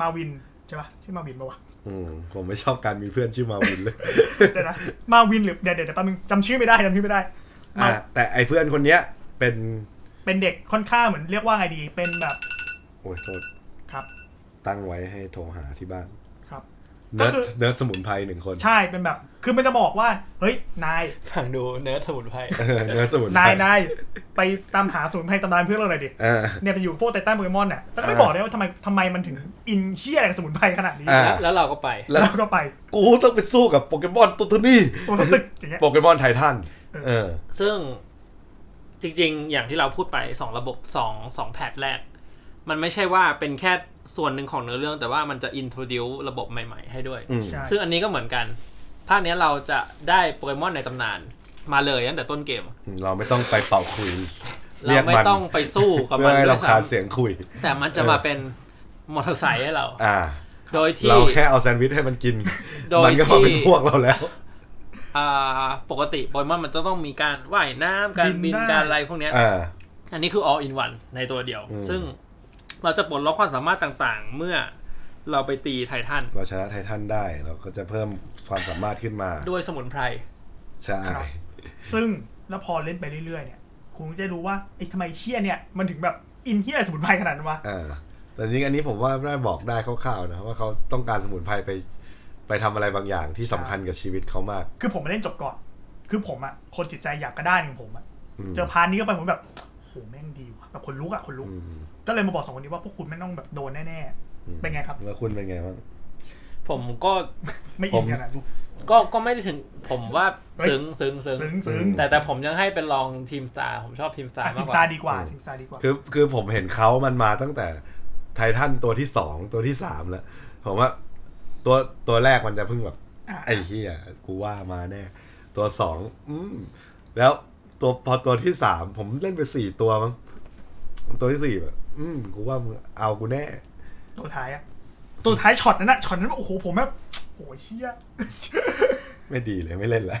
S3: มาวินใช่ปะชื่อมาวินปะวะ
S4: อืมผมไม่ชอบการมีเพื่อนชื่อมาวินเลย
S3: เดี๋ยวนะ มาวินหรือเดี๋ยวเดี๋ยวแป๊บนึงจำชื่อไม่ได้จำชื่อไม่ได้มา
S4: อ่าแต่ไอเพื่อนคนเนี้ยเป็น
S3: เป็นเด็กค่อนข้างเหมือนเรียกว่าไงดี เป็นแบบ
S4: โอ้ยโทษ
S3: ครับ
S4: ตั้งไว้ให้โทรหาที่บ้าน
S3: ครับ ก็
S4: เนิร์ด
S3: คือ
S4: เนิร์ดสมุนไพรหนึ่งคน
S3: ใช่เป็นแบบ คือมันจะบอกว่า เฮ้ยนาย
S2: ฟังดูเนื้อสมุนไพร
S4: เออเนิร์ดสมุนไพร
S3: นายนายไปตามหาสูนย์ให้ตำนานเพื่อนเราหน่อยดิ
S4: อ่า
S3: เนี่ยไปอยู่พวกไตตันโปเกมอนน่ะแต่ไม่
S4: อ่า
S3: บอกได้ว่าทำไมทำไมมันถึงอินเชี่ยอะไรกับสมุนไพรขนาดนี้
S4: อ่า
S2: แล้วแล้วเราก็ไป
S4: แล้ว
S3: เราก็ไป
S4: กูต้องไปสู้กับโปเกมอนตัวนี้
S3: ตัวตึกอย่างเงี้ย
S4: โปเกมอนไททัน
S3: เออ
S4: เออ
S2: ซึ่งจริงๆ อย่างที่เราพูดไปสองระบบสองสองแพทแรก มันไม่ใช่ว่าเป็นแค่ส่วนหนึ่งของเนื้อเรื่อง แต่ว่ามันจะอินโทรดิวระบบใหม่ๆ ให้ด้วย
S4: อืม
S3: ใช่
S2: ซึ่งอันนี้ก็เหมือนกัน ภาคเนี้ยเราจะได้โปเกมอนในตำนาน มาเลยตั้งแต่ต้นเกม
S4: เราไม่ต้องไปเป่าคุย
S2: เรา
S4: เรียก
S2: ไม่
S4: มัน
S2: ต้องไปสู้กับ
S4: เพื่
S2: มั
S4: อน ให้
S2: ด้ว
S4: เรา
S2: ย
S4: คาญ
S2: ซ้ำ
S4: เสียงคุย
S2: แต่มันจะมาเป็นมอเตอร์ไซค์ให้เรา
S4: อ่า
S2: โดยที่
S4: เราแค่เอาแซนด์วิชให้มันกิน
S2: โดย
S4: มันก็มา
S2: ที่
S4: เป็นพวกเราแล้ว
S2: อ่าปกติโปเกมอนมันจะต้องมีการว่ายน้ำการ
S3: บิ
S2: บิ
S3: น
S2: น
S3: ได้
S2: การอะไรพวกเนี้ย
S4: อ่า
S2: อันนี้คือ all in one ในตัวเดียว
S4: อืม
S2: ซึ่งเราจะปลดล็อกความสามารถต่างๆ เมื่อเราไปตีไททัน
S4: เราชนะไททันได้เราก็จะเพิ่มความสามารถขึ้นมา
S2: ด้วยสมุนไพร
S4: ใช่
S3: ครับ ซึ่งแล้วพอเล่นไปเรื่อยๆเนี่ยคุณจะรู้ว่าไอ้ทำไมเชี่ยเนี่ยมันถึงแบบอินเชี่ยอะไรสมุนไพรขนาดนั้นวะ
S4: อ่าแต่จริงๆอันนี้ผมว่าได้บอกได้คร่าวๆนะว่าเขาต้องการสมุนไพรไป ไปทำอะไรบางอย่างที่สำคัญกับชีวิตเขามาก
S3: คือผมมาเล่นจบก่อน คือผมอะคนจิตใจอยากกระด้านของผมอะ
S4: อืม
S3: เจอพาร์ทนี้ก็ไปผมแบบโหแม่งดีว่ะแบบคนลุกอะคนลุก
S4: อืม
S3: ก็เลยมาบอกสองคนนี้ว่าพวกคุณไม่ต้องแบบโดนแน่ๆเป็นไงครับ
S4: แล้วคุณเป็นไงบ้าง
S2: ผมก็
S3: ไม่อินขนาดนั้น
S2: ก็ก็ไม่ได้ถึงผมว่า
S3: เฮ้ย
S2: ซึ้งซึ้งซึ้ง
S3: ซึ้งซึ้ง
S2: แต่แต่ผมยังให้เป็นรองทีมสตาร์ผมชอบทีมสตา
S3: อ่ะ
S2: ร์
S3: ทิ
S2: มาก
S3: ง
S2: ก
S3: ซา
S2: ว่า
S3: ดีกว่า
S4: อืม
S3: ทิงซาดีกว่า
S4: คือคือผมเห็นเขามันมาตั้งแต่ไททันตัวที่สองตัวที่สามแล้ว ผมว่าตัวตัวแรกมันจะเพิ่งแบบ
S3: อ่ะ
S4: ไอ้เฮียกูว่ามาแน่ ตัวสองอืมแล้วตัวพอตัวที่สามผมเล่นไปสี่ตัวมั้งตัวที่สี่แบบอืมกูว่ามึงเอากูแน่
S3: ตัวท้ายอะตัวท้ายช็อตนั้นอะช็อตนั้นโอ้โหผมแบบโอ้ยเชี่ย
S4: ไม่ดีเลยไม่เล่นละ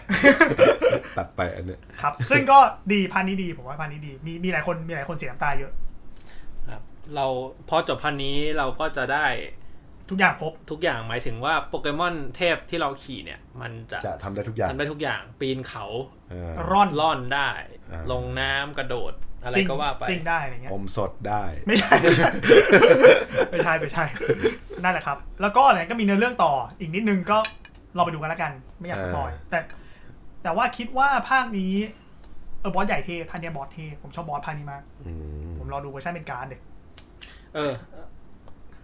S4: ตัดไปอันเนี้ย
S3: ครับ ซึ่งก็ดีพันนี้ดี ผมว่าพันนี้ดี มีมีหลายคนมีหลายคนเสียน้ำตาเยอะ
S2: ครับ เราพอจบพันนี้เราก็จะได้
S3: ทุกอย่างครบ
S2: ทุกอย่างหมายถึงว่าโปเกมอนเทพที่เราขี่เนี่ย มันจะ
S4: จะทำได้ทุกอย่าง
S2: ทำได้ทุกอย่างปีนเขา
S4: เออ
S3: ร่อน
S2: ล่อนได้
S4: อ่า
S2: ลงน้ำกระโดด อะไรก็ว่าไป
S3: ซิ่งได้อะไรเงี้ย
S4: อมสดได้
S3: ไม่ใช่ ไม่ใช่ไม่ใช่ไม่ใช่ นั่นแหละครับ แล้วก็อะไรก็มีเนื้อเรื่องต่อ อีกนิดนึงก็เราไปดูกันแล้วกัน ไม่อยากสปอย
S4: เออ
S3: แต่ แต่ว่าคิดว่าภาคนี้เออบอสใหญ่เท่พันเนี้ยบอสเท่ผมชอบบอสพันนี้มาก
S4: อืม
S3: ผมรอดูเวอร์ชันเป็นการดเด็ก
S2: เออ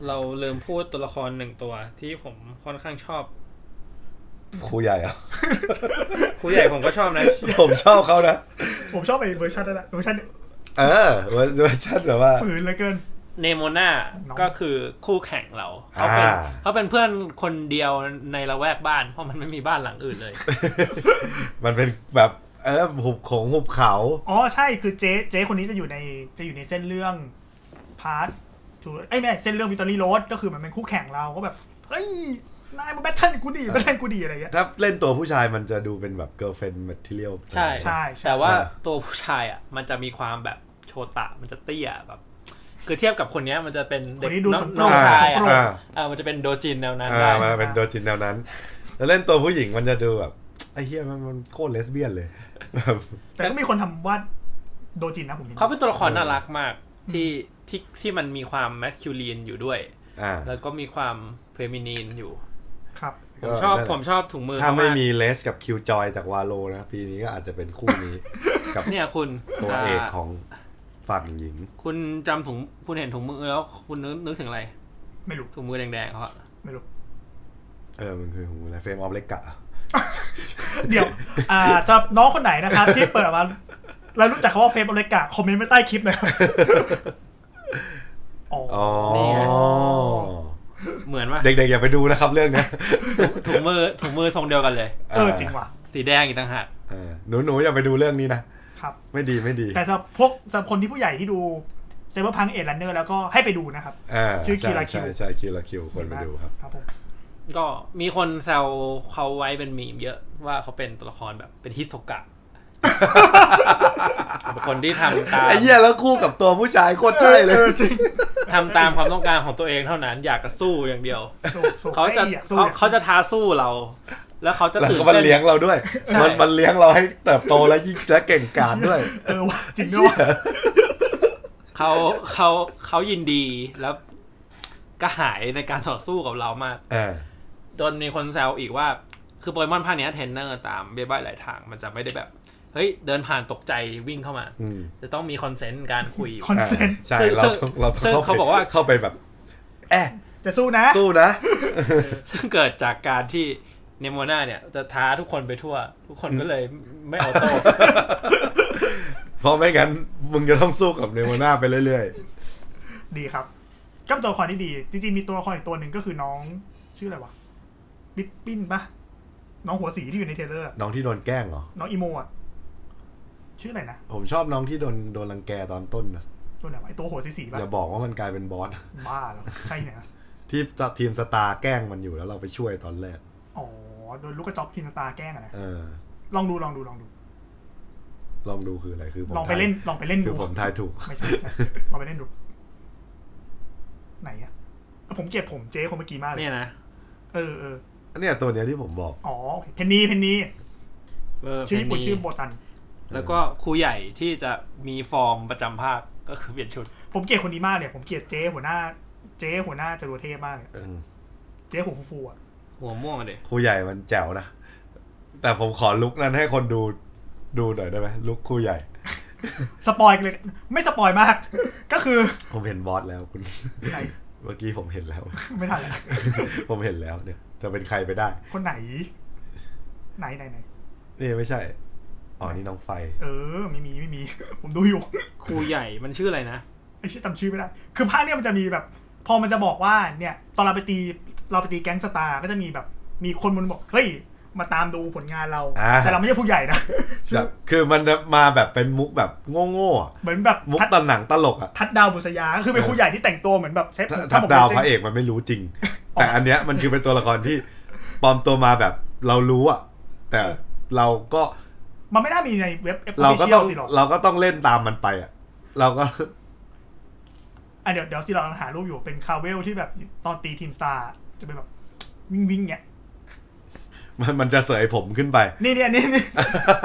S2: เราลืมพูดตัวละครหนึ่งตัวที่ผมค่อนข้างชอบ
S4: ครูใหญ่เหรอ่ะ
S2: ครูใหญ่ผมก็ชอบนะ
S4: ผมชอบเขานะ
S3: ผมชอบไอ้เวอร์ชันนั่นแหละเวอร์ชัน
S4: เออเวอร์เวอร์ชันแบบว่า
S3: ฝืนเหลือเกิน
S2: เนโมนา
S3: น้อง
S2: ก็คือคู่แข่งเราเขาเป็น
S4: อ่า
S2: เขาเป็นเพื่อนคนเดียวในละแวกบ้าน เพราะมันไม่มีบ้านหลังอื่นเลย
S4: มันเป็นแบบเออหุบโขงหุบเขา
S3: อ๋อใช่คือเจ๊เจ๊คนนี้จะอยู่ในจะอยู่ในเส้นเรื่องพาร์ททูไอ้ยแม่เส้นเรื่องวิตอรี่โรดก็คือมันเป็นคู่แข่งเราก็แบบเฮ้ยนายมาแบทเทิลกูดีแบทเทิลกูดีอะไรอย่างเงี้ย
S4: ถ้าเล่นตัวผู้ชายมันจะดูเป็นแบบ girlfriend material
S2: ใช่
S3: ใช่ใช่
S2: แต่ว่า
S4: อ่า
S2: ตัวผู้ชายอ่ะ มันจะมีความแบบโชตะมันจะเตี้ยแบบ คือเทียบกับคนเนี้ยมันจะเป็น
S3: ค
S2: เด็ก
S3: นนี้ดู
S2: น้อง
S3: สมโปร
S2: น้องชายอ่ะ
S3: สมโปร
S4: อ่า
S2: เออมันจะเป็นโดจินแนวนั้นได้
S4: อ่ามาเป็นโดจินแนวนั้น แล้วเล่นตัวผู้หญิงมันจะดูแบบไอ้เฮียมันมันโคตรเลสเบี้ยน เลยแบบ
S3: แต่ก็มีคนทำว่าโดจินนะผมเห็น
S2: เขาเป็นตัวละครน่ารักมากที่ที่ที่มันมีความแมสคิวลีนอยู่ด้วย
S4: อ่า
S2: แล้วก็มีความเฟมินีนอยู่
S3: ครับ
S2: ผมชอบ
S4: ก็นั่นแหละ
S2: ผมชอบถุงมือ
S4: ถ้าไม่
S2: ก
S4: มีเลสกับคิวจอยจากวาโลนะปีนี้ก็อาจจะเป็นคู่ นี้ กับ
S2: เนี่ยคุณ
S4: ตัวเอก
S2: า
S4: ของฝั่งหญิง
S2: คุณจำถุงคุณเห็นถุงมือแล้วคุณนึกนึกถึงอะไร
S3: ไม่รู้
S2: ถุงมือแดงๆเขาอะ
S3: ไม่รู้
S4: เออ มันคือของอะไรเฟรมออฟเลกะ
S3: เดี๋ยว อ่าจะน้องคนไหนนะครับ ที่เปิดมาแล้วรู้จักคำว่าเฟซอเมริกาคอมเมนต์ไว้ใต้คลิปเลยครับอ๋อ
S4: อ๋อ
S2: เหมือนว่า
S4: เด็กๆอย่าไปดูนะครับเรื่องเนี้ย
S2: ถุงมือถุงมือทรงเดียวกันเลย
S3: เออจริงว่ะ
S2: สีแดงอีกต่างหาก
S4: เออหนูๆอย่าไปดูเรื่องนี้นะ
S3: ครับ
S4: ไม่ดีไม่ดี
S3: แต่สำหรับพวกสำหรับคนที่ผู้ใหญ่ที่ดูเซเบอร์พังเอ็ด n ันเนอร์แล้วก็ให้ไปดูนะครับ
S4: า
S3: ชื่อ Kira
S4: ใช่
S3: Kill
S4: ใช่ใช่คิวลาคิวคนไปดูครับ
S3: ครับผม
S2: ก็มีคนแซวเขาไว้เป็นมีมเยอะว่าเขาเป็นตัวละครแบบเป็นฮิสโซกะเป็นคนที่ทำตาม
S4: ไอ้เหี้ยแล้วคู่กับตัวผู้ชายโคตรใช่เลย
S3: ออจริง
S2: ทำตามความต้องการของตัวเองเท่านั้นอยากจะสู้อย่างเดียว
S3: สู้สู้
S2: เขาจะ
S3: ไอ้หี้ยสู้
S2: เขา
S3: นี่ย
S2: เขาจะท้าสู้เรา แล้วเขาจะ
S4: แล้ว
S2: ตื่น
S4: ก็มัน
S2: เต้น
S4: เลี้ยงเราด้วย
S2: ใช่
S4: มันมันเลี้ยงเราให้เติบโตและยิ่งและเก่งกาจด้วย
S3: เออว่ะจริงด้วยว่ะ
S2: เขาเขาเขายินดีแล้วกระหายในการต่อสู้กับเรามาก
S4: เออ
S2: จนมีคนแซวอีกว่า คือโปเกมอนภาคเนี้ยเทรนเนอร์ตามเบี้ยบ้ายหลายทางมันจะไม่ได้แบบ เฮ้ย เดินผ่านตกใจวิ่งเข้ามา
S4: อืม
S2: จะต้องมีคอนเซนต์การคุย
S3: คอนเซนต์
S4: ใช่
S2: ซึ่ง
S4: เราต้องเรา
S2: ซึ่ง
S4: ต้อง
S2: เขาบอกว่า
S4: เข้าไปแบบ แอะ
S3: จะสู้นะ
S4: สู้นะ
S2: ซึ่งเกิดจากการที่เนโมนาเนี่ย จะท้าทุกคนไปทั่ว ทุกคนก็เลยไม่ออ โต้
S4: เพราะไม่งั้นมึงจะต้องสู้กับเนโมนาไปเรื่อย
S3: ดีครับก็เป็นตัวละครที่ดี จริงๆมีตัวละครอีกตัวหนึ่งก็คือน้องชื่ออะไรวะลิปปิ้นปะน้องหัวสีที่อยู่ในเทรลเลอร์อะ
S4: ๆ น้องที่โดนแกล้งเหรอ
S3: น้องอีโมอะชื่ออะไรนะ
S4: ผมชอบน้องที่โดนโดนรังแกตอนต้นนะ
S3: ตัวไหนวะไอตัวหัวสีสีๆป่ะ
S4: อย่าบอกว่ามันกลายเป็นบอส
S3: บ้าแล้วใช่เนี่ยนะ
S4: ที่ทีมสตาร์แกล้งมันอยู่แล้วเราไปช่วยตอนแรก
S3: อ๋อ โดนลูกกระจอกทีมสตาร์แกล้งอะนะ
S4: เออ
S3: ลองดูลองดูลองดู
S4: ลองดูคืออะไรคือผม
S3: ลองไปเล่นลองไปเล่น
S4: คื
S3: ดู
S4: อผมทายถูก
S3: ไม่ใช่ไม่ใช่ลองไปเล่นดู ไหนอะผมเก็บผมเจ๊คนเมื่อกี้มากเลย
S2: เนี่ยนะ
S3: เออเออ
S4: เนี่ยตัวเนี้ยที่ผมบอก
S3: อ๋อโอเคเพนนีเพนนี
S2: เออ
S3: ชื่อญี่ปุ่น
S2: เพ
S3: ชื่อโบตัน
S2: แล้วก็ครูใหญ่ที่จะมีฟอร์มประจำภาคก็คือเปลี่ยนชุด
S3: ผมเกลียดคนนี้มากเลยผมเกลียดเจ๊หัวหน้า เจ๊หัวหน้าจรวดเทพมากเลย
S4: อืม
S3: เจ๊หัวฟูฟูๆอะ
S2: หัวม่วงอะเด็
S4: ครูใหญ่มันแจ๋วนะ แต่ผมขอลุกนั้นให้คนดูดูหน่อยได้ไหมลุกครูใหญ่
S3: สปอยกันเลยไม่สปอยมาก ก็คือ
S4: ผมเห็นบอสแล้วคุณ
S3: ไหน
S4: เมื่อกี้ผมเห็นแล้ว
S3: ไม่ทันละ
S4: ผมเห็นแล้วเนี่ย จะเป็นใครไปได้
S3: คนไหน ไหนไหนไหน
S4: นี่ไม่ใช่ อ๋อนี่น้องไฟ
S3: เออไม่มีไม่มี ผมดูอยู่
S2: ครูใหญ่มันชื่ออะไรนะ
S3: ไอ้ชื่อจำชื่อไม่ได้ คือภาคเนี่ยมันจะมีแบบ พอมันจะบอกว่าเนี่ย ตอนเราไปตีเราไปตีแก๊งสตาร์ก็จะมีแบบ มีคนมันบอกเฮ้ยมาตามดูผลงานเรา
S4: อ่า
S3: แต่เราไม่ใช่ผู้ใหญ่นะ ชื่
S4: แบ
S3: อบ
S4: คือมันจะมาแบบเป็นมุกแบบโง่ๆอะ
S3: เหมือนแบบ
S4: มุก
S3: ทัด
S4: ตอนหนังตลกอ่ะ
S3: ทัดดาวบุษยาก็คือเป็นผู้ใหญ่ที่แต่งตัวเหมือนแบบเซฟ
S4: ถ้า
S3: ผมผ
S4: ถ้า
S3: ม
S4: ดาว
S3: ป็น
S4: พระ
S3: เจ๊
S4: เอกมันไม่รู้จริง แต่อันเนี้ยมันคือเป็นตัวละครที่ปลอมตัวมาแบบเรารู้อ่ะ แต่เราก็
S3: มันไม่น่ามีในเว็บเอฟ
S4: เรา
S3: ฟิ
S4: ก็
S3: เชีย
S4: ต้อ
S3: ล
S4: ง
S3: สิหรอก
S4: เราก็ต้องเล่นตามมันไปอ่ะ เราก็
S3: อ่ะเดี๋ยวเดี๋ยวสิหรอกหารูปอยู่เป็นคาเวลที่แบบตอนตีทีมสตาร์จะเป็นแบบวิ่งวิ่งๆเนี่ย
S4: มันมันจะเสยผมขึ้นไป
S3: นี่เนี่ยนี่ นี่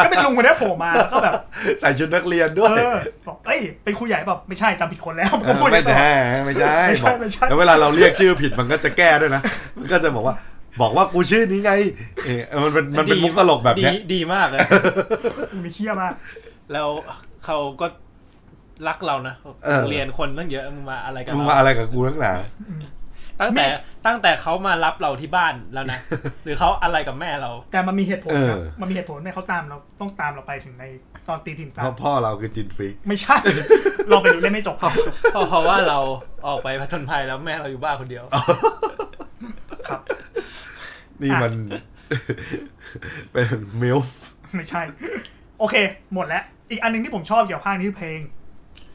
S3: ก็เป็นลุงคนเนี้ยโผล่มาแล้วก็แบบ
S4: ใส่ชุดนักเรียนด้ว
S3: เอย อบอกเอ้ยเป็นครูใหญ่แบบไม่ใช่จำผิดคนแล้ว
S4: เอ
S3: ก็
S4: อ
S3: พูดอย่าง
S4: ไม่
S3: นี้ตลอด
S4: ใช่ไม่ใช่
S3: ไม่ใช่
S4: บอก
S3: ไม่ใช่
S4: แล้วเวลาเราเรียกชื่อผิดมันก็จะแก้ด้วยนะ มันก็จะบอกว่า บอกว่ากูชื่อนี้ไงเออมันเป็นมันเป็นมุกตลกแบบเนี้ย
S2: ดีดีมากเลย
S3: มีเคี้ยมาก
S2: แล้ว เขาก็รักเรานะ
S4: เออ
S2: เรียนคนตั้งเยอะมึงมาอะไรกัน
S4: มึง
S2: เรา
S4: มาอะไรกับกูนักหนา
S2: ตั้งแต่ตั้งแต่เขามารับเราที่บ้านแล้วนะ หรือเขาอะไรกับแม่เรา
S3: แต่มันมีเหตุผลครับ
S4: เออ
S3: มันมีเหตุผลแม่เขาตามเราต้องตามเราไปถึงในตอนตีทีม
S4: เพ
S3: สาม
S4: ราะพ่อเราคือจินฟรีก
S3: ไม่ใช่ เราไปดูเล่นไม่จบ ครับ
S2: เพราะเพราะว่าเราออกไปผจญภัยแล้วแม่เราอยู่บ้านคนเดียว
S3: ครับ
S4: นี่ มัน เป็นมิลฟ์
S3: ไม่ใช่ โอเค หมดแล้ว อีกอันหนึงที่ผมชอบเกี่ยวกับภาคนี้คือเพลง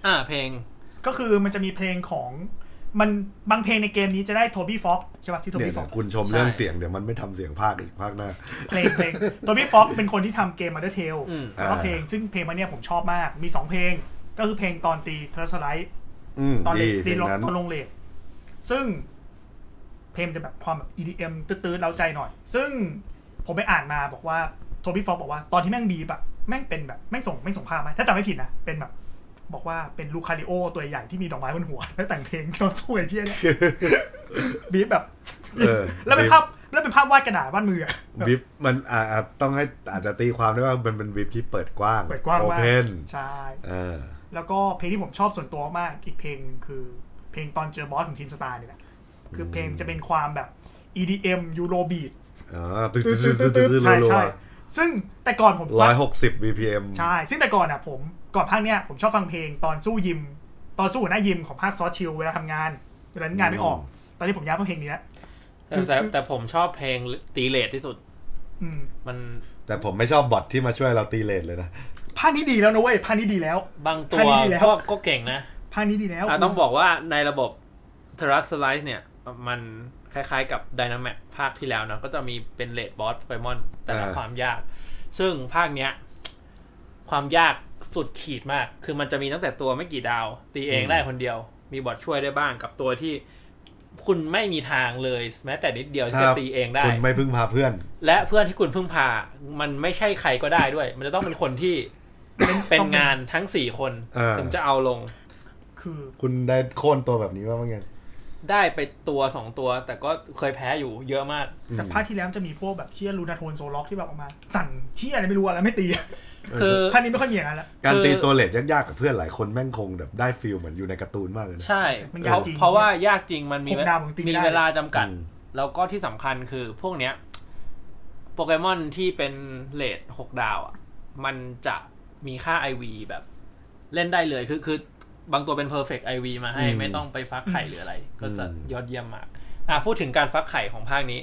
S2: อ่าเพลง
S3: ก็คือมันจะมีเพลงของมันบางเพลงในเกมนี้จะได้โทบี้ฟ็อกใช่ปะที่โท
S4: เนี่ย
S3: บี้ฟ็อก
S4: คุณชม
S2: ใช่
S4: เรื่องเสียงเดี๋ยวมันไม่ทำเสียงภาคอีกภาคหน้า
S3: เพลงเพลง โทบี้ฟ็อกเป็นคนที่ทำเกมมาเดอร์เทล
S2: อืม
S3: แล้วก็
S4: อ่า
S3: เพลงซึ่งเพลงมันเนี่ยผมชอบมาก มีสองเพลง ก็คือเพลงตอนตีทรัสไลท์
S4: อืม
S3: ตอนเล
S4: ดี
S3: ท
S4: เพ
S3: ตี
S4: ลง
S3: ลง
S4: นั้น
S3: ตอนลงเลทซึ่งเพลงจะแบบความแบบ EDM ตื้อๆเราใจหน่อย ซึ่งผมไปอ่านมาบอกว่าโทบี้ฟ็อกบอกว่าตอนที่แม่งบีบอะแม่งเป็นแบบแม่งส่งแม่งส่งภาพไหมถ้าจำไม่ผิดนะ เป็นแบบ บอกว่าเป็นลูคาริโอตัวใหญ่ที่มีดอกไม้บนหัว แล้วแต่งเพลงตอนสู้ไอ้เชี่ย เนี่ย บีบแบบ
S4: เออ
S3: แล้วเป็นภาพแล้วเป็นภาพวาดกระดาษวาดมืออะ
S4: วิบมันอ่าอ่าต้องให้อาจจะตีความได้ว่ามันเป็นวิบที่เปิดกว้าง
S3: เปิดกว้าง
S4: โอ
S3: มาก
S4: เพน
S3: ใช่
S4: เออ
S3: แล้วก็เพลงที่ผมชอบส่วนตัวมากอีกเพลงหนึ่งคือเพลงตอนเจอบอสของทีมสตาร์เนี่ยแหละคือเพลงจะเป็นความแบบ EDM Eurobeat
S4: อ๋อตื้อตื้อตื้อตื้อตื้อ
S3: ใช่
S4: รัว
S3: ใช่ซึ่งแต่ก่อนผม
S4: ร้อยหกสิบ BPM
S3: ใช่ ซึ่งแต่ก่อนอ่ะผมก่อนภาคเนี้ยผมชอบฟังเพลงตอนสู้ยิม ตอนสู้หัวหน้ายิมของภาคซอสชิลเวลาทำงานเวลานั้นงานไม่ออก ตอนนี้ผมย้ายมาเพลงนี้แล้ว
S2: แต่แต่แต่ผมชอบเพลงตีเลทที่สุด
S3: อืม
S2: มัน
S4: แต่ผมไม่ชอบบอทที่มาช่วยเราตีเลทเลยนะ
S3: ภาคนี้ดีแล้วนะเว้ยภาคนี้ดีแล้ว
S2: บางตัว
S3: อันนี้ดีแล้ว
S2: ก็ก็เก่งนะ
S3: ภาคนี้ดีแล้ว
S2: อ่ะต้องบอกว่าในระบบ t e r r a s l i z e เนี่ย มันคล้ายๆกับ d y n a m a t ภาคที่แล้วเนอะก็จะมีเป็นเลดบอสไฟมอน แต่ละ
S4: อ่า
S2: ความยาก ซึ่งภาคเนี้ย ความยากสุดขีดมาก คือมันจะมีตั้งแต่ตัวไม่กี่ดาว ตีเองได้คนเดียว มีบอทช่วยได้บ้างกับตัวที่ คุณไม่มีทางเลยแม้แต่นิดเดียวที่จะตีเองได้
S4: คุณไม่พึ่งพาเพื่อน
S2: และเพื่อนที่คุณเพิ่งพา มันไม่ใช่ใครก็ได้ด้วย มันจะต้องเป็นคนที่ เป็นงานทั้งสี่คน
S4: เออ
S2: ถึงจะเอาลง
S3: คือ
S4: คุณได้โค่นตัวแบบนี้มาบ้างยัง
S2: ได้ไปตัวสองตัว แต่ก็เคยแพ้อยู่เยอะมาก
S3: แต่ภาคที่แล้วจะมีพวกแบบเชี่ยลูนาโทนโซล็อกที่แบบออกมา สั่นเชี่ยอะไรไม่รู้อะไรไม่ตี
S2: คือ
S3: ภาคนี้ไม่ค่อยมีอย่างนั้นละ
S4: การตีตัวเลทยากๆกับเพื่อนหลายคนแม่งคงแบบได้ฟิลเหมือนอยู่ในการ์ตูนมากเลยนะ
S2: ใช่
S3: มัน
S2: เพ
S3: ยาก
S2: ราะ
S3: จริง
S2: เพราะว่ายากจริงมันมี
S3: ผมเดาผมตีไม่
S2: มี
S3: ได้
S2: เวลาจำกัด
S4: อืม
S2: แล้วก็ที่สำคัญคือพวกเนี้ย โปเกมอนที่เป็นเลดหกดาวอ่ะมันจะมีค่า IV แบบเล่นได้เลยคือคือบางตัวเป็น perfect IV มาให้
S4: อืม
S2: ไม่ต้องไปฟักไข่หรืออะไร ก็จะ
S4: อืม
S2: ยอดเยี่ยมมาก อ่ะพูดถึงการฟักไข่ของภาคนี้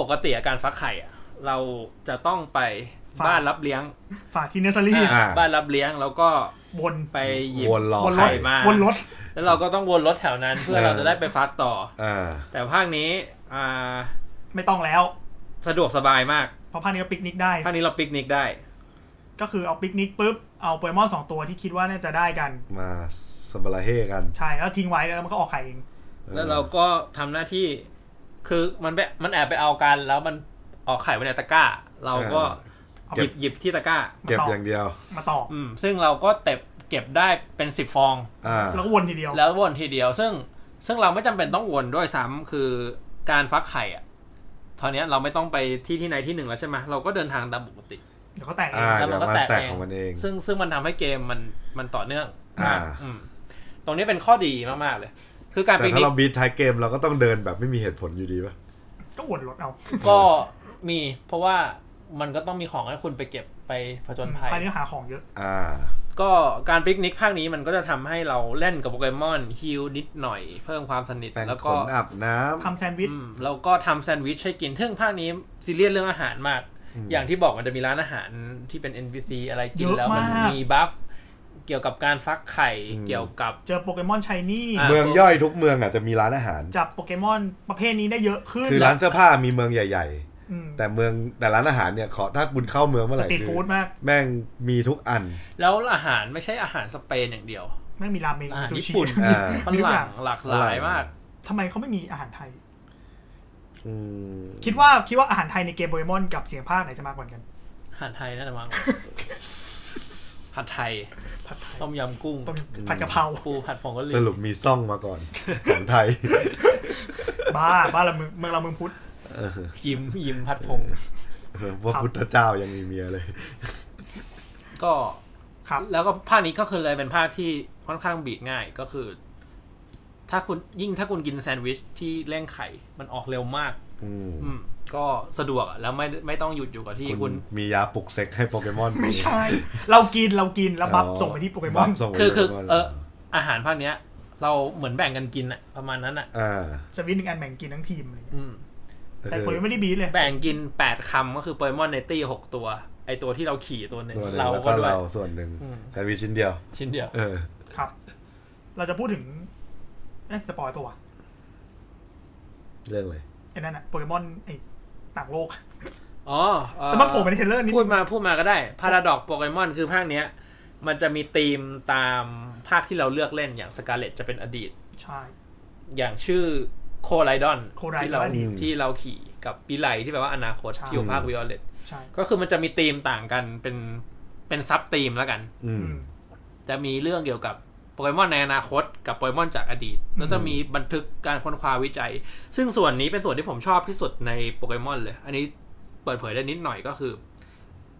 S2: ปกติอะการฟักไข่อ่ะเราจะต้องไป
S3: ฟาร์ม
S2: บ้านรับเลี้ยง
S3: ฝากที่เนสซอรี่
S2: อ่ะบ้านรับเลี้ยงแล้วก็
S3: บน
S2: ไปหยิบ
S4: วนรอ
S3: วนรถ
S2: ไข่มา
S3: บนรถ
S2: แล้วเราก็ต้องวนรถแถวนั้นเพื่อ
S4: เออ
S2: เราจะได้ไปฟักต่อ
S4: อ่า
S2: แต่ภาคนี้อ่า
S3: ไม่ต้องแล้ว
S2: สะดวกสบายมาก
S3: เพราะภาคนี้ก็ปิกนิกได้
S2: ภาคนี้เราปิกนิกได้
S3: ก็คือเอาปิกนิกปุ๊บ เอาโปเกมอนสองตัวที่คิดว่าน่าจะได้กัน
S4: มาสมบาราเฮกัน
S3: ใช่ แล้วทิ้งไว้แล้วมันก็ออกไข่เอง
S2: แล้วเราก็ทำหน้าที่ คือมันไปมันแอบไปเอากัน แล้วมันออกไข่ไว้ในตะกร้า เราก็
S3: เอา
S2: ห
S3: ไป
S2: ยิบหยิบที่ตะกร้า
S4: เก็บอย่างเดียว
S3: มาต่อ
S2: อืม ซึ่งเราก็เต็บเก็บได้เป็นสิบฟอง
S4: อ่า
S3: แล้วก็วนทีเดียว
S2: แล้ววนทีเดียว ซึ่งซึ่งเราไม่จำเป็นต้องวนด้วยซ้ำคือการฟักไข่อะตอนเนี้ยเราไม่ต้องไปที่ที่ไหนที่หนึ่งแล้วใช่ไหมเราก็เดินทางตามปกติ
S3: เดี๋ยวก็แตกเอง
S4: อ่า
S2: แล้วมันก็
S4: เดี๋ยวมัน
S2: แตก
S4: แตก
S2: เอง
S4: ของมันเอง
S2: ซึ่งซึ่งมันทำให้เกมมันมันต่อเนื่อง
S4: อ่า
S2: อืมตรงนี้เป็นข้อดีมาก ๆ เลย คือการ
S4: แต่
S2: ปิก
S4: ถ้า
S2: นิก
S4: เราบีทท้ายเกมเราก็ต้องเดินแบบไม่มีเหตุผลอยู่ดีป่ะ
S3: ก็วนรถเอา
S2: ก็มี เพราะว่ามันก็ต้องมีของให้คุณไปเก็บไปผจญภัย
S3: ภายในก็หาของเยอะ
S4: อ่า
S2: ก็การปิกนิกภาคนี้มันก็จะทำให้เราเล่นกับโปเกมอนฮิลนิดหน่อย เพิ่มความสนิท
S4: แปรง
S2: แล้ว
S4: ข
S2: ก็
S4: นอาบน้ำ
S3: ทำแซนด์วิช
S2: อืมแล้วก็ทำแซนด์วิชให้กินซึ่งภาคนี้ซีเรียสเรื่องอาหารมาก อย่างที่บอกมันจะมีร้านอาหารที่เป็น NPC อะไรกิน
S3: เยอะ
S2: แล้วมัน
S3: มาก
S2: มีบัฟเกี่ยวกับการฟักไข่
S4: อืม
S2: เกี่ยวกับ
S3: เจอโปเกมอนชายนี่
S2: อ่ะ
S4: เมืองย่อยทุกเมืองอ่ะจะมีร้านอาหาร
S3: จับโปเกมอนประเภทนี้ได้เยอะขึ้น
S4: คือร้านเสื้อผ้ามีเมืองใหญ่
S3: อืม
S4: ๆ แต่เมืองแต่ร้านอาหารเนี่ยขอถ้าคุณเข้าเมืองเมื่
S3: ส
S4: อไหร่
S3: ตรีท
S4: คือ
S3: ฟู้ดมาก
S4: แม่งมีทุกอัน
S2: แล้วอาหารไม่ใช่อาหารสเปนอย่างเดียว
S3: ไม่มีราเมง
S2: อาหาร
S3: ซู
S2: ญี่
S3: ชิ
S2: ปุ่น
S4: อ่า
S2: ฝรั่งหลากหลายมาก
S3: ทำไมเขาไม่มีอาหารไทย
S4: อืม
S3: คิดว่าคิดว่าอาหารไทยในเกมโปเกมอนกับเสียงภาคไหนจะมากกว่ากัน
S2: อาหารไทยน่าจะมั้งผัดไทย
S3: ผัดไทย
S2: ต้มยำกุ้ง
S3: ต้มผัดกะเพรา
S2: ปูผัดผงกะห
S4: ส
S2: รี่
S4: รุปมีซ่องมาก่อน ของไทย
S3: บ้าบ้าละเมืองเมืองละเมืองพุทธ
S2: ยิมยิมผัดผง
S4: พระพุทธเจ้ายังมีเมียเลย
S2: ก็
S3: ครับ
S2: แล้วก็ภาคนี้ก็คือเลยเป็นภาคที่ค่อนข้างบีดง่ายก็คือ ถ้าคุณยิ่งถ้าคุณกินแซนด์วิชที่แร่งไข่มันออกเร็วมาก
S4: อืม
S2: อืม ก็สะดวกอะแล้วไม่ไม่ต้องหยุดอยู่กับที่
S4: คุ
S2: คุณ ณ
S4: มียาปลุกเซ็กให้โปเกมอน
S3: ไม่ใช่ เรากินเรากินแล้วบัฟส่งไปที่โปเกมอน
S4: บัฟส่งไป
S2: คือ
S4: ที่
S2: คือ
S4: โปเกมน
S2: เอออาหารภาคเนี้ย เราเหมือนแบ่งกันกินอะประมาณนั้นอะ
S4: อ่า
S3: สวิตหนึ่งอันแบ่งกินทั้งทีมอะไรเงี้ย
S2: อืม
S3: แต่ผมยังไม่
S4: ไม่
S3: ได้บีทเลย
S2: แบ่งกิน 8 คำก็คือโปเกมอนเนตี้หกตัว ไอตัวที่เราขี่ตัวหนึ่ง
S4: เรา
S2: เรา
S4: ก็
S2: ก็ด้วย
S4: เราส่วนหนึ่ง
S2: อืม
S4: แซนด์วิชชิ้นเดียว
S2: ชิ้นเดียว
S4: เออ
S3: ครับ เราจะพูดถึงเอ๊ะสปอยล์ปะวะ
S4: เรื่องเลย
S3: ไอ้นั่นอะโปเกมอนไอ้ต่างโลก
S2: อ๋อเอ่อ
S3: แต่มันโผล่มาในเทรลเลอร์นิด
S2: พูดมาพูดมาก็ได้ พาราดอกโปเกมอนคือภาคเนี้ย มันจะมีธีมตามภาคที่เราเลือกเล่นอย่างสกาเลตจะเป็นอดีต
S3: ใช่
S2: อย่างชื่อโคไลดอน
S3: Koraidon
S2: ที่เรา
S4: อืม
S2: ที่เราขี่กับปีไลที่แปลว่าอนาคต
S3: ใช่
S2: ที่อยู่ภาควิออเลต
S3: ใช่
S2: ก็คือมันจะมีธีมต่างกันเป็นเป็นซับธีมแล้วกัน
S4: อืม
S3: อืม
S2: จะมีเรื่องเกี่ยวกับโปเกมอนในอนาคตกับโปเกมอนจากอดีต แล้วจะมีบันทึกการค้นคว้าวิจัย ซึ่งส่วนนี้เป็นส่วนที่ผมชอบที่สุดในโปเกมอนเลย อันนี้เปิดเผยได้นิดหน่อยก็คือ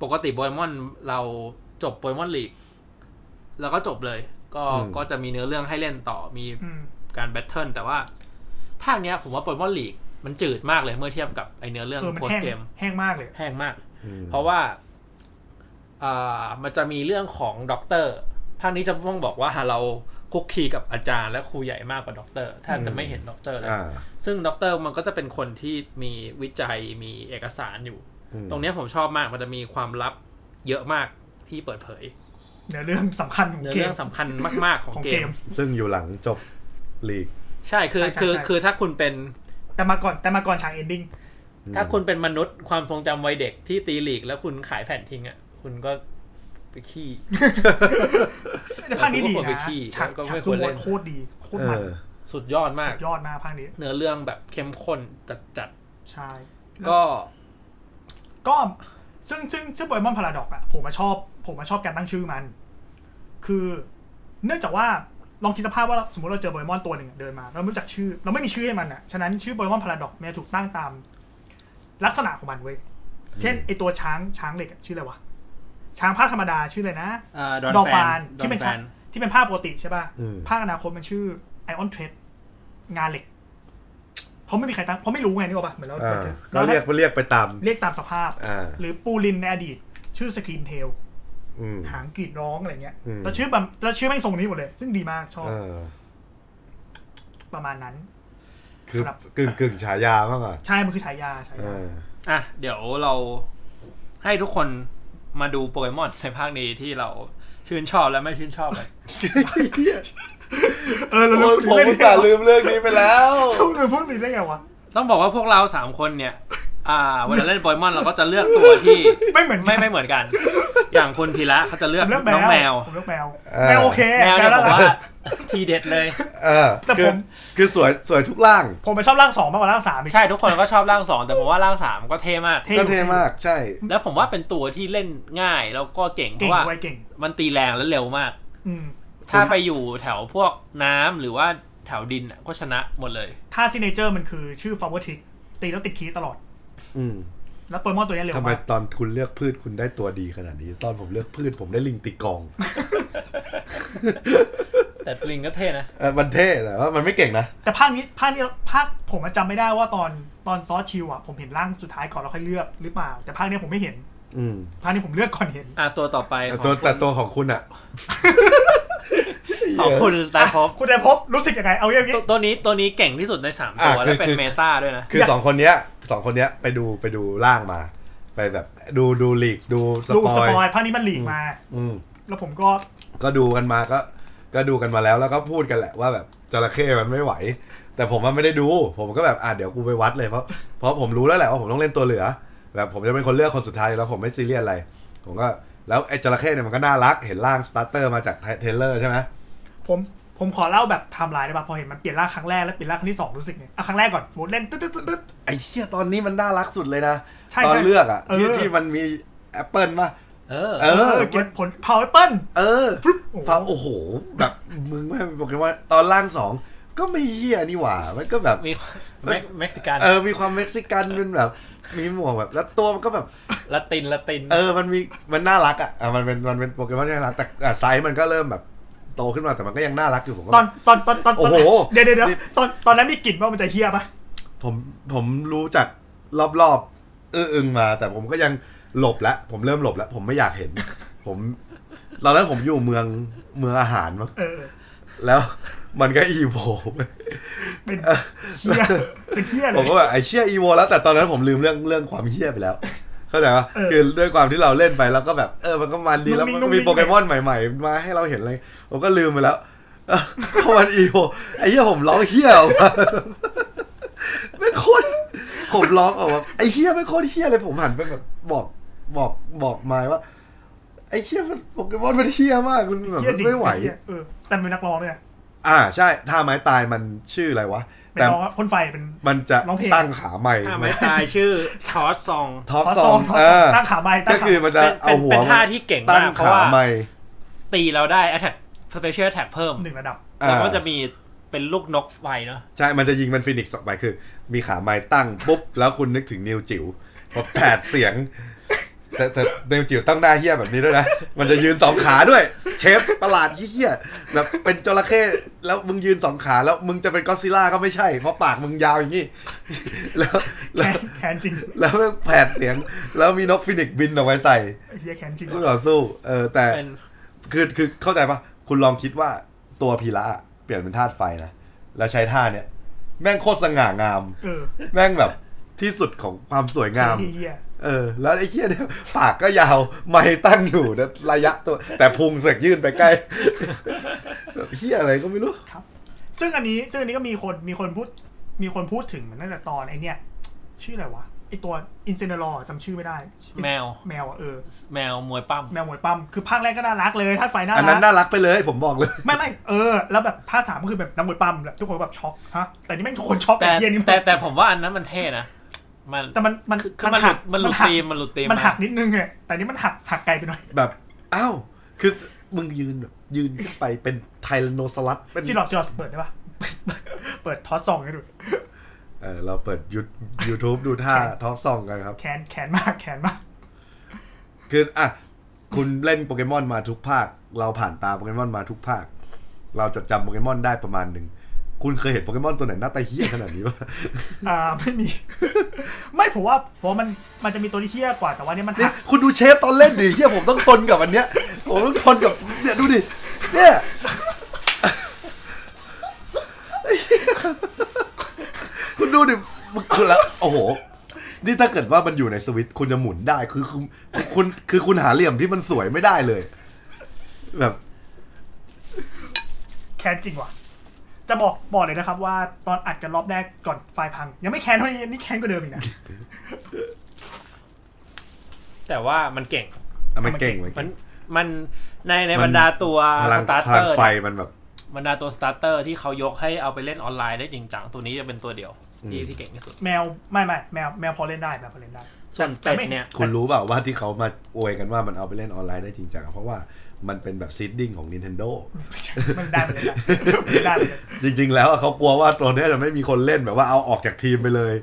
S2: ปกติโปเกมอนเราจบโปเกมอนลีกแล้วก็จบเลย ก็
S4: อืม
S2: ก็จะมีเนื้อเรื่องให้เล่นต่อมี
S3: อืม
S2: การแบทเทิลแต่ว่าภาคเนี้ยผมว่าโปเกมอนลีกมันจืดมากเลยเมื่อเทียบกับไอเนื้อเรื่อง
S3: เออ มัน
S2: โพส
S3: แห้ง
S2: เกม
S3: แห้งมากเลย
S2: แห้งมาก
S4: อืม
S2: เพราะว่าอ่ามันจะมีเรื่องของด็อกเตอร์ท่านนี้จะต้องบอกว่าเราคุกคีกับอาจารย์และครูใหญ่มากกว่าด็อกเตอร์แทบจะไม่เห็นด็อกเตอร์เลย
S4: อ่า
S2: ซึ่งด็อกเตอร์มันก็จะเป็นคนที่มีวิจัยมีเอกสารอยู่
S4: อืม
S2: ตรงเนี้ยผมชอบมากมันจะมีความลับเยอะมากที่เปิดเผย
S3: เนื้อเรื่องสำคัญของ
S2: เนื้อ
S3: เก
S2: เรื่
S3: ม
S2: องสำคัญมาก ๆ ของ
S3: ของ
S2: เก
S3: เก
S2: ม
S3: ม
S4: ซึ่งอยู่หลังจบลีก
S2: ใช่คือ
S3: ใช่ใช่
S2: คือ
S3: ใช่
S2: คือถ้าคุณเป็น
S3: แต่มาก่อนแต่มาก่อนฉากเอนดิ้ง
S2: ถ้าคุณเป็นมนุษย์ความทรงจำวัยเด็กที่ตีลีก แล้วคุณขายแผ่นทิ้งอ่ะคุณก็ไปขี้
S3: แต่ภาคนี้ดี
S2: ผมก็ควรไป
S3: นะ
S2: ขี้
S3: ฉาก
S2: ก็ไม่
S3: ฉาก
S2: คว
S3: สู้
S2: ร
S3: บ
S2: เล่
S3: อน ลโคตรดี โคตร
S4: เอ
S3: มัน
S4: อ
S2: สุดยอดมาก
S3: สุดยอดมากภาคนี้
S2: เนื้อเรื่องแบบเข้มข้นจัดจัด
S3: ใช่
S2: ๆก็
S3: ก็ซึ่งซึ่งซึ่งโปเกมอนพาราดอกอะผมมาชอบ ผมมาชอบการตั้งชื่อมัน คือเนื่องจากว่าลองคิดสภาพว่าสมมติเราเจอโปเกมอนตัวหนึ่งอะเดินมาเราไม่รู้จักชื่อ เราไม่มีชื่อให้มันอะฉะนั้นชื่อโปเกมอนพาราดอกมันจะถูกตั้งตาม ลักษณะของมันเว้ยเช่นไอตัวช้างช้างเหล็กอะชื่ออะไรวะช้างภาคธรรมดาชื่ออะไรนะ
S2: เอ่อ
S3: ดอลฟาน
S2: ดอ
S3: ที่
S2: ล
S3: เป็น
S2: แฟ
S3: ฉาก
S2: น
S3: ที่เป็นภาพปกติใช่ป่ะ
S4: อืม
S3: ภาคอนาคตมันชื่อไอออนเทรดงานเหล็ก เพราะไม่มีใครตั้งเพราะไม่รู้ไงนี่หรอกป่ะเหมือนเรา
S4: อ่า
S3: เรา
S4: เราเรียกเรียกไปตาม
S3: เรียกตามสภาพ
S4: อ่า
S3: หรือปูลินในอดีต ชื่อสกรีนเทล
S4: อืม
S3: หางกรีดร้องอะไรเงี้ย
S4: อืม
S3: แล้วชื่อแบบแล้วชื่อแม่งทรงนี้หมดเลย ซึ่งดีมากชอบ
S4: เออ
S3: ประมาณนั้น
S4: คือ
S3: ครับ
S4: กึ่งกึ่งฉายามากอ่ะ
S3: ใช่มันคือฉายา
S4: เอย
S3: ฉาา
S4: อ
S2: อ่ะเดี๋ยวเราให้ทุกคนมาดูโปเกมอนในภาคนี้ที่เราชื่นชอบและไม่ชื่นช อบเลย
S3: เออเรา
S4: โอ้ยผ
S3: พูด
S4: มอุ
S3: ถึ
S4: ต
S3: งเรื่อง
S4: ส่าห์ลืมเรื่องนี้ไปแล้ว
S3: เราพูดถึงเรื่องไงวะ
S2: ต้องบอกว่าพวกเราสามคนเนี่ย อ่าเวลาเล่นโปเกมอนเราก็จะเลือกตัวที่
S3: ไม่เหมือน
S2: ไม่ไม่เหมือนกัน อย่างคุณพีระเขาจะเลื
S3: ผ
S2: อก
S3: มเลือกแม
S2: น้องแม
S3: ว
S2: ว
S3: ผมเลือกแมว
S4: เออ
S3: แมวโอเค
S2: แมวเนี่ยผม
S3: น่า
S2: ว่า
S3: รัก
S2: ทีเด็ดเลย
S4: เออ
S3: แต่
S4: คื
S3: ผ
S4: อ
S3: ม
S4: คือสวยสวยทุกร่าง
S3: ผมไปชอบร่างสองมากกว่าร่างสามอีก
S2: ใช่ทุกคนก็ชอบร่างสองแต่ผมว่าร่างสามก็เท่มาก
S3: เท่
S4: ก็เท่มากใช่
S2: แล้วผมว่าเป็นตัวที่เล่นง่ายแล้วก็เก่งเพ
S3: เก่ง
S2: ราะว่า
S3: ไวยเก่ง
S2: มันตีแรงและเร็วมาก
S3: อืม
S2: ถ้าไปอยู่แถวพวกน้ำหรือว่าแถวดินน่ะก็ชนะหมดเลย
S3: ถ้าซิเนเจอร์มันคือชื่อฟาวเวอร์ทิกตีแล้วติดคีย์ตลอด
S4: อืม
S3: แล้วโปเกมอนตัวนี้เร็ว
S4: ทำไม
S3: มาก
S4: ตอนคุณเลือกพืชคุณได้ตัวดีขนาดนี้ ตอนผมเลือกพืชผมได้ลิงติกอง
S2: แต่ลิงก็เท่นะ
S4: เออมันเท่แต่ว่ามันไม่เก่งนะ
S3: แต่ภาคนี้ภาคนี้ภาคผมอะจำไม่ได้ว่าตอนตอนซอสชิวอะผมเห็นร่างสุดท้ายก่อนแล้วค่อยเลือกหรือเปล่า แต่ภาคเนี้ยผมไม่เห็น
S4: อืม
S3: ภาคนี้ผมเลือกก่อนเห็น
S2: อ่ะตัวต่อไป
S4: แต่
S2: ของคุณ
S4: ตัวแต่ตัวของคุณอ่ะ
S2: ของคุณตาพบ
S3: คุณไดพบรู้สึกยังไง เอาอย่าง
S2: ตั
S3: นี้
S2: วตัวนี้ตัวนี้เก่งที่สุดในสามตัว
S4: อ่ะคือ
S2: แล้วเป็
S4: คื
S2: น
S4: อ
S2: เมตาด้วยนะ
S4: คือสองคนเนี้ยสองคนเนี้ยไปดูไปดูร่างมา ไปแบบดูดูลีกดูส
S3: ลูก
S4: ปอ
S3: ส
S4: ย
S3: ปอยภาคนี้มันหลีกมา
S4: อืม
S3: แล้วผมก็
S4: ก็ดูกันมาก็ก็ดูกันมาแล้วแล้วก็พูดกันแหละว่าแบบจระเข้มันไม่ไหว แต่ผมว่าไม่ได้ดู ผมก็แบบอ่ะเดี๋ยวกูไปวัดเลยเพราะเพราะผมรู้แล้วแหละว่าผมต้องเล่นตัวเหลือ แบบผมจะเป็นคนเลือกคนสุดท้ายอยู่แล้วผมไม่ซีเรียสอะไร ผมก็แล้วไอ้จระเข้เนี่ยมันก็น่ารักเห็นร่างสตาร์เตอร์มาจากเทรลเลอร์ใช่ไหม
S3: ผมผมขอเล่าแบบไทม์ไลน์ได้ป่ะพอเห็นมันเปลี่ยนร่างครั้งแรกแล้วเปลี่ยนร่างครั้งที่สองรู้สึกไงอ่ะครั้งแรกก่อนโมดเล่นตึ๊ดตึ๊ดตึ๊ดตึ๊ด
S4: ไอ้เหี้ยตอนนี้มันน่ารักสุดเลยนะ
S3: ใช่
S4: ตอน
S3: ใช่
S4: เลือกอะที่
S3: เออ
S4: ที่มันมีแอปเปิลมา
S2: เออ
S4: เอ
S3: เอ
S4: อ
S3: อเก็
S4: มั
S3: บ
S4: น
S3: ผลเผาแอปเปิ้ล
S4: เออ
S3: โอ้โห
S4: ฟังโอ้โห แบบมึงไม่ให้เป็นโปเกมอนตอนร่างสองก็ไม่เหี้ยนี่หว่ามันก็แบบ
S2: มีแม็กเม็กซิกัน
S4: เออ มีความเม็กซิกันเป็นแบบ มีหมวกแบบ แล้วตัวมันก็แบบ
S2: ละตินละติน
S4: เออ มันมี มันน่ารักอ่ะอ่ะมันเป็น มันเป็นโปเกมอนที่น่ารัก แต่อ่ะไซส์มันก็เริ่มแบบ โตขึ้นมาแต่มันก็ยังน่ารักอยู่ผมก็
S3: ตอนตอนตอนตอน
S4: โอ้โห
S3: เดี๋ยวเดี๋ยวเดี๋ยวตอนตอนนั้นมีกลิ่นว่ามันจะเฮี้ยปะ
S4: ผมผมรู้จักรอบๆอื้ออึงมา แต่ผมก็ยังหลบละผมเริ่มหลบละผมไม่อยากเห็น ผมตอนนั้นผมอยู่เมืองเมืองอาหารมั้ง
S3: เออ
S4: แล้วมันก็อีโว
S3: เป็นเฮี้ยเป็นเฮี้ยเล
S4: ผม
S3: ย
S4: ก็แบบไอเชี่ยอีโวแล้วแต่ตอนนั้นผมลืมเรื่องเรื่องความเฮี้ยไปแล้ว เข้าใจปะ
S3: เออ
S4: คือด้วยความที่เราเล่นไปแล้วก็แบบเออมันก็มันดีแล้ว
S3: นุ่มนิ่ง
S4: มันก็มี
S3: นุ่มนิ่ง
S4: โปเกมอนใหม่ ๆ มาให้เราเห็นอะไรผมก็ลืมไปแล้วเออพอมันอีโวไอเฮี้ยผมร้องเฮี้ยออกมาไม่งโคนผมร้องออกมาไอเฮี้ยไม่งโคนเฮี้ยเลยผมหันไปแบบบอกบอกบอกมายว่าไอเฮี้ยมันโปเกมอนมันเฮี้ยมากมันแบบ
S3: เฮี้ยจริง
S4: ไม่ไหว
S3: เยเออแต่มันเป็นนักร้องเลยนะ
S4: อ่าใช่ท่าไม้ตายมันชื่ออะไรวะ
S3: เป็น
S4: แต่
S3: ร้องพ่นไฟเป็น
S4: มันจะ
S3: ร้องเพลง
S4: ตั้งขาใหม่
S2: ถ้าไม่ตายชื่อทอสซอง
S4: ท็อป
S3: ขอ
S4: ซ
S3: ซ
S4: อ
S3: อง ง
S4: เออ
S3: ตั้งขาไม้ตั้
S4: ก็
S3: งขา
S4: คือมันจะ
S2: เป็น
S4: เอาหัว
S2: เป็นท่าที่เก่งมาก
S4: ตั้ง
S2: เพ
S4: ขา
S2: ราะว่า
S4: ใหม่
S2: ตีเราได้ attack special attack เพิ่ม
S3: หนึ่งระดับ
S2: แล้วก็
S4: อ่า
S2: จะมีเป็นลูกนกไฟเนาะ
S4: ใช่ มันจะยิงมันฟินิกซ์ออกไปคือ มีขาใหม่ตั้งปุ๊บ แล้วคุณนึกถึงนิวจิ๋วพอแผดเสียง แต่แต่นิวจิ๋วต้องหน้าเฮี้ยแบบนี้ด้วยนะ มันจะยืนสองขาด้วย เชฟประหลาดเฮี้ยๆแบบเป็นจระเข้แล้วมึงยืนสองขาแล้วมึงจะเป็นก็อดซิลล่าก็ไม่ใช่ เพราะปากมึงยาวอย่างนี้ แล้ว
S3: แขน
S4: แล้ว
S3: แขนจริง
S4: แล้วแม่งแผดเสียง แล้วมีนกฟินิกซ์บินออกไปใส่
S3: เฮี้ยแขนจริง
S4: คู่ ต่อสู้เออแต่
S2: เป็น
S4: คือคือเข้าใจปะคุณลองคิดว่าตัวพีระอะเปลี่ยนเป็นธาตุไฟนะ แล้วใช้ท่าเนี้ยแม่งโคตรสง่างาม
S3: เออ
S4: แม่งแบบที่สุดของความสวยงาม
S3: เฮี้ย
S4: เออ แล้วไอ้เหี้ยเนี่ยปากก็ยาว ไม่ตั้งอยู่นะระยะตัว แต่พุงเสกยื่นไปใกล้แบบเหี้ยอะไรก็ไม่รู้
S3: ครับ ซึ่งอันนี้ซึ่งอันนี้ก็มีคนมีคนพูดมีคนพูดถึงมันตั้งแต่ตอนไอเนี้ยชื่ออะไรวะไอตัวอินเซนเดอร์จำชื่อไม่ได้
S2: แมว
S3: แมวอะเออ
S2: แมวมวยปั้ม
S3: แมวหมวยปั๊มคือภาคแรกก็น่ารักเลยท่าไฟน่า
S4: อัน
S3: รั
S4: นั้น
S3: ก
S4: น่ารักไปเลยผมบอกเลย
S3: ไม่ไม่เออ แล้วแบบท่าสามก็คือแบบน้ำหมวยปั๊มแบบทุกคนแบบช็อกฮะแต่นี่แม่งทุกคนช็อก
S2: แต่
S3: แต่เฮียนี่
S2: แต่แต่ผมว่าอันนั้นมันเท่นะ มัน
S3: แต่มันมัน
S2: คือคือมันหลุดมันหลุด
S3: หัก
S2: ตีมมันหลุดตีม
S3: มันหัก
S2: มา
S3: นิดนึงไงแต่นี่มันหักหักไกลไปหน่อย
S4: แบบอ้าวคือมึงยืนแบบยืนขึ้นไปเป็นไทแรนโนซอรัสเป็น
S3: ซีรอดซีรอดเปิดได้ปะเปิดเปิดทอสซองให้ดู
S4: เออเราเปิดยูยูทูบดูท่าท็อกซองกันครับ
S3: แขนแขนมากแขนมาก
S4: คืออ่ะคุณเล่นโปเกมอนมาทุกภาค เราผ่านตาโปเกมอนมาทุกภาค เราจดจำโปเกมอนได้ประมาณหนึ่ง คุณเคยเห็นโปเกมอนตัวไหนหน้าตาเหี้ยขนาดนี้ปะ
S3: อ่าไม่มี ไม่ผมว่าผมว่ามันมันจะมีตัวที่เฮี้ยกว่าแต่ว่าเนี่ยมัน
S4: นี่
S3: หัก
S4: คุณดูเชฟตอนเล่นดิเหี้ยผมต้องทนกับอันเนี้ย ผมต้องทนกับเนี่ยดูดิเนี่ย คุณดูดิมึงคือแล้วโอ้โห นี่ถ้าเกิดว่ามันอยู่ในสวิตช์คุณจะหมุนได้คือคุณคุณคือคุณหาเหลี่ยมที่มันสวยไม่ได้เลย แบบ
S3: แขนจริงว่ะ จะบอกบอกเลยนะครับ ว่าตอนอัดกันรอบแรกก่อนไฟล์พัง ยังไม่แคนเท่านี้นี่แคนกว่าเดิมอีกนะ
S2: แต่ว่ามันเก่ง
S4: อ่ะมันเก่งมั
S2: มัน
S4: นเก่ง
S2: มันในในบร
S4: มัน
S2: รดาตัว
S4: พลั
S2: ส
S4: ง
S2: ตาร์
S4: พ
S2: เต
S4: ลั
S2: อง ร์
S4: ไฟมันแบบ
S2: บรรดาตัวสตาร์เตอร์ที่เขายกให้เอาไปเล่นออนไลน์ได้จริงจังตัวนี้จะเป็นตัวเดียวที่
S4: อืม
S2: ที่เก่งที่สุด
S3: แมวไม่ไม่แมวแมวพอเล่นได้แมวพอเล่นได้
S2: ส่วนเป็ดเนี่ย
S4: คุณรู้เปล่าว่าที่เขามาอวยกันว่ามันเอาไปเล่นออนไลน์ได้จริงจังเพราะว่ามันเป็นแบบซีดดิ้งของ Nintendo
S3: มันได้มันเล่นได้มันได้มันเล่นได้
S4: จริง ๆ แล้วอะเขากลัวว่าตัวเนี้ยจะไม่มีคนเล่นแบบว่าเอาออกจากทีมไปเลย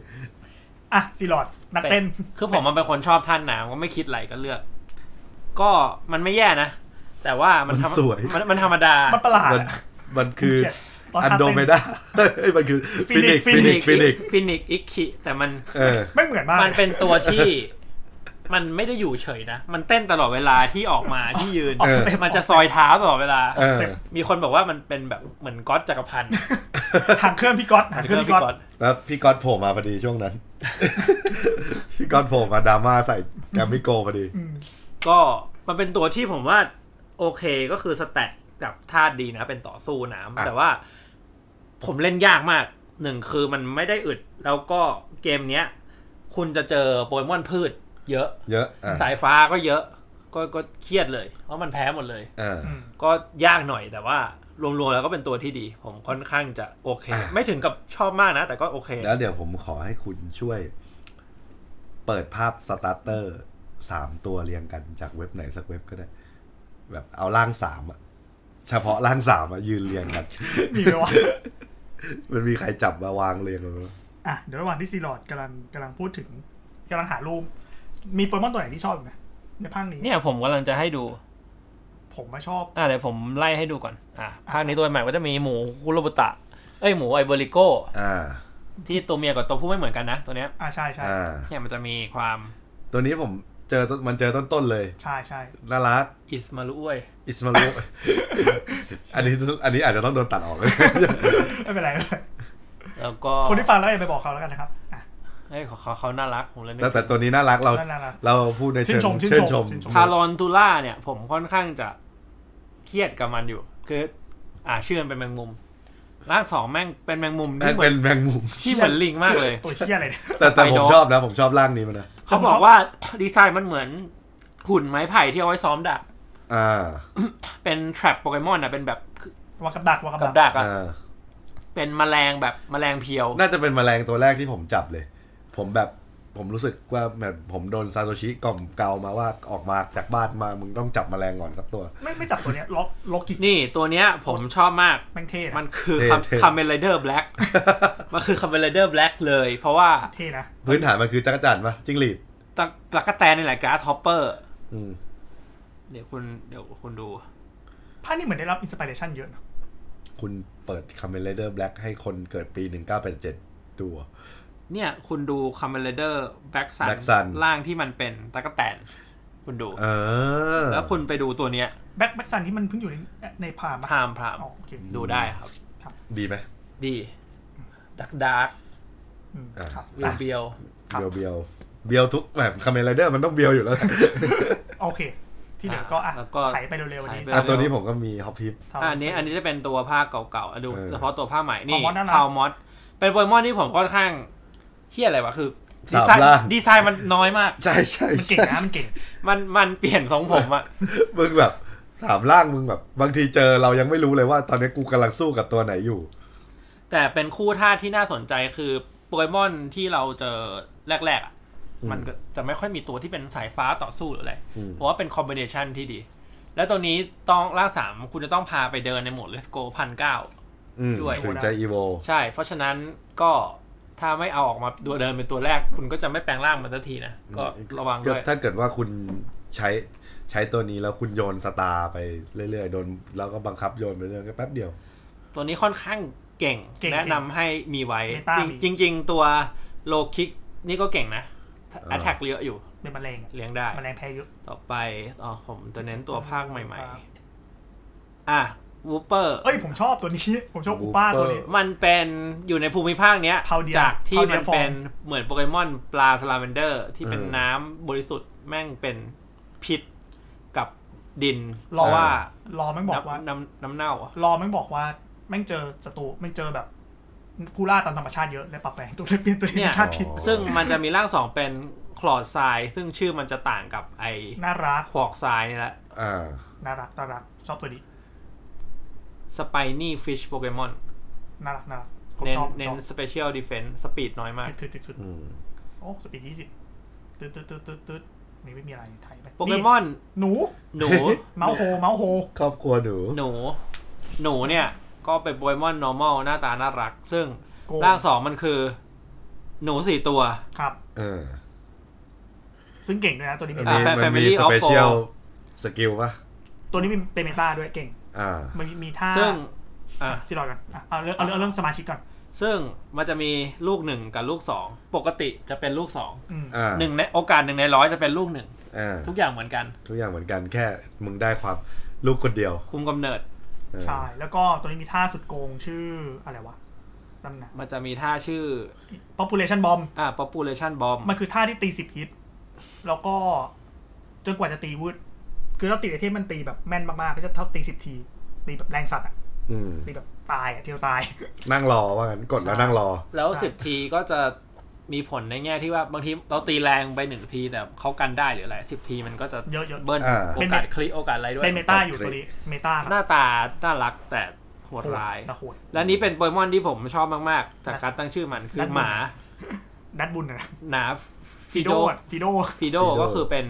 S3: อ่ะซีรอดนักเต้น
S2: คือผมมันเป็นคนชอบท่านน้ำก็ไม่คิดอะไรก็เลือก ก็มันไม่แย่นะ แต่ว่ามัน
S4: มัน
S2: ทำ
S4: สวย
S2: มันมันธรรมดา
S3: มันประหลาด
S4: มัน
S3: อะ
S4: มันคือ
S3: ผมเกลียดตอน
S4: อัน
S3: ทำ
S4: โดเมดา เอ้ยมันคือฟินิก
S3: Phoenix
S4: ฟินิกฟินิก
S2: ฟินิกอิกคิแต่มัน
S4: เออ
S3: ไม่เหมือนมาก
S2: มันเป็นตัวที่ มันไม่ได้อยู่เฉยนะ มันเต้นตลอดเวลาที่ออกมาที่ยืน
S4: เออ
S2: มันจะซอยเท้าตลอดเวลา
S4: เอ อ
S2: มีคนบอกว่ามันเป็นแบบเหมือนก๊อตจักรพันธ์
S3: หางเครื่องพี่ก๊อตหางเค
S2: เรื่อ
S3: รื่อง ง
S2: พี่
S3: พี่
S2: ก๊
S3: ก๊อ
S2: อ
S3: ต
S2: ต
S4: แล้วพี่ก๊อตโผล่มาพอดีช่วงนั้น พี่ก๊อตโผล่มาดราม่าใส่แกมมิโกพอดี
S3: อืม
S2: ก็มันเป็นตัวที่ผมว่า โอเคก็คือสแตทกับท่าตุดีนะ เป็นต่อสู้น้ำ
S4: อ่ะ
S2: แต่ว่า ผมเล่นยากมากหนึ่งคือมันไม่ได้อึด แล้วก็เกมเนี้ย คุณจะเจอโปเกมอนพืช เยอะ
S4: เยอะอ่ะ
S2: สายฟ้าก็เยอะ ก็ก็เครียดเลย เพราะมันแพ้หมดเลย
S4: อ่า
S3: อืม
S2: ก็ยากหน่อยแต่ว่ารวมๆแล้วก็เป็นตัวที่ดี ผมค่อนข้างจะโอเค
S4: อ่ะ
S2: ไม่ถึงกับชอบมากนะ แต่ก็โอเค
S4: แล้วเดี๋ยวผมขอให้คุณช่วย เปิดภาพสตาร์เตอร์สามตัวเรียงกันจากเว็บไหนสักเว็บก็ได้ แบบเอาร่างสามอะเฉพาะร่างสามอะยืนเรียงกัน
S3: มีไหมวะ
S4: มันมีใครจับมาวางเรียงกันบ้าง
S3: อ่ะเดี๋ยวระหว่างที่ซีรอดกำลังกำลังพูดถึงกำลังหารูปมีโปเกมอนตัวไหนที่ชอบอีกไหมในภาคนี้
S2: เนี่ยผมกำลังจะให้ดู
S3: ผ ผมมาชอบ
S2: อ่าเดี๋ยวผมไล่ให้ดูก่อน อ่ะภาคนี้ตัวใหม่ก็จะมีหมูคุโรบุตะ เอ้ยหมูไอเบริโก
S4: อ่า
S2: ที่ตัวเมียกับตัวผู้ไม่เหมือนกันนะ ตัวเนี้ย
S3: อ่าใช่ใช่
S4: อ่า
S2: เนี่ยมันจะมีความ
S4: ตัวนี้ผมเจอต้นมันเจอต้นๆเลย
S3: ใช่ใช่
S4: น่ารัก
S2: อิสมาลุอ้วย
S4: อิสมาลุ อันนี้อันนี้อาจจะต้องโดนตัดออก
S3: ไม่เป็นไรไม่เป็นไร
S2: แล้วก็
S3: คนที่ฟังแล้วอย่าไปบอกเขาแล้วกันนะครับอ่ะ
S2: เอ้ยเขาเขาเขาน่ารักผมเลยนึก
S4: แต่แต่ตัวนี้น่ารักเรา
S3: น่ารัก
S4: เราพูดในเชิง
S3: ชื่นชมชื่
S4: เชิญ
S3: น
S4: ช
S3: ช
S4: ม
S3: ม
S2: ทารอนตูล่าเนี่ย ผมค่อนข้างจะเครียดกับมันอยู่ คือ อ่าชื่อมันเป็นแมงมุมร่างสองแม่งเป็นแมงมุมที่เหมื
S4: เป็
S2: อน
S4: นแมงมุม
S2: ที่เหมือนลิง มากเลย
S3: โอ้ยเชี่ยอะไรเนี่ย
S4: แต่แต่
S2: สไป
S4: ผม
S2: ดอก
S4: ชอบนะ ผมชอบร่างนี้มันนะ
S2: เขาบอกว่า ดีไซน์มันเหมือนหุ่นไม้ไผ่ที่เอาไว้ซ้อมดาบ
S4: อ่า
S2: เป็นทรัพโปเกมอนอ่ะเป็นแบบ
S3: วางกับดักวางกับ
S2: กับดั
S3: ดัก
S2: กอ่ะ
S4: อ่า
S2: เป็นแมลงแบบแมลงเพียว
S4: น่าจะเป็นแมลงตัวแรกที่ผมจับเลย ผมแบบผมรู้สึกว่าแบบผมโดนซาโตชิกล่อมเกลามาว่าออกมาจากบ้านมามึงต้องจับแมลงก่อนสักตัว
S3: ไม่ไม่จับตัวเนี้ยล็อกล็อกกิก
S2: นี่ตัวเนี้ยผมชอบมาก
S3: แม่งเท่
S2: มั
S3: นะ
S2: นคือ
S4: เท่เท่
S2: คาเมนไรเดอร์แบล็ ก มันคือคาเมนไรเดอร์แบล็กเลย เพราะว่า
S3: เท่นะ
S4: พื้นฐานมันคือจักรจันทร์ปะจิ้งหรีด
S2: ตะตะกะแตนนี่แหละกราสฮอปเปอร์
S4: อืม
S2: เดี๋ยวคุณเดี๋ยวคุณดู
S3: ภาคนี้เหมือนได้รับอินสปิเรชันเยอะนะ
S4: คุณเปิดคาเมเลเดอร์แบล็กให้คนเกิดปี 1987 ดู
S2: เนี่ยคุณดูคาเมนไรเดอร์แบล็กซัน
S4: Black Sun
S2: ร่างที่มันเป็นตะกะแตน คุณดู
S4: เออ
S2: แล้วคุณไปดูตัวเนี้ย
S3: แบ็คแบ็คซันที่มันเพิ่งอยู่ในในพามะ
S2: พามพาม
S3: อ๋อโอเค
S2: ดูได้ครับ
S4: ดีไหม
S2: ดี ดักดัก
S3: อืมครับ
S2: วิวเบียว ครับ
S4: เบียวเบียวเบียวทุกแบบคาเมเลเดอร์มันต้องเบียวอยู่แล้ว
S3: โอเค ที่เหลือก็อ่ะ
S2: แล้วก็
S3: ไถไปเร็วๆวันนี้
S2: ไถไป
S4: อ่ะตัวนี้ผมก็มีฮอปฮิป
S3: ทำ
S2: อะอันนี้อันนี้จะเป็นตัวภาคเก่าๆอ่ะดู
S4: เออ
S2: เฉพาะตัวภาคใหม่นี่
S3: Palmon น่ารัก
S2: พาวมอสเป็นโปเกมอนที่ผมค่อนข้างเฮี้ยอะไรวะคือดี
S4: สา
S2: ไซ
S4: ม
S2: น์
S4: ร่าง
S2: ดีไซน์มันน้อยมาก
S4: ใช่ใช่
S3: มันเก่ง
S4: ใช่
S3: นะมันเก่ง
S2: มันมันเปลี่ยนของผม อะ
S4: มึงแบบสามร่างมึงแบบ บางทีเจอเรายังไม่รู้เลยว่าตอนนี้กูกำลังสู้กับตัวไหนอยู่
S2: แต่เป็นคู่ท่าที่น่าสนใจคือโปเกมอนที่เราเจอแรกๆอะ
S4: อืม
S2: มันก็จะไม่ค่อยมีตัวที่เป็นสายฟ้าต่อสู้หรืออะไร
S4: อืม
S2: เพราะว่าเป็นคอมบิเนชันที่ดี และตัวนี้ต้องล่างสามคุณจะต้องพาไปเดินในโหมดเลสโกพันเก้า
S4: อืม
S2: ด้วย
S4: ถึงจะอีโว
S2: ใช่ เพราะฉะนั้นก็ถ้าไม่เอาออกมาตัวเดินเป็นตัวแรก คุณก็จะไม่แปลงร่างมันสักทีนะ ก็ระวังด้วย
S4: ถ้าเกิดว่าคุณใช้ใช้ตัวนี้แล้วคุณโยนสตาร์ไปเรื่อยๆโดนแล้วก็บังคับโยนไปเรื่อยๆก็แป๊บเดียว
S2: ตัวนี้ค่อนข้างเก่ง
S3: เก่ง
S2: แนะนำให้มีไว้
S3: เมตามี
S2: จริงจริง ๆ ตัวโลคิกนี่ก็เก่งนะแอตแทกเยอะอยู่
S3: เป็นมะเร็งอะ
S2: เลี้ยงได้
S3: มะเร็งแพ้เยอะ
S2: ต่อไป อ๋อ ผมจะเน้นตัวภาคใหม่ ๆ อ่ะวูเปอร์
S3: เอ้ยผมชอบตัวนี้ ผมชอบอูป้าตัวนี้
S4: Wooper
S2: มันเป็นอยู่ในภูมิภาคเนี้ย
S3: เผ่าเดียว
S2: จากที่
S3: เผ่าเดี
S2: มั
S3: ยวน ฟอร์ม
S2: เป็นเหมือนโปเกมอนปลาสลาเมนเดอร์ ที่เป็น
S4: เออ
S2: น้ำบริสุทธิ์แม่งเป็นพิษกับดิน เพ
S3: รอ
S2: ราะว่า
S3: ลอแม่งบอกว่า
S2: น้ำน้ำน้ำเน่าอะ
S3: รอแม่งบอกว่าแม่งเจอศัตรูแม่งเจอแบบกูล่าตามธรรมชาติเยอะและปรับแปลงตัวเลยเปลี่ยนตัวเอง
S2: เนี่ย
S3: เป็นธาตุพิษ
S4: อ๋อ
S2: ซึ่งมันจะมีร่างสองเป็นคลอดทราย ซึ่งชื่อมันจะต่างกับไอ
S3: น่ารัก
S2: ขวอกทรายนี่แหละ
S4: อ่า
S3: น่ารักน่ารักชอบตัวนี้
S2: สไปนี่ฟิชโปเกมอน
S3: น่ารักน่ารักผม
S2: เน้น
S3: ชอบช
S2: เน้
S3: อน บ
S2: สเปเชียลดีเฟนส์สปีดน้อยมาก
S3: ติดติดติด
S4: อืม
S3: โอ้สปีดยี่สิบตืดตืดตืดตืดตืดนี่ไม่มีอะไรไทยไป
S2: โปเกมอน
S3: หนู
S2: หนู
S3: เมาส์โฮเมาส์โฮ
S4: ครอบครัวหนู
S2: หนู หนูเนี่ย ก็เป็นโปเกมอน normal หน้าตาน่ารัก ซึ่ง
S3: โก
S2: ร่างสองมันคือ หนูสี่ตัว
S3: ครับ
S4: เออ
S3: ซึ่งเก่งด้วยนะตัวนี้มี
S4: มัน
S2: อ่ะ
S4: มี
S2: แฟ
S4: มันมี
S2: Family
S4: ส
S2: of
S4: เปเชียล
S2: Four
S4: สกิลป่ะ
S3: ตัวนี้มีเป็นเมตาด้วยเก่ง
S4: อ่า
S3: มันมีมีท่า
S2: ซึ่งอ่ะ
S3: สิรอยกันอ่ะเอาเรื่องเอาเรื่องเอาเรื่องสมาชิกก่อน
S2: ซึ่งมันจะมีลูกหนึ่งกับลูกสองปกติจะเป็นลูกสอง
S3: อืม
S4: อ่า
S2: หนึ่งในโอกาสหนึ่งในร้อยจะเป็นลูกหนึ่ง
S4: อ่า
S2: ทุกอย่างเหมือนกัน
S4: ทุกอย่างเหมือนกันแค่มึงได้ความลูกคนเดียว
S2: คุมกำเนิด
S4: เออ
S3: ใช่ แล้วก็ตัวนี้มีท่าสุดโกงชื่ออะไรวะตั้งนะ
S2: มันจะมีท่าชื่อ
S3: population bomb
S2: อ่า population bomb
S3: มันคือท่าที่ตีสิบฮิต แล้วก็จนกว่าจะตีวืดคือเราตีไอเทมมันตีแบบแม่นมากๆก็จะเท่าตีสิบที ตีแบบแรงสัตว์อะ
S4: อืม
S3: ตีแบบตายอะเทียวตาย
S4: นั่งรอว่างั้นกดแล้วนั่งรอ
S2: แล้ว
S3: ใช่
S2: 10 ทีก็จะมีผลในแง่ที่ว่าบางทีเราตีแรงไปหนึ่งทีแต่เขากันได้หรืออะไรสิบทีมันก็จะ
S3: เยอะๆ
S2: เบิ้ล
S4: อ่า
S2: โอกาสคลิกโอกาสอะไรด้วย
S3: เป็นเมตาอยู่ตัวนี้ เมตา
S2: หน้าตา น่ารักแต่โหดร้าย
S3: นะโหด
S2: และนี้เป็นโปเกมอนที่ผมชอบมาก ๆ จากการตั้งชื่อมันคือ
S3: นั่น
S2: หมา
S3: ดัดบุญนะ
S2: หนาฟิ
S3: ฟิ
S2: โด
S3: โดอะฟิโด
S2: ฟิโด
S4: ฟิโด
S2: ก็คือเป็น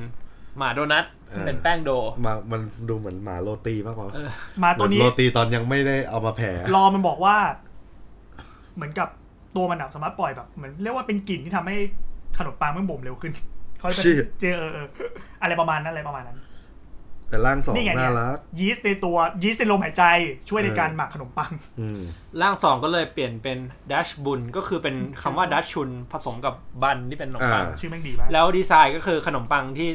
S2: หมาโดนัท
S4: เออ
S2: เป็นแป้งโด
S4: มามันดูเหมือนหมาโรตีมากกว่า
S2: เออ
S3: มา
S4: เห
S3: ตัว
S4: มือน
S3: นี้
S4: โรตีตอนยังไม่ได้เอามาแผ่
S3: รอมันบอกว่า เหมือนกับตัวมันอะสามารถปล่อยแบบเหมือนเรียกว่าเป็นกลิ่นที่ทำให้ ขนมปังมันบ่มเร็วขึ้นเขาจะเป็นเจอเออเอออะไรประมาณนั้นอะไรประมาณนั้น
S4: เอ แต่ร่างสอง
S3: นี่ไงเนี่
S4: น่าย รัก
S3: ยีสต์ในตัวยีสต์ในลมหายใจช่วยในการ
S4: เออ
S3: หมักขนมปัง
S4: อืม
S2: ร่างสองก็เลยเปลี่ยนเป็นดัชบุญก็คือเป็นคำว่าดัชชุนผสมกับบันที่เป็นขนมปัง
S4: อ่า
S3: ชื่อแม่งดีมาก
S2: แล้วดีไซน์ก็คือขนมปังที่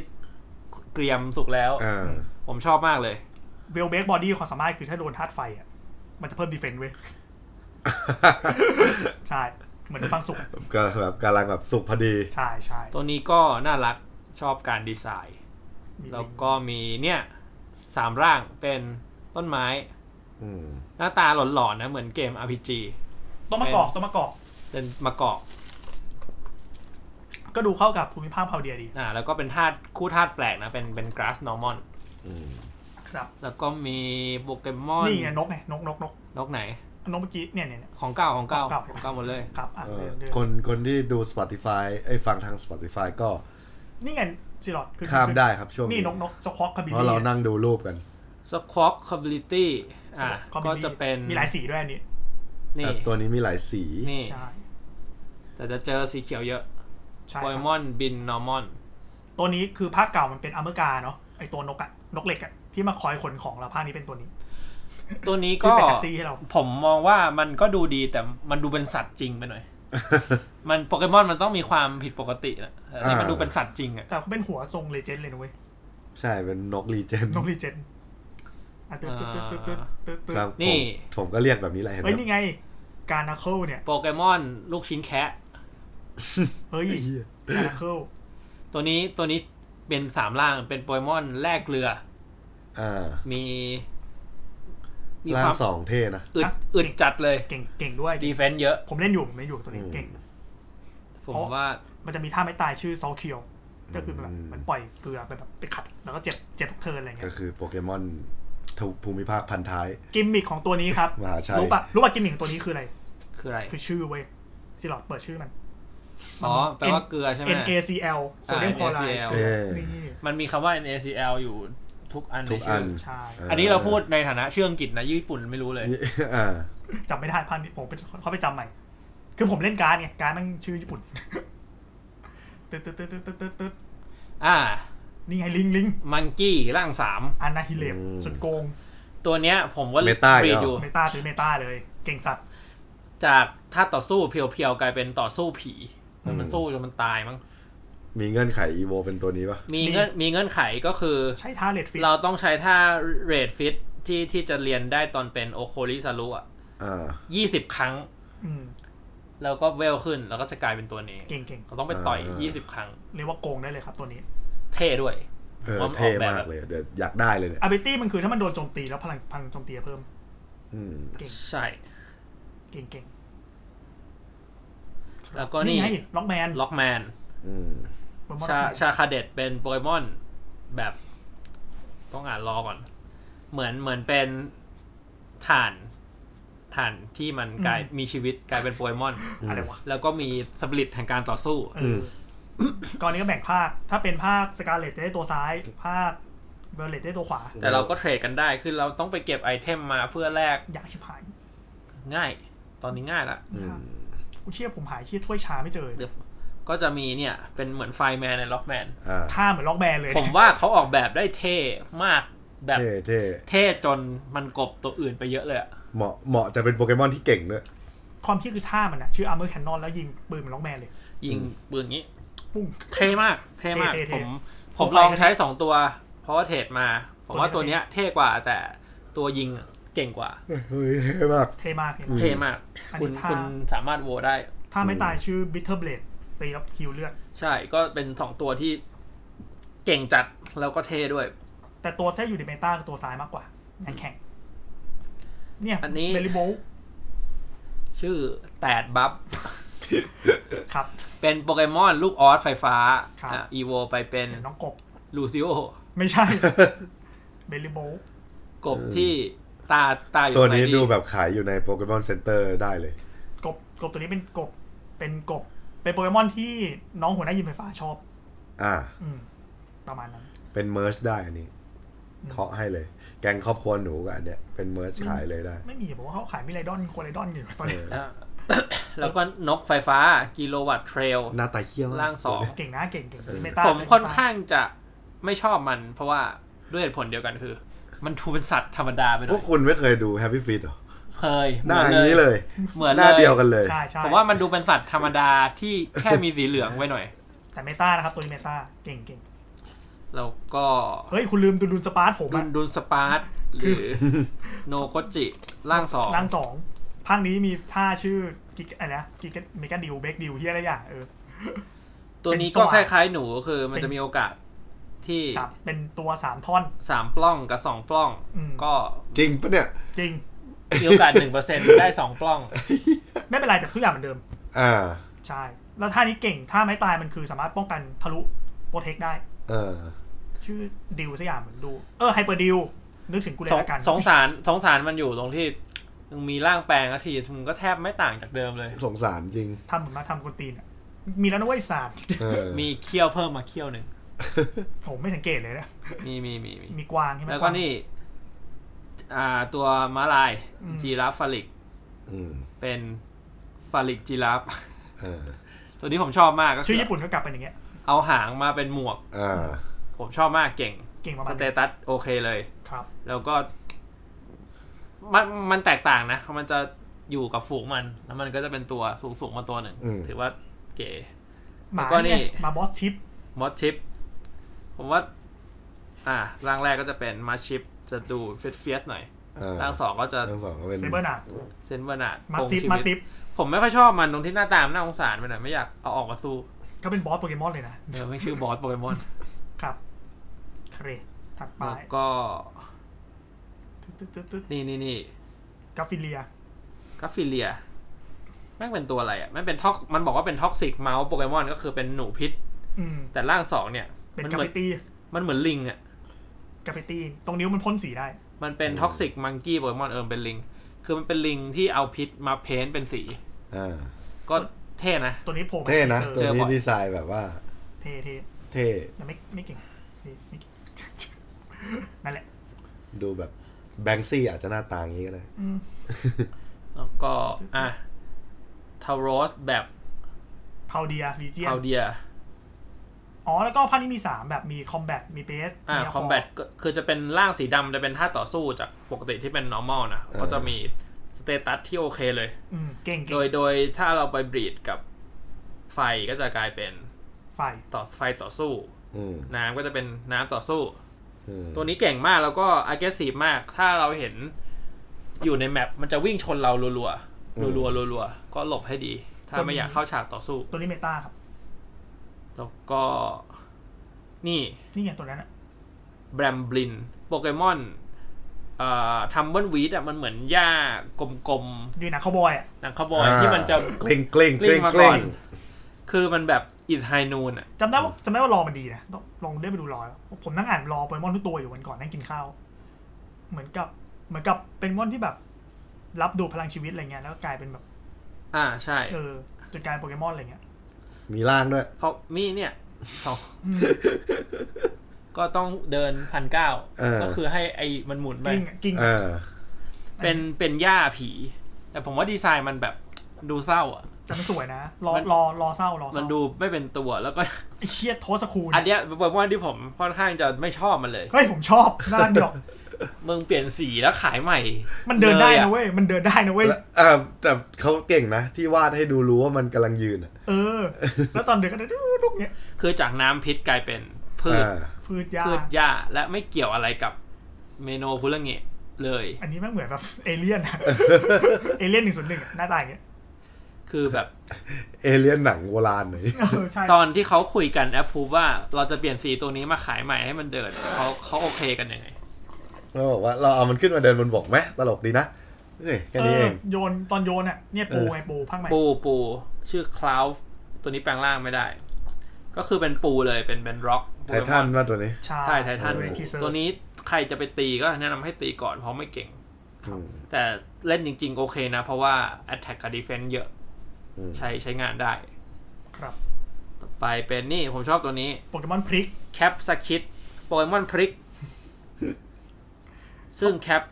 S2: เกรียมสุกแล้ว
S4: อ่า
S2: ผมชอบมากเลย
S3: เวลเบกบอดี้ความสามารถคือถ้าโดนธาตุไฟอ่ะมันจะเพิ่มดีเฟนต์เว้ ยใช่เหมือนปังสุกอะ
S4: ก็แบบกำลังแบบสุกพอดี
S3: ใช่ใช่
S2: ตัวนี้ก็น่ารักชอบการดีไซน์
S3: มี
S2: แล้วก็มีเนี่ยสามร่างเป็นต้นไม้
S4: อืม
S2: หน้าตาหลอนๆนะเหมือนเกม RPG
S3: ต้นมะกอกต้นมะกอก
S2: เป็นมะกอก
S3: ก็ดูเข้ากับภูมิภาคพาวเดียดี
S2: อ่าแล้วก็เป็นธาตุคู่ธาตุแปลกนะเป็นเป็น grass normal
S4: อืม
S3: ครับ
S2: แล้วก็มีโปเกมอน
S3: นี่ไงนกไงนกนกนก
S2: นกไหน
S3: นกเมื่อกี้เนี่ยเนี่ยเนี่ย
S2: ของเก่าของเก่า
S3: ของเก่า
S2: ของเก่าหมดเลย
S3: ครับอ่ะ
S4: เออ
S3: เรื่องเรื่อง
S4: คนคนที่ดู Spotify ไอ้ยฟังทาง Spotify ก็
S3: นี่ไงซีรอดคือ
S4: ข้ามได้ครับช่วง
S3: นี่
S4: นี้
S3: นกนกสควอกคาบิ
S4: เพราะเรานั่งดูรูปกัน
S2: Squawk c a b i l i t y อ่าก็จะเป็น
S3: มีหลายสีด้วยอันนี้
S2: นี่
S4: แต่ตัวนี้มีหลายสี
S2: นี่
S3: ใช่
S2: แต่จะเจอสีเขียวเยอะ
S3: ใช่ค
S2: โป
S3: รับ
S2: เกมอนบินนอร์มอน
S3: ตัวนี้คือภาคเก่ามันเป็นอเมริกาเนาะไอตัวนกอะนกเหล็กอะที่มาคอยขนของเราภาคนี้เป็นตัวนี้
S2: ตัวนี้
S3: ที่
S2: ก็
S3: เป็นแท็กซี่ให้เรา
S2: ผมมองว่ามันก็ดูดีแต่มันดูเป็นสัตว์จริงไปหน่อย มันโปเกมอนมันต้องมีความผิดปกตินะแต่อันนี่
S4: อ่ามั
S2: มันดูเป็นสัตว์จริงอะ
S3: แต่เขาเป็นหัวทรงเลเจนด์เลยนะเว้ย
S4: ใช่เป็นนกรีเจน
S3: นกเลเจนด์อ่ะตึ๊ดตึ๊ดตึ๊ดตึ๊ดตึ๊ดตึ๊ดตึ๊ด
S4: ครับ
S2: นี่
S4: ผมผมก็เรียกแบบนี้แหละเห็นไหม
S3: เฮ้ยนี่ไงการนาเคิลเนี่ย
S2: โปเกมอนลูกชิ้นแคะ
S3: เฮ้ย
S4: ไอ้เหี้ย
S3: การนาเคิล
S2: ตัวนี้ตัวนี้เป็นสามล่างเป็นโปเกมอนแลกเกลือ
S4: อ่า
S2: มี
S4: ร่างสองเท่นะ
S2: อึดอึดจัดเลย
S3: เก่งเก่งด้วย
S2: ดีเฟนต์เยอะ
S3: ผมเล่นอยู่ผมเล่นอยู่ตัวนี้
S4: อืม
S3: เก่ง
S2: ผม
S3: เพราะ
S2: ว่า
S3: มันจะมีท่าไม่ตายชื่อซอเคียวก็คือแบบ
S4: อืม
S3: เหมันปล่อยเกลือไปแบบไปขัด แล้วก็เจ็บเจ็บทุกเทิร์นอะไร
S4: ก็
S3: เงี้ย
S4: คือโปเกมอนทุกภูมิภาคพันท้าย
S3: กิมมิคของตัวนี้ครับ
S4: มหาชัย
S3: รู้ปะรู้ปะกิมมิคของตัวนี้คืออะไร
S2: คืออะไร
S3: คือชื่อเว้ยที่หลอดเปิดชื่อมัน
S2: อ๋อแปลว่าเกลือใช่ไหม
S3: NaCl โซเดียมคลอไรด์
S2: NaCl
S4: เออ
S3: นี่
S2: มันมีคำว่า NaCl อยู่ทุกอันใน
S4: ทุกอั
S2: ชื่
S4: น
S2: อ
S3: ใช่
S2: อันนี้เราพูดในฐานะชื่ออังกฤษนะญี่ปุ่นไม่รู้เลย
S4: อ่า
S3: จำไม่ได้พันนี้ผมไปเขาไปจำใหม่ คือผมเล่นการ์ดไง การ์ดมันชื่อญี่ปุ่น ตึ๊ดตึ๊ดตึ๊ดตึ๊ดตึ๊ดตึ๊ดตึ๊ด
S2: อ่า
S3: นี่ไงลิงลิง
S2: มังกี้ร่างสาม
S3: อันนาฮิเลมสุดโกง
S2: ตัวเนี้ยผมว่า
S4: เมตา
S2: บรี
S4: อีก
S2: ด
S4: แล้ว
S2: อยู่
S3: เมตาถือเมตาเลย เก่งสัตว์
S2: จากท่าต่อสู้เพียวๆ กลายเป็นต่อสู้ผีมันมันสู้จนมันตายมั้ง
S4: มีเงื่อนไขอีโวเป็นตัวนี้ปะ
S2: มีเงื่อนมีเงื่อนไขก็คือ
S3: ใช้ท่าเลดฟิต
S2: เราต้องใช้ท่าเรดฟิตที่ที่จะเรียนได้ตอนเป็นโอโคลิซารุอ่ะ
S4: อ่า
S2: ยี่สิบครั้ง
S3: อืม
S2: แล้วก็เวลขึ้นแล้วก็จะกลายเป็นตัวนี้
S3: เก่งเก่ง
S2: เขาต้องไปต่อย
S4: อ่า
S2: ยี่สิบครั้ง
S3: เรียกว่าโกงได้เลยครับตัวนี้
S2: เท่ด้วย
S4: เออ
S2: ผมว่ามันออก
S4: เท่
S2: แบบ
S4: มากเลยเดี๋ยวอยากได้เลยเนี่ย
S3: อาบิตี้มันคือถ้ามันโดนโจมตีแล้วพลังพลังโจมตีเพิ่ม
S4: อืม
S3: เก่ง
S2: ใช่
S3: เก่งเก่ง
S2: แล้วก็นี่
S3: ไงล็อกแมน
S2: ล็อกแมน
S4: อืม
S2: ชาชาคาเดตเป็นโปเกมอนแบบ ต้องอ่านรอก่อน เหมือนเหมือนเป็นฐานฐานที่มันกลายมีชีวิตกลายเป็นโปเกมอน
S3: อะไรวะ
S2: แล้วก็มีสปิริตแห่งการต่อสู้
S3: เออก่อนนี้ก็แบ่งภาค ถ้าเป็นภาคสกาเลตจะได้ตัวซ้าย ภาคเวลเลตได้ตัวขวา
S2: แต่เราก็เทรดกันได้ คือเราต้องไปเก็บไอเทมมาเพื่อแลก
S3: อยากชิบหาย
S2: ง่าย ตอนนี้ง่ายละ
S4: อืม
S3: กูเชื่อผมหายเชี่ยถ้วยชาไม่เจอเลย
S2: เดี๋ยวก็จะมีเนี่ย เป็นเหมือนไฟแมนในล็อกแมน
S4: อ่า
S3: ท่าเหมือนล็อกแบนเลย
S2: ผมว่าเขาออกแบบได้เท่มากแบบ
S4: เท่เท่
S2: เท่จนมันกบตัวอื่นไปเยอะเลยอะ
S4: เหมาะเหมาะจะเป็นโปเกมอนที่เก่งด้วย
S3: ความเชี่ยคือท่ามันอะชื่ออาร์เมอร์แคนนอนแล้วยิงปืนเหมือนล็อกแมนเลย
S2: ยิงปืนงี้
S3: ปุ้ง
S2: เท่มาก เท่มาก
S3: เท่เท่
S2: ผม
S3: เท่
S2: ผม
S3: ผมไป
S2: ลอง
S3: นะ
S2: ใช้สองตัว เพราะว่าเทรดมา ผมว่า
S3: ตั
S2: ตัว
S3: วเนี้
S2: เนี้ย
S3: ย
S2: เท่กว่าแต่ตัวยิงเก่งกว่า
S4: เฮ้ยเท่มาก
S3: เทมากเลย
S2: เท่มาก
S3: อันนี้
S2: คุณ
S3: ท่า
S2: คุณสามารถโหวตได้
S3: ท่าไม่ตายชื่อบิ t เทอร์เบลดตีแล้วฮิวเลือด
S2: ใช่ ก็เป็นสองตัวที่เก่งจัดแล้วก็เท่ด้วย
S3: แต่ตัวถ้าอยู่ในเมตาคือตัวซ้ายมากกว่างั้นแข่ง เนี่ย
S2: อันนี้
S3: เบลิโบ
S2: ชื่อแตดบัฟ
S3: ครับ
S2: เป็นโปเกมอนลูกออสไฟฟ้า
S3: ครับ
S2: อ่ะอีโวไปเป็น
S3: เดี๋ยวน้องกบ
S2: ลูซิโอ
S3: ไม่ ใช่ เบลิโบ
S2: กบที่ตาตาอยู่
S4: ตัว
S2: ไห
S4: นี้ดูแบบขายอยู่ในโปเกมอนเซ็นเตอร์ได้เลย
S3: กบกบตัวนี้เป็นกบ เป็นกบ เป็นโปเกมอนที่น้องหัวหน้ายิมไฟฟ้าชอบ
S4: อ่า
S3: อืม ประมาณนั้น
S4: เป็นเมอร์ชได้อันนี้ เคาะให้เลย แกงครอบครัวหนูกับอันเนี้ยเป็นเมอร์ชขายเลยได้
S3: ไม่มีผมว่าเขาขายมิไรดอนโคไรดอนอยู่ตอนนี้
S2: อ่ะ แล้วก็นกไฟฟ้ากิโลวัตต์เทรล
S4: หน้าตาเขี้ยวมก
S2: ร่างสอง
S3: เก่งนะเก่งเก่งเมตา
S2: ผมค่อนข้างจะไม่ชอบมัน เพราะว่า ด้วยเหตุผลเดียวกันคือ มันทูเป็นสัตว์ธรรมดาไปห
S4: พ
S2: น่
S4: ว
S2: อก ย
S4: คุณไม่เคยดู Happy Feet หรอ
S2: เคย
S4: หน้าอย่างนี้เลย
S2: เหมือน
S4: ห
S2: เลย
S4: น้าเดียวกันเลย
S3: ใช่ใช่
S2: ผมว่ามันดูเป็นสัตว์ธรรมดาที่แค่มีสีเหลืองไว้หน่อย
S3: แต่เมตานะครับ ตัวนี้เมตาเก่งเก่ง
S2: แล้วก็
S3: เฮ้ย คุณลืมดูดูนสปาร์ตผม
S2: ดุ
S3: อะ
S2: นดุนสปาร์ตหรือโนโกจิร่างสอง
S3: ร่างสองภาคนี้มีท่าชื่อกิกอะไรนะกิกเมกาดิวเบกดิวเฮียอะไรอย่างเออ
S2: ตัวนี้
S3: เป็นตั
S2: ก็
S3: ว
S2: คล้ายๆหนูคือมันจะมีโอกาสที่
S3: สามเป็นตัวสามท่อน
S2: สามปล้องกับสองปล้อง
S3: อืม
S2: ก็
S4: จริงปะเนี่ย
S3: จริง
S2: มีโอกาสหนึ่งเปอร์เซ็นได้สองปล้อง
S3: ไม่เป็นไรแต่ทุกอย่างเหมือนเดิม
S4: อ่า
S3: ใช่ แล้วท่านี้เก่งท่าไม้ตายมันคือสามารถป้องกันทะลุโปรเทคได้
S4: เออ
S3: ชื่อดิวสักอย่างเหมือนดู เออไฮเปอร์ดิวนึกถึงกูเลย
S2: สอง
S3: ละกัน
S2: สงสารสงสารมันอยู่ตรงที่มึงมีร่างแปลงอาทีมึงก็แทบไม่ต่างจากเดิมเลย
S4: สงสารจริง
S3: ทำเหมือนมาทำคนตีนอะมีแล้วนะเว้ย ศาสตร์
S4: เออ
S2: มีเขี้ยวเพิ่มมาเขี้ยวหนึ่ง
S3: ผมไม่สังเกตเลยนะ
S2: มีมีมีมี
S3: มีกวางใช่ไหม
S2: แล้วก็นี่ อ่าตัวม้าลาย
S3: อืม
S2: จีราฟฟาลิก
S4: อืม
S2: เป็นฟาลิกจีราฟ
S4: เออ
S2: ตัวนี้ผมชอบมากก็
S3: ชื่
S2: คือ
S3: ญี่
S2: อ
S3: ปุ่นก็กลับเป็นอย่างเงี้ย
S2: เอาหางมาเป็นหมวก
S4: อ่า
S2: ผมชอบมากเก่ง
S3: เก่งประ
S2: ส
S3: มาณ
S2: เต
S3: นั้น
S2: ตัสโอเคเลย
S3: ครับ
S2: แล้วก็มันมันแตกต่างนะ มันจะอยู่กับฝูงมัน แล้วมันก็จะเป็นตัวสูงสูงๆมาตัวหนึ่ง
S4: อืม
S2: ถือว่าเก๋
S3: หมา
S2: แล้วก็นี่
S3: เนี่ยหมาบอสชิป
S2: มอสชิป ผมว่า อ่าร่างแรกก็จะเป็นมาชิป จะดูเฟียสเฟียสๆหน่อย
S4: อ่า
S2: ร่างสองก็จะ
S4: ทั้งสองก็เป็น
S3: เซเบอร์นาด
S2: เซนเบอร์นาด
S3: มาซิปมาติป
S2: ผมไม่ค่อยชอบมันตรงที่หน้าตามนน่าสงสารไปหน่อยไม่อยากเอาออกมาสู้
S3: ก็เป็นบอสโปเกมอนเลยนะ
S2: เดี๋ยวไม่ชื่อบอสโปเกมอน
S3: ครับเครถักไป
S2: แล้วก็ นี่นี่นี่
S3: กาฟิเลีย
S2: กราฟิเลีย แม่งเป็นตัวอะไรอ่ะแม่งเป็นท็อกมันบอกว่าเป็นท็อกซิกเมาส์โปเกมอนก็คือเป็นหนูพิษ
S3: อืม
S2: แต่ร่างสองเนี่ย
S3: เป็น
S2: มัน
S3: กา
S2: เหมือ
S3: ฟิ
S2: น
S3: ตี้
S2: มันเหมือนลิงอ่ะ
S3: กาฟิตี้ตรงนิ้วมันพ่นสีได้
S2: มันเป็นท็อกซิกมังกี้โปเกมอนเออเป็นลิง คือมันเป็นลิงที่เอาพิษมาเพ้นท์เป็นสี
S4: อ่า
S2: ก็เท่นะ
S3: ตัวนี้โผล่มา
S4: เท่นะ
S3: เซ
S4: ตั
S3: อ
S4: ว
S3: ร์
S4: นี้ดีไซน์แบบว่า
S3: เท่เท่
S4: เท่
S3: แต่ไม่ไม่เก่งไม่ไม่เก่ง นั่นแหละ
S4: ดูแบบแบงซี่อาจจะหน้าตาอย่างนี้ก็ได้
S3: อืม
S2: แล้วก็ อ่ะทาวโรสแบบ
S3: พาวเดียรีเจียน
S2: พาวเดีย
S3: อ๋อ แล้วก็ภาคนี้มี 3 แบบมีคอมแบทมีเบส
S2: อ่าคอมแบทคือจะเป็นร่างสีดำจะเป็นท่าต่อสู้จากปกติที่เป็น normal นะ
S4: เออ
S2: ก็จะมีสเตตัสที่โอเคเลย
S3: อืมเก่งเก่
S2: โด
S3: ง
S2: ยโดยถ้าเราไปบรีดกับไฟก็จะกลายเป็น
S3: ไฟ
S2: ต่อไฟต่อสู้
S4: อืม
S2: น้ำก็จะเป็นน้ำต่อสู้
S4: อืม
S2: ตัวนี้เก่งมากแล้วก็ aggressive มาก ถ้าเราเห็นอยู่ในแมปมันจะวิ่งชนเรารัวๆ รัวๆ รัวๆ ก็หลบให้ดี ถ้าไม่อยากเข้าฉากต่อสู้
S3: ตัวนี้เมตาครับ
S2: แล้วก็ นี่
S3: นี่ไงตัวนั้นอะ
S2: แบรมบลินโปเกมอนเอ่อทัมเบิลวีดอ่ะ มันเหมือนหญ้ากลม
S3: อยู่หนังคาวบอยอะ
S2: ๆหนังขบอยที่มันจะ
S4: กลิ้งกลิ้ง
S2: ก
S4: กลิ้
S2: ลิ้
S4: ง
S2: งมาก ก่
S4: ลิ้
S2: อง น คือมันแบบอิสไฮนูนอ่ะ
S3: จำได้ว่าจำได้ว่าลอมันดีนะต้องลองเลื่อนไปดูลอผมนั่งอ่านรอโปเกมอนทุกตัวอยู่วันก่อนนั่งกินข้าว เหมือนกับเหมือนกับเป็นมอนที่แบบ รับดูดพลังชีวิตอะไรเงี้ยแล้วก็กลายเป็นแบบ
S2: อ่าใช่
S3: เออจนกลายเป็นโปเกมอนอะไรเงี้ย
S4: มีล่างด้วย
S2: เพราะมีเนี่ยสองก็ต้องเดินพันเก้า
S4: เออ
S2: ก็คือให้ไอ้มันหมุนไป
S3: กิ้งอะกิ้ง
S4: เออ
S2: เป็นเป็นหญ้าผี แต่ผมว่าดีไซน์มันแบบดูเศร้าอ่ะ
S3: จะไม่สวยนะรอ
S2: มัน
S3: รอรอเศร้ารอเศ
S2: มัน
S3: ร้า
S2: ดูไม่เป็นตัวแล้วก็
S3: ไอ้เชียโทสคูล
S2: อันเนี้ยเป็นโปเกมอนที่ผมค่อนข้างจะไม่ชอบมันเลย
S3: เฮ้ยผมชอบหน้าเดียว
S2: มึงเปลี่ยนสีแล้วขายใหม่
S3: มันเดินได้
S2: ล
S3: นะ
S2: ยอ
S3: เว้ยมันเดินได้นะเว้ย
S4: แล้วเอ่อแต่เขาเก่งนะ ที่วาดให้ดูรู้ว่ามันกำลังยืนอะ
S3: เออ แล้วตอนเด็กก็ได้ลูกเนี้ย
S2: คือจากน้ำพิษกลายเป็นพืช
S4: อ่า
S3: พืชยา
S2: พืชหญ้าและไม่เกี่ยวอะไรกับเมโนพุลเงะเลย
S3: อันนี้แม่งเหมือนแบบเอเลี่ย นอะ เอเลี่ยนหนึ่งศูนย์หนึ่งหน้าตาอย่างเงี้ย
S2: คือแบบ
S4: เอเลี่ยนหนังโบราณหน่อย
S3: เออใช่
S2: ตอนที่เขาคุยกันแอปพูว่าเราจะเปลี่ยนสีตัวนี้มาขายใหม่ให้มันเดินเขาเขาโอเคกันยังไง
S4: เราบอกว่าเราเอามันขึ้นมาเดินบนบกไหมตลกดีนะนี่แค่
S3: เอ
S4: นี้เอ
S3: อง โยนตอนโยนอะเนี่ยปู
S4: เออ
S3: ไงปูพังใหม่
S2: ปูปูชื่อคลาวตัวนี้แปลงร่างไม่ได้ ก็คือเป็นปูเลยเป็นเป็นร็อก
S4: ไททันว่าตัวนี้
S3: ใช่
S2: ใช่ไททัน
S3: เออทีเซอร์
S2: ตัวนี้ใครจะไปตีก็แนะนำให้ตีก่อนเพราะไม่เก่ง
S4: อืม
S2: แต่เล่นจริงๆ โอเคนะ เพราะว่า Attack กับ Defense เยอะ
S4: อืม
S2: ใช้ใช้งานได้
S3: ครับ
S2: ต่อไปเป็นนี่ผมชอบตัวนี้
S3: โปเกมอนพริก
S2: แคปสคิดโปเกมอนพริ ก ซึ่งแคป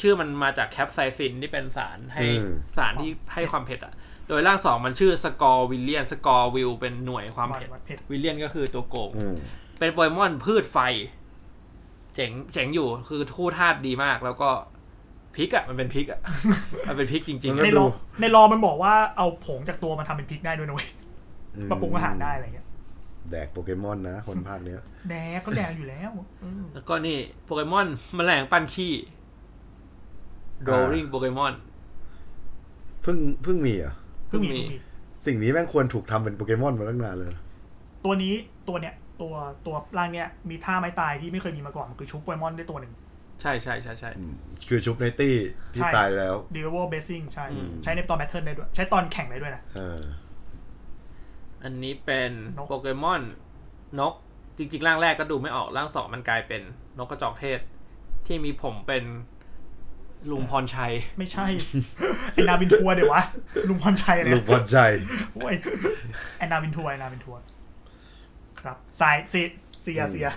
S2: ชื่อมันมาจากแคปไซซินที่เป็นสารให้
S4: อืม
S2: สารที่ให้ความเผ็ดอะโดยร่างสองมันชื่อสกอร์วิลเลียนสกอร์วิลเป็นหน่วยความเผ็ด
S3: วัดเผ็ด
S2: วิลเลียนก็คือตัวโกง
S4: อืม
S2: เป็นโปเกมอนพืชไฟ เจ๋งเจ๋งอยู่คือคู่ธาตุดีมากแล้วก็พริกอ่ะมันเป็นพริ กอ่ะ มันเป็นพริกจริงๆ
S4: มั
S2: อะ
S4: น
S3: ใน
S4: ก็
S3: รอในรอมันบอกว่าเอาผงจากตัวมันทำเป็นพริกได้ด้วยนะเว้ย
S4: อื
S3: มาปรุงอาหารได้อะไรเงี้ย
S4: แดกโปเกมอนนะคนภาคเนี้ย
S3: แดกก็แดกอยู่แล้วอืม
S2: แล้วก็นี่โปเกมอนแมลงปั้นขี้
S4: อ่า
S2: rolling โปเกมอน
S4: เพิ่งเพิ่งมีเหรอ่ะ
S2: เพิ่
S3: เพิ่
S2: ง
S3: ง
S2: มี
S3: มีเพิ่งมี
S4: สิ่งนี้แม่งควรถูกทำเป็นโปเกมอนมาตั้งนานเลย
S3: ตัวนี้ตัวเนี้ยตัวตัวร่างเนี้ยมีท่าไม้ตายที่ไม่เคยมีมาก่อนมันคือชุบโปเกมอนได้ตัวหนึ่ง
S2: ใช่ใช่ใช่ใช่
S4: คือชุบในตี้ที่
S3: ใช่
S4: ตายแล้ว
S3: d e v i l Blessing ใช่
S2: อืม
S3: ใช้ในตอนแบทเทิลได้ด้วย ใช้ตอนแข่งได้ด้วยนะ
S4: เออ
S2: อันนี้เป็น
S3: นก
S2: โปเกมอนนกจริงๆ ร่างแรกก็ดูไม่ออกร่างสองมันกลายเป็นนกกระจอกเทศ ที่มีผมเป็นลุงพรชัย
S3: ไม่ใช่ แอนนาวินทัวร์เดี๋ยววะ ลุงพรชัยอะไร
S4: ลูกบอลใจ
S3: โอ้ยแอนนาวินทัวร์แอนนาวินทัวร์ครับสายเซียเซียเซีย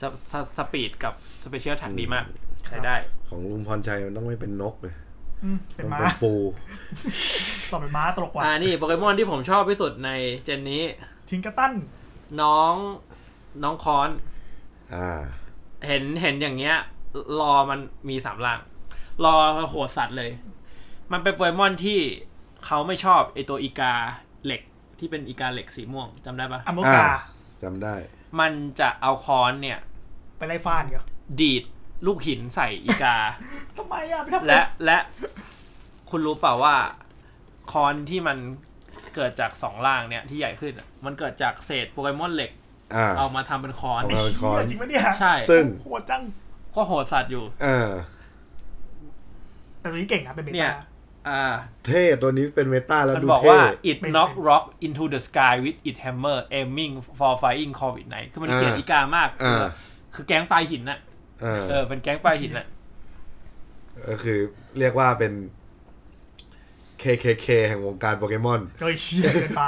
S2: สปสปสปีดกับสเปเชียลแท็กดีมาก
S3: ครับ
S2: ใช้ได้
S4: ของลุงพรชัยมันต้องไม่เป็นนกเลย
S3: อืมเป็น
S4: ต้อง
S3: ม้า
S4: เป็นปู
S3: ต่อเป็นม้าตลกกว่า
S2: อ่านี่โปเกมอนที่ผมชอบที่สุดในเจนนี้
S3: ทิงกระตั้น
S2: น้องน้องคอน
S4: อ่า
S2: เห็นเห็นอย่างเงี้ย รอมันมีสามล่าง รอโหดสัตว์เลย มันเป็นโปเกมอนที่เขาไม่ชอบไอตัวอีกาเหล็กที่เป็นอีกาเหล็กสีม่วงจำได้ปะ
S3: อโม
S4: อ่าก
S3: า
S4: จำได้
S2: มันจะเอาค้อนเนี่ย
S3: ไปไล่ฟาดเหรอ
S2: ดีดลูกหินใส่อีกา
S3: ทำไมอ่ะไปทำ
S2: และและคุณรู้เปล่าว่าค้อนที่มันเกิดจากสองล่างเนี่ยที่ใหญ่ขึ้นอะมันเกิดจากเศษโปเกมอนเหล็ก
S4: อ่า
S2: เอามาทำเป็นค้อน
S4: เาเป็นคอน
S3: เหี้ยจริงปะเนี่ย
S2: ใช่
S4: ซึ่ง
S3: โหดจัง
S2: ก็โหดสัตว์อยู่
S4: เออ
S3: แต่ตัวนี้เก่งนะเป็นเบ
S2: เนี่ย
S3: ต้า
S2: อ่า
S4: เท่ตัวนี้เป็นเมตาแล้ว
S2: มัน
S4: ดู
S2: บอก
S4: เท่
S2: ว่า it
S3: ไม่
S2: knock rock into the sky with it hammer aiming for fighting covid ไหนคือมันเกลียด
S4: อ่า
S2: อีกามากคืออา คือแก๊งปลายหินน่ะ
S4: เออ
S2: เออเป็นแก๊งปลายหินน่ะ
S4: ก็คือเรียกว่าเป็น KKK แห่งวงการโปเกมอน
S3: เฮ้ยเชี่ยเกินไป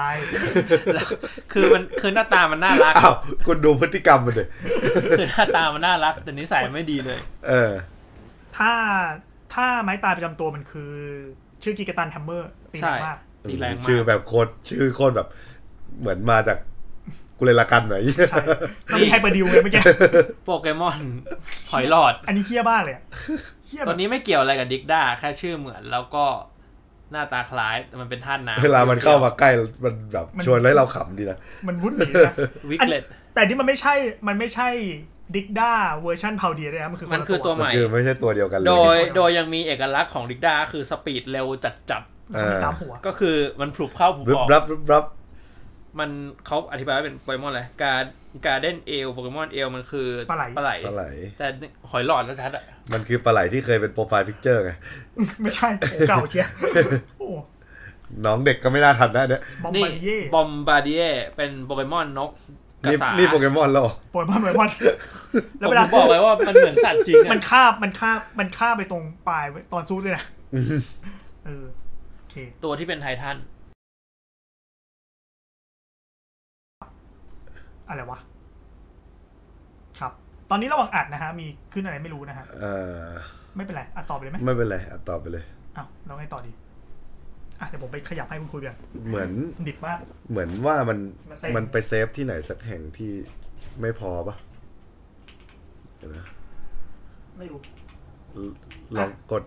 S2: แล้วคือมันคือหน้าตามันน่ารัก
S4: อ้าวคุณดูพฤติกรรมมันเลย
S2: คือหน้าตามันน่ารัก แต่นิสัยไม่ดีเลย
S4: เออ
S3: ถ้าถ้าไม้ตายประจำตัวมันคือ ชื่อกิกาตันแฮมเมอร์ตีแร
S2: ใช่
S3: งมาก
S2: ตีแรงมา
S4: ชื่อก แบบโคตรชื่อโคตรแบบ เหมือนมาจากกุเลลากัน หน่อย
S3: ใช่ต้องมีไฮเปอร์ดิวเลยเมื่อกี้
S2: โปเกม อน หอยหลอด
S3: อันนี้เฮี้ยบ้ากเลยอะเฮี้ยแบ
S2: ตอบ นนี้ไม่เกี่ยวอะไรกับดิกด้า แค่ชื่อเหมือนแล้วก็หน้าตาคล้ายแต่มันเป็นท่านน้ำ
S4: เวลามันเข้ามาใกล้มันแบบชวนให้เราขำดีนะ
S3: มันวุ่นหนีนะ
S2: วิกเลต
S3: แต่นี่มันไม่ใช่ มันไม่ใช่ดิกด้าเวอร์ชันพาวเดียเลยนะมันคือค
S2: มัน น
S3: ละ
S2: คือตัวให
S4: มัน
S2: ม่
S4: คือไม่ใช่ตัวเดียวกันเล
S2: โดย
S4: ย
S2: โดยยังมีเอกลักษณ์ของดิกด้าคือสปีดเร็วจัด
S4: เอ
S3: มัน
S4: อ
S3: มีสามหัว
S2: ๆ ก็คือมันผลุบเข้าผลุบ
S4: รึ
S2: อบ อก
S4: รับรึบรับ
S2: มันเขาอธิบายว่าเป็นโปเกมอนอะไรการการเด่นเอลโปเกมอนเอลมันคือ
S3: ปลาไหล
S2: ไหล
S4: ปลาไหล
S2: แต่หอยหลอดแล้วชัดอะ
S4: มันคือปลาไหลที่เคยเป็นโปรไฟล์พิกเจอร์ไง
S3: ไม่ใช่โอ้เก่าเชี ยโอ้
S4: น้องเด็กก็ไม่น่าทันนะเนี่ย
S3: บอม
S2: นี่
S3: บันเย่
S2: บอมบาร์เดียเป็นโปเกมอนนกกระ
S4: นี่
S2: สาน
S4: นี่โปเกมอนแล้วเหรอ
S3: ปล่อยมันปล่อยมัน แล้วเวลา
S2: ผมบ
S3: สู้
S2: อกเลยว่ามันเหมือนสัตว์จริงอะ
S3: มันคาบมันคาบมันคาบไปตรงปลายไว้ตอนสู้ด้วยนะเออโอเค
S2: ตัวที่เป็นไททัน
S3: อะไรวะ ครับ ตอนนี้ระหว่างอัดนะฮะ มีขึ้นอะไรไม่รู้นะฮะ
S4: เออ
S3: ไม่เป็นไรอัดต่อไปเลยไหม
S4: ไม่เป็นไรอ่ะตอบไปเลย
S3: อ้าวแล้วไงต่อดีอ่ะเดี๋ยวผมไปขยับให้คุณคุยกัน
S4: เหมือน
S3: ดิบมาก
S4: เหมือนว่ามัน
S3: มันเต็ม
S4: มันไปเซฟที่ไหนสักแห่งที่ไม่พอปะเดี๋ยวนะ
S3: ไม่รู้
S4: ลลองกด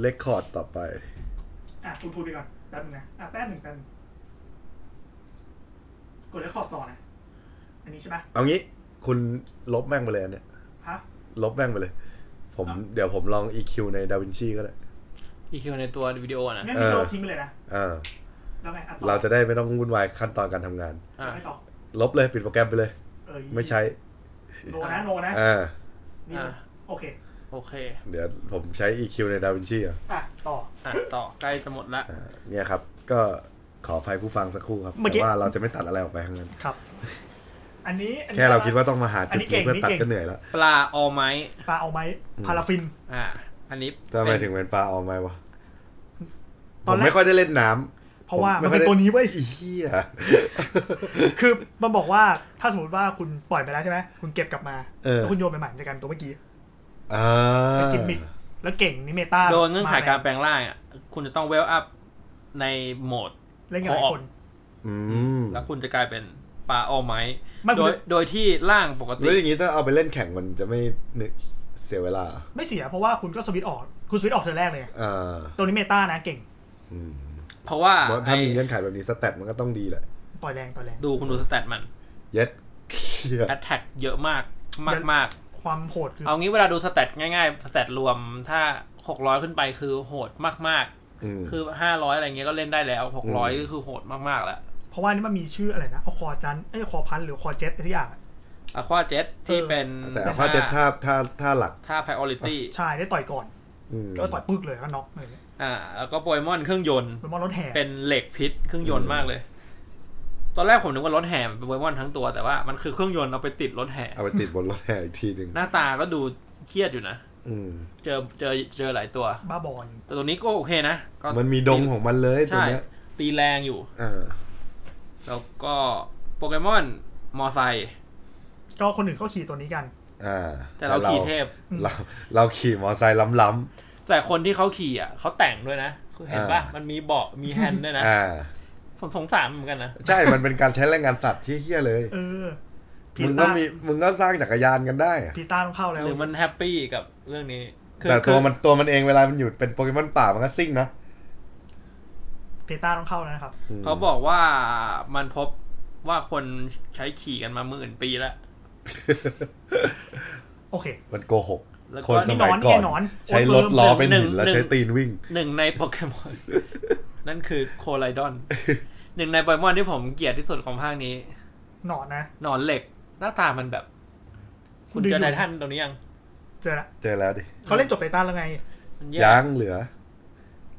S4: เลคคอร์ดต่อไป
S3: อ่ะคุณพูดไปก่อนแป๊บนึงนะอ่ะแป๊บหนึ่งแป๊บนึงกดแล้วขอบต่อนะอันนี้ใช่ปะ
S4: เอางี้คุณลบแม่งไปเลยอันเนี่ย
S3: ฮะ
S4: ลบแม่งไปเลย ผมเดี๋ยวผมลอง EQ ในดาวินชีก็ได้
S2: อีคิวในตัววิดีโอนะ
S3: งั้นวิดีโอ
S4: เออ
S3: ทิ้งไปเลยนะ
S4: อ่า
S3: แล้วไงอ่ะต่อ
S4: เราจะได้ไม่ต้องวุ่นวายขั้นตอนการทำงาน
S3: แล้
S2: อ่ะ
S3: วไงต่อ
S4: ลบเลยปิดโปรแกรมไปเลย
S3: เอ้ย
S4: ไม่ใช้
S3: โนนะโนนะ
S4: อ่า
S3: นี่นะโอเค
S2: โอเค
S4: เดี๋ยวผมใช้ EQ ในดาวินชีอ่ะ
S3: อ่ะต่อ
S2: อ่ะ ต่อใกล้จะหมด ละ
S4: อ่าเนี่ยครับ ก็ขออภัยผู้ฟังสักครู่ครับ
S3: เมื่อกี้
S4: แต่ว่าเราจะไม่ตัดอะไรออกไปทั้งนั้น
S3: ครับ อันนี้อันนี้
S4: แค่เราคิดว่าต้องมาหา
S3: อัน
S4: จุด
S3: นี้เก่
S4: นี้
S3: ง
S4: เพื่อตัด
S3: นี่เก่ง
S4: ก็เหนื่อยแล้ว
S2: ปลาออไม้
S3: ปลาเอาไหมพาราฟิน
S2: อ่ะ อันนี้
S4: ทำไม
S2: เป็น
S4: ถึงเป็นปลาออกไหมวะ
S3: ต
S4: ผ
S3: อน
S4: ม
S3: แรก
S4: ไม่ค่อยได้เล่นน้ำ
S3: เพราะว่า
S4: ผ
S3: มันเป็น
S4: ได้
S3: ตัวนี้เว้ย
S4: อีเหี้ย
S3: คือมันบอกว่าถ้าสมมติว่าคุณปล่อยไปแล้วใช่ไหมคุณเก็บกลับมาแล้วคุณโยนไปใหม่มันจะกลายเป็นตัวเมื่อกี้
S4: อ่า
S3: เป็นกิมมิคแล้วเก่งนี่เมตา
S2: โดยเงื่อนไขการ
S3: ม
S2: แปลงร่างอ่ะ คุณจะต้องเวลอัพในโหมด
S3: เล่นกับหลายคน
S4: อืม
S2: แล้วคุณจะกลายเป็น ปลาเอาไหม
S3: ไม่คุณ
S2: โดยโดยที่ร่างปกติ
S4: แล้วอย่างนี้ถ้าเอาไปเล่นแข่งมันจะไม่เหนื่อยเสียเวลา
S3: ไม่เสียเพราะว่าคุณก็สวิตช์ออกคุณสวิตช์ออกเธอแรกเลยไง
S4: อ่า
S3: ตัวนี้เมตานะเก่ง
S2: เพราะว่า
S4: เพราะถ้า
S2: ไอ้
S4: มีเงื่อนไขแบบนี้สแตทมันก็ต้องดีแหละ
S3: ต่อยแรงต่อยแรง
S2: ดูคุณดูสแตทมัน
S4: เย็ดเขี้ย
S2: แอตแทกเยอะมากมากมาก
S3: ความโหดคือ
S2: เอางี้เวลาดูสแตทง่ายๆสแตทรวมถ้า 600 ขึ้นไปคือโหดมาก
S4: อืม
S2: ๆ คือ 500 อะไรเงี้ยก็เล่นได้แล้ว 600ก็คือโหดมากๆแล้ว
S3: เพราะว่านี่มันมีชื่ออะไรนะเอาคอจันเอ้ยคอพันหรือคอเจ็ตอะไรที่อย่างอะ
S2: อะควาเจ็ตที่เป็น
S4: แต่เอาว่าจะถ้าถ้าถ้าหลัก
S2: ถ้า priority
S3: ใช่ได้ต่อยก่อน
S4: อืม
S3: ก็ต่อยปึ๊กเลยก็น็อกเลย
S2: อ่าแล้วก็โปเกมอนเครื่องยนต์
S3: เป็นมอนรถแห่
S2: เป็นเหล็กพิษเครื่องยนต์มากเลย ตอนแรกผมนึกว่ารถแห่มันเป็นโปเกมอนทั้งตัวแต่ว่ามันคือเครื่องยนต์เอาไปติดรถแห่
S4: เอาไปติดบนรถแห่อีกทีหนึ่ง
S2: หน้าตาก็ดูเครียดอยู่นะ
S4: อืม
S2: เจอเจอเจอหลายตัว
S3: บ้าบอล
S2: แต่ตัวนี้ก็โอเคนะก็
S4: มันมีดงของมันเลยตัว
S2: ใช่
S4: เนี้ย
S2: ตีแรงอยู่
S4: อ่า
S2: แล้วก็โปเกมอนมอไซค์
S3: ก็คนอื่นเขาขี่ตัวนี้กัน
S4: อ่า
S2: แต่เราขี่เทพ
S4: เราเราขี่มอไซค์ล้ำล้
S2: แต่คนที่เขาขี่อ่ะเขาแต่งด้วยนะคือเห็นป่ะ
S4: อ่ามั
S2: มันมีเบาะมีแฮนด์ด้วยนะ
S4: ำอ่า
S2: ผมสงสารมันเหมือนกันนะ
S4: ใช่ มันเป็นการใช้แรงงานสัตว์ที่เฮี้ยเลย
S3: เออพี
S4: มึงก็
S3: ต้า
S4: มีมึงก็สร้างจักรยานกันได้อะ
S3: พีต้าต้องเข้าแล้ว
S2: หรือมันแฮปปี้กับเรื่องนี้คือ
S4: แต่ตัว
S2: คือ
S4: มันตัวมันเองเวลามันหยุดเป็นโปเกมอนป่ามันก็ซิ่งนะ
S3: พีต้าต้องเข้าแล้วนะครับ
S4: ม
S2: เขาบอกว่ามันพบว่าคนใช้ขี่กันมาหมื่นปีแล้ว
S3: โอเค
S4: มันโกหก
S2: แล้วก็
S4: คนสมัยก่อ
S3: นี่หนอน น
S4: ใช้
S3: นี่หนอน
S4: รถล้อเป็น
S2: ห
S4: หิน
S2: นึ่ง
S4: แล้ว
S2: หนึ่ง
S4: ใช้ตีนวิ่ง
S2: หนึ่งในโปเกมอน นั่นคือโคไลดอน หนึ่งในโปเกมอนที่ผมเกลียดที่สุดของภาคนี้
S3: หนอนนะ
S2: หนอนเหล็ก หน้าตามันแบบ คุณ
S3: ดู
S2: เจอ
S3: ดู
S2: ไททันตรงนี้ยัง
S3: เจอละ
S4: เจอแล้วดิ
S3: เขาเล่นจบไทต้าแล้วไง
S2: มันแย่
S4: ยางเหลือ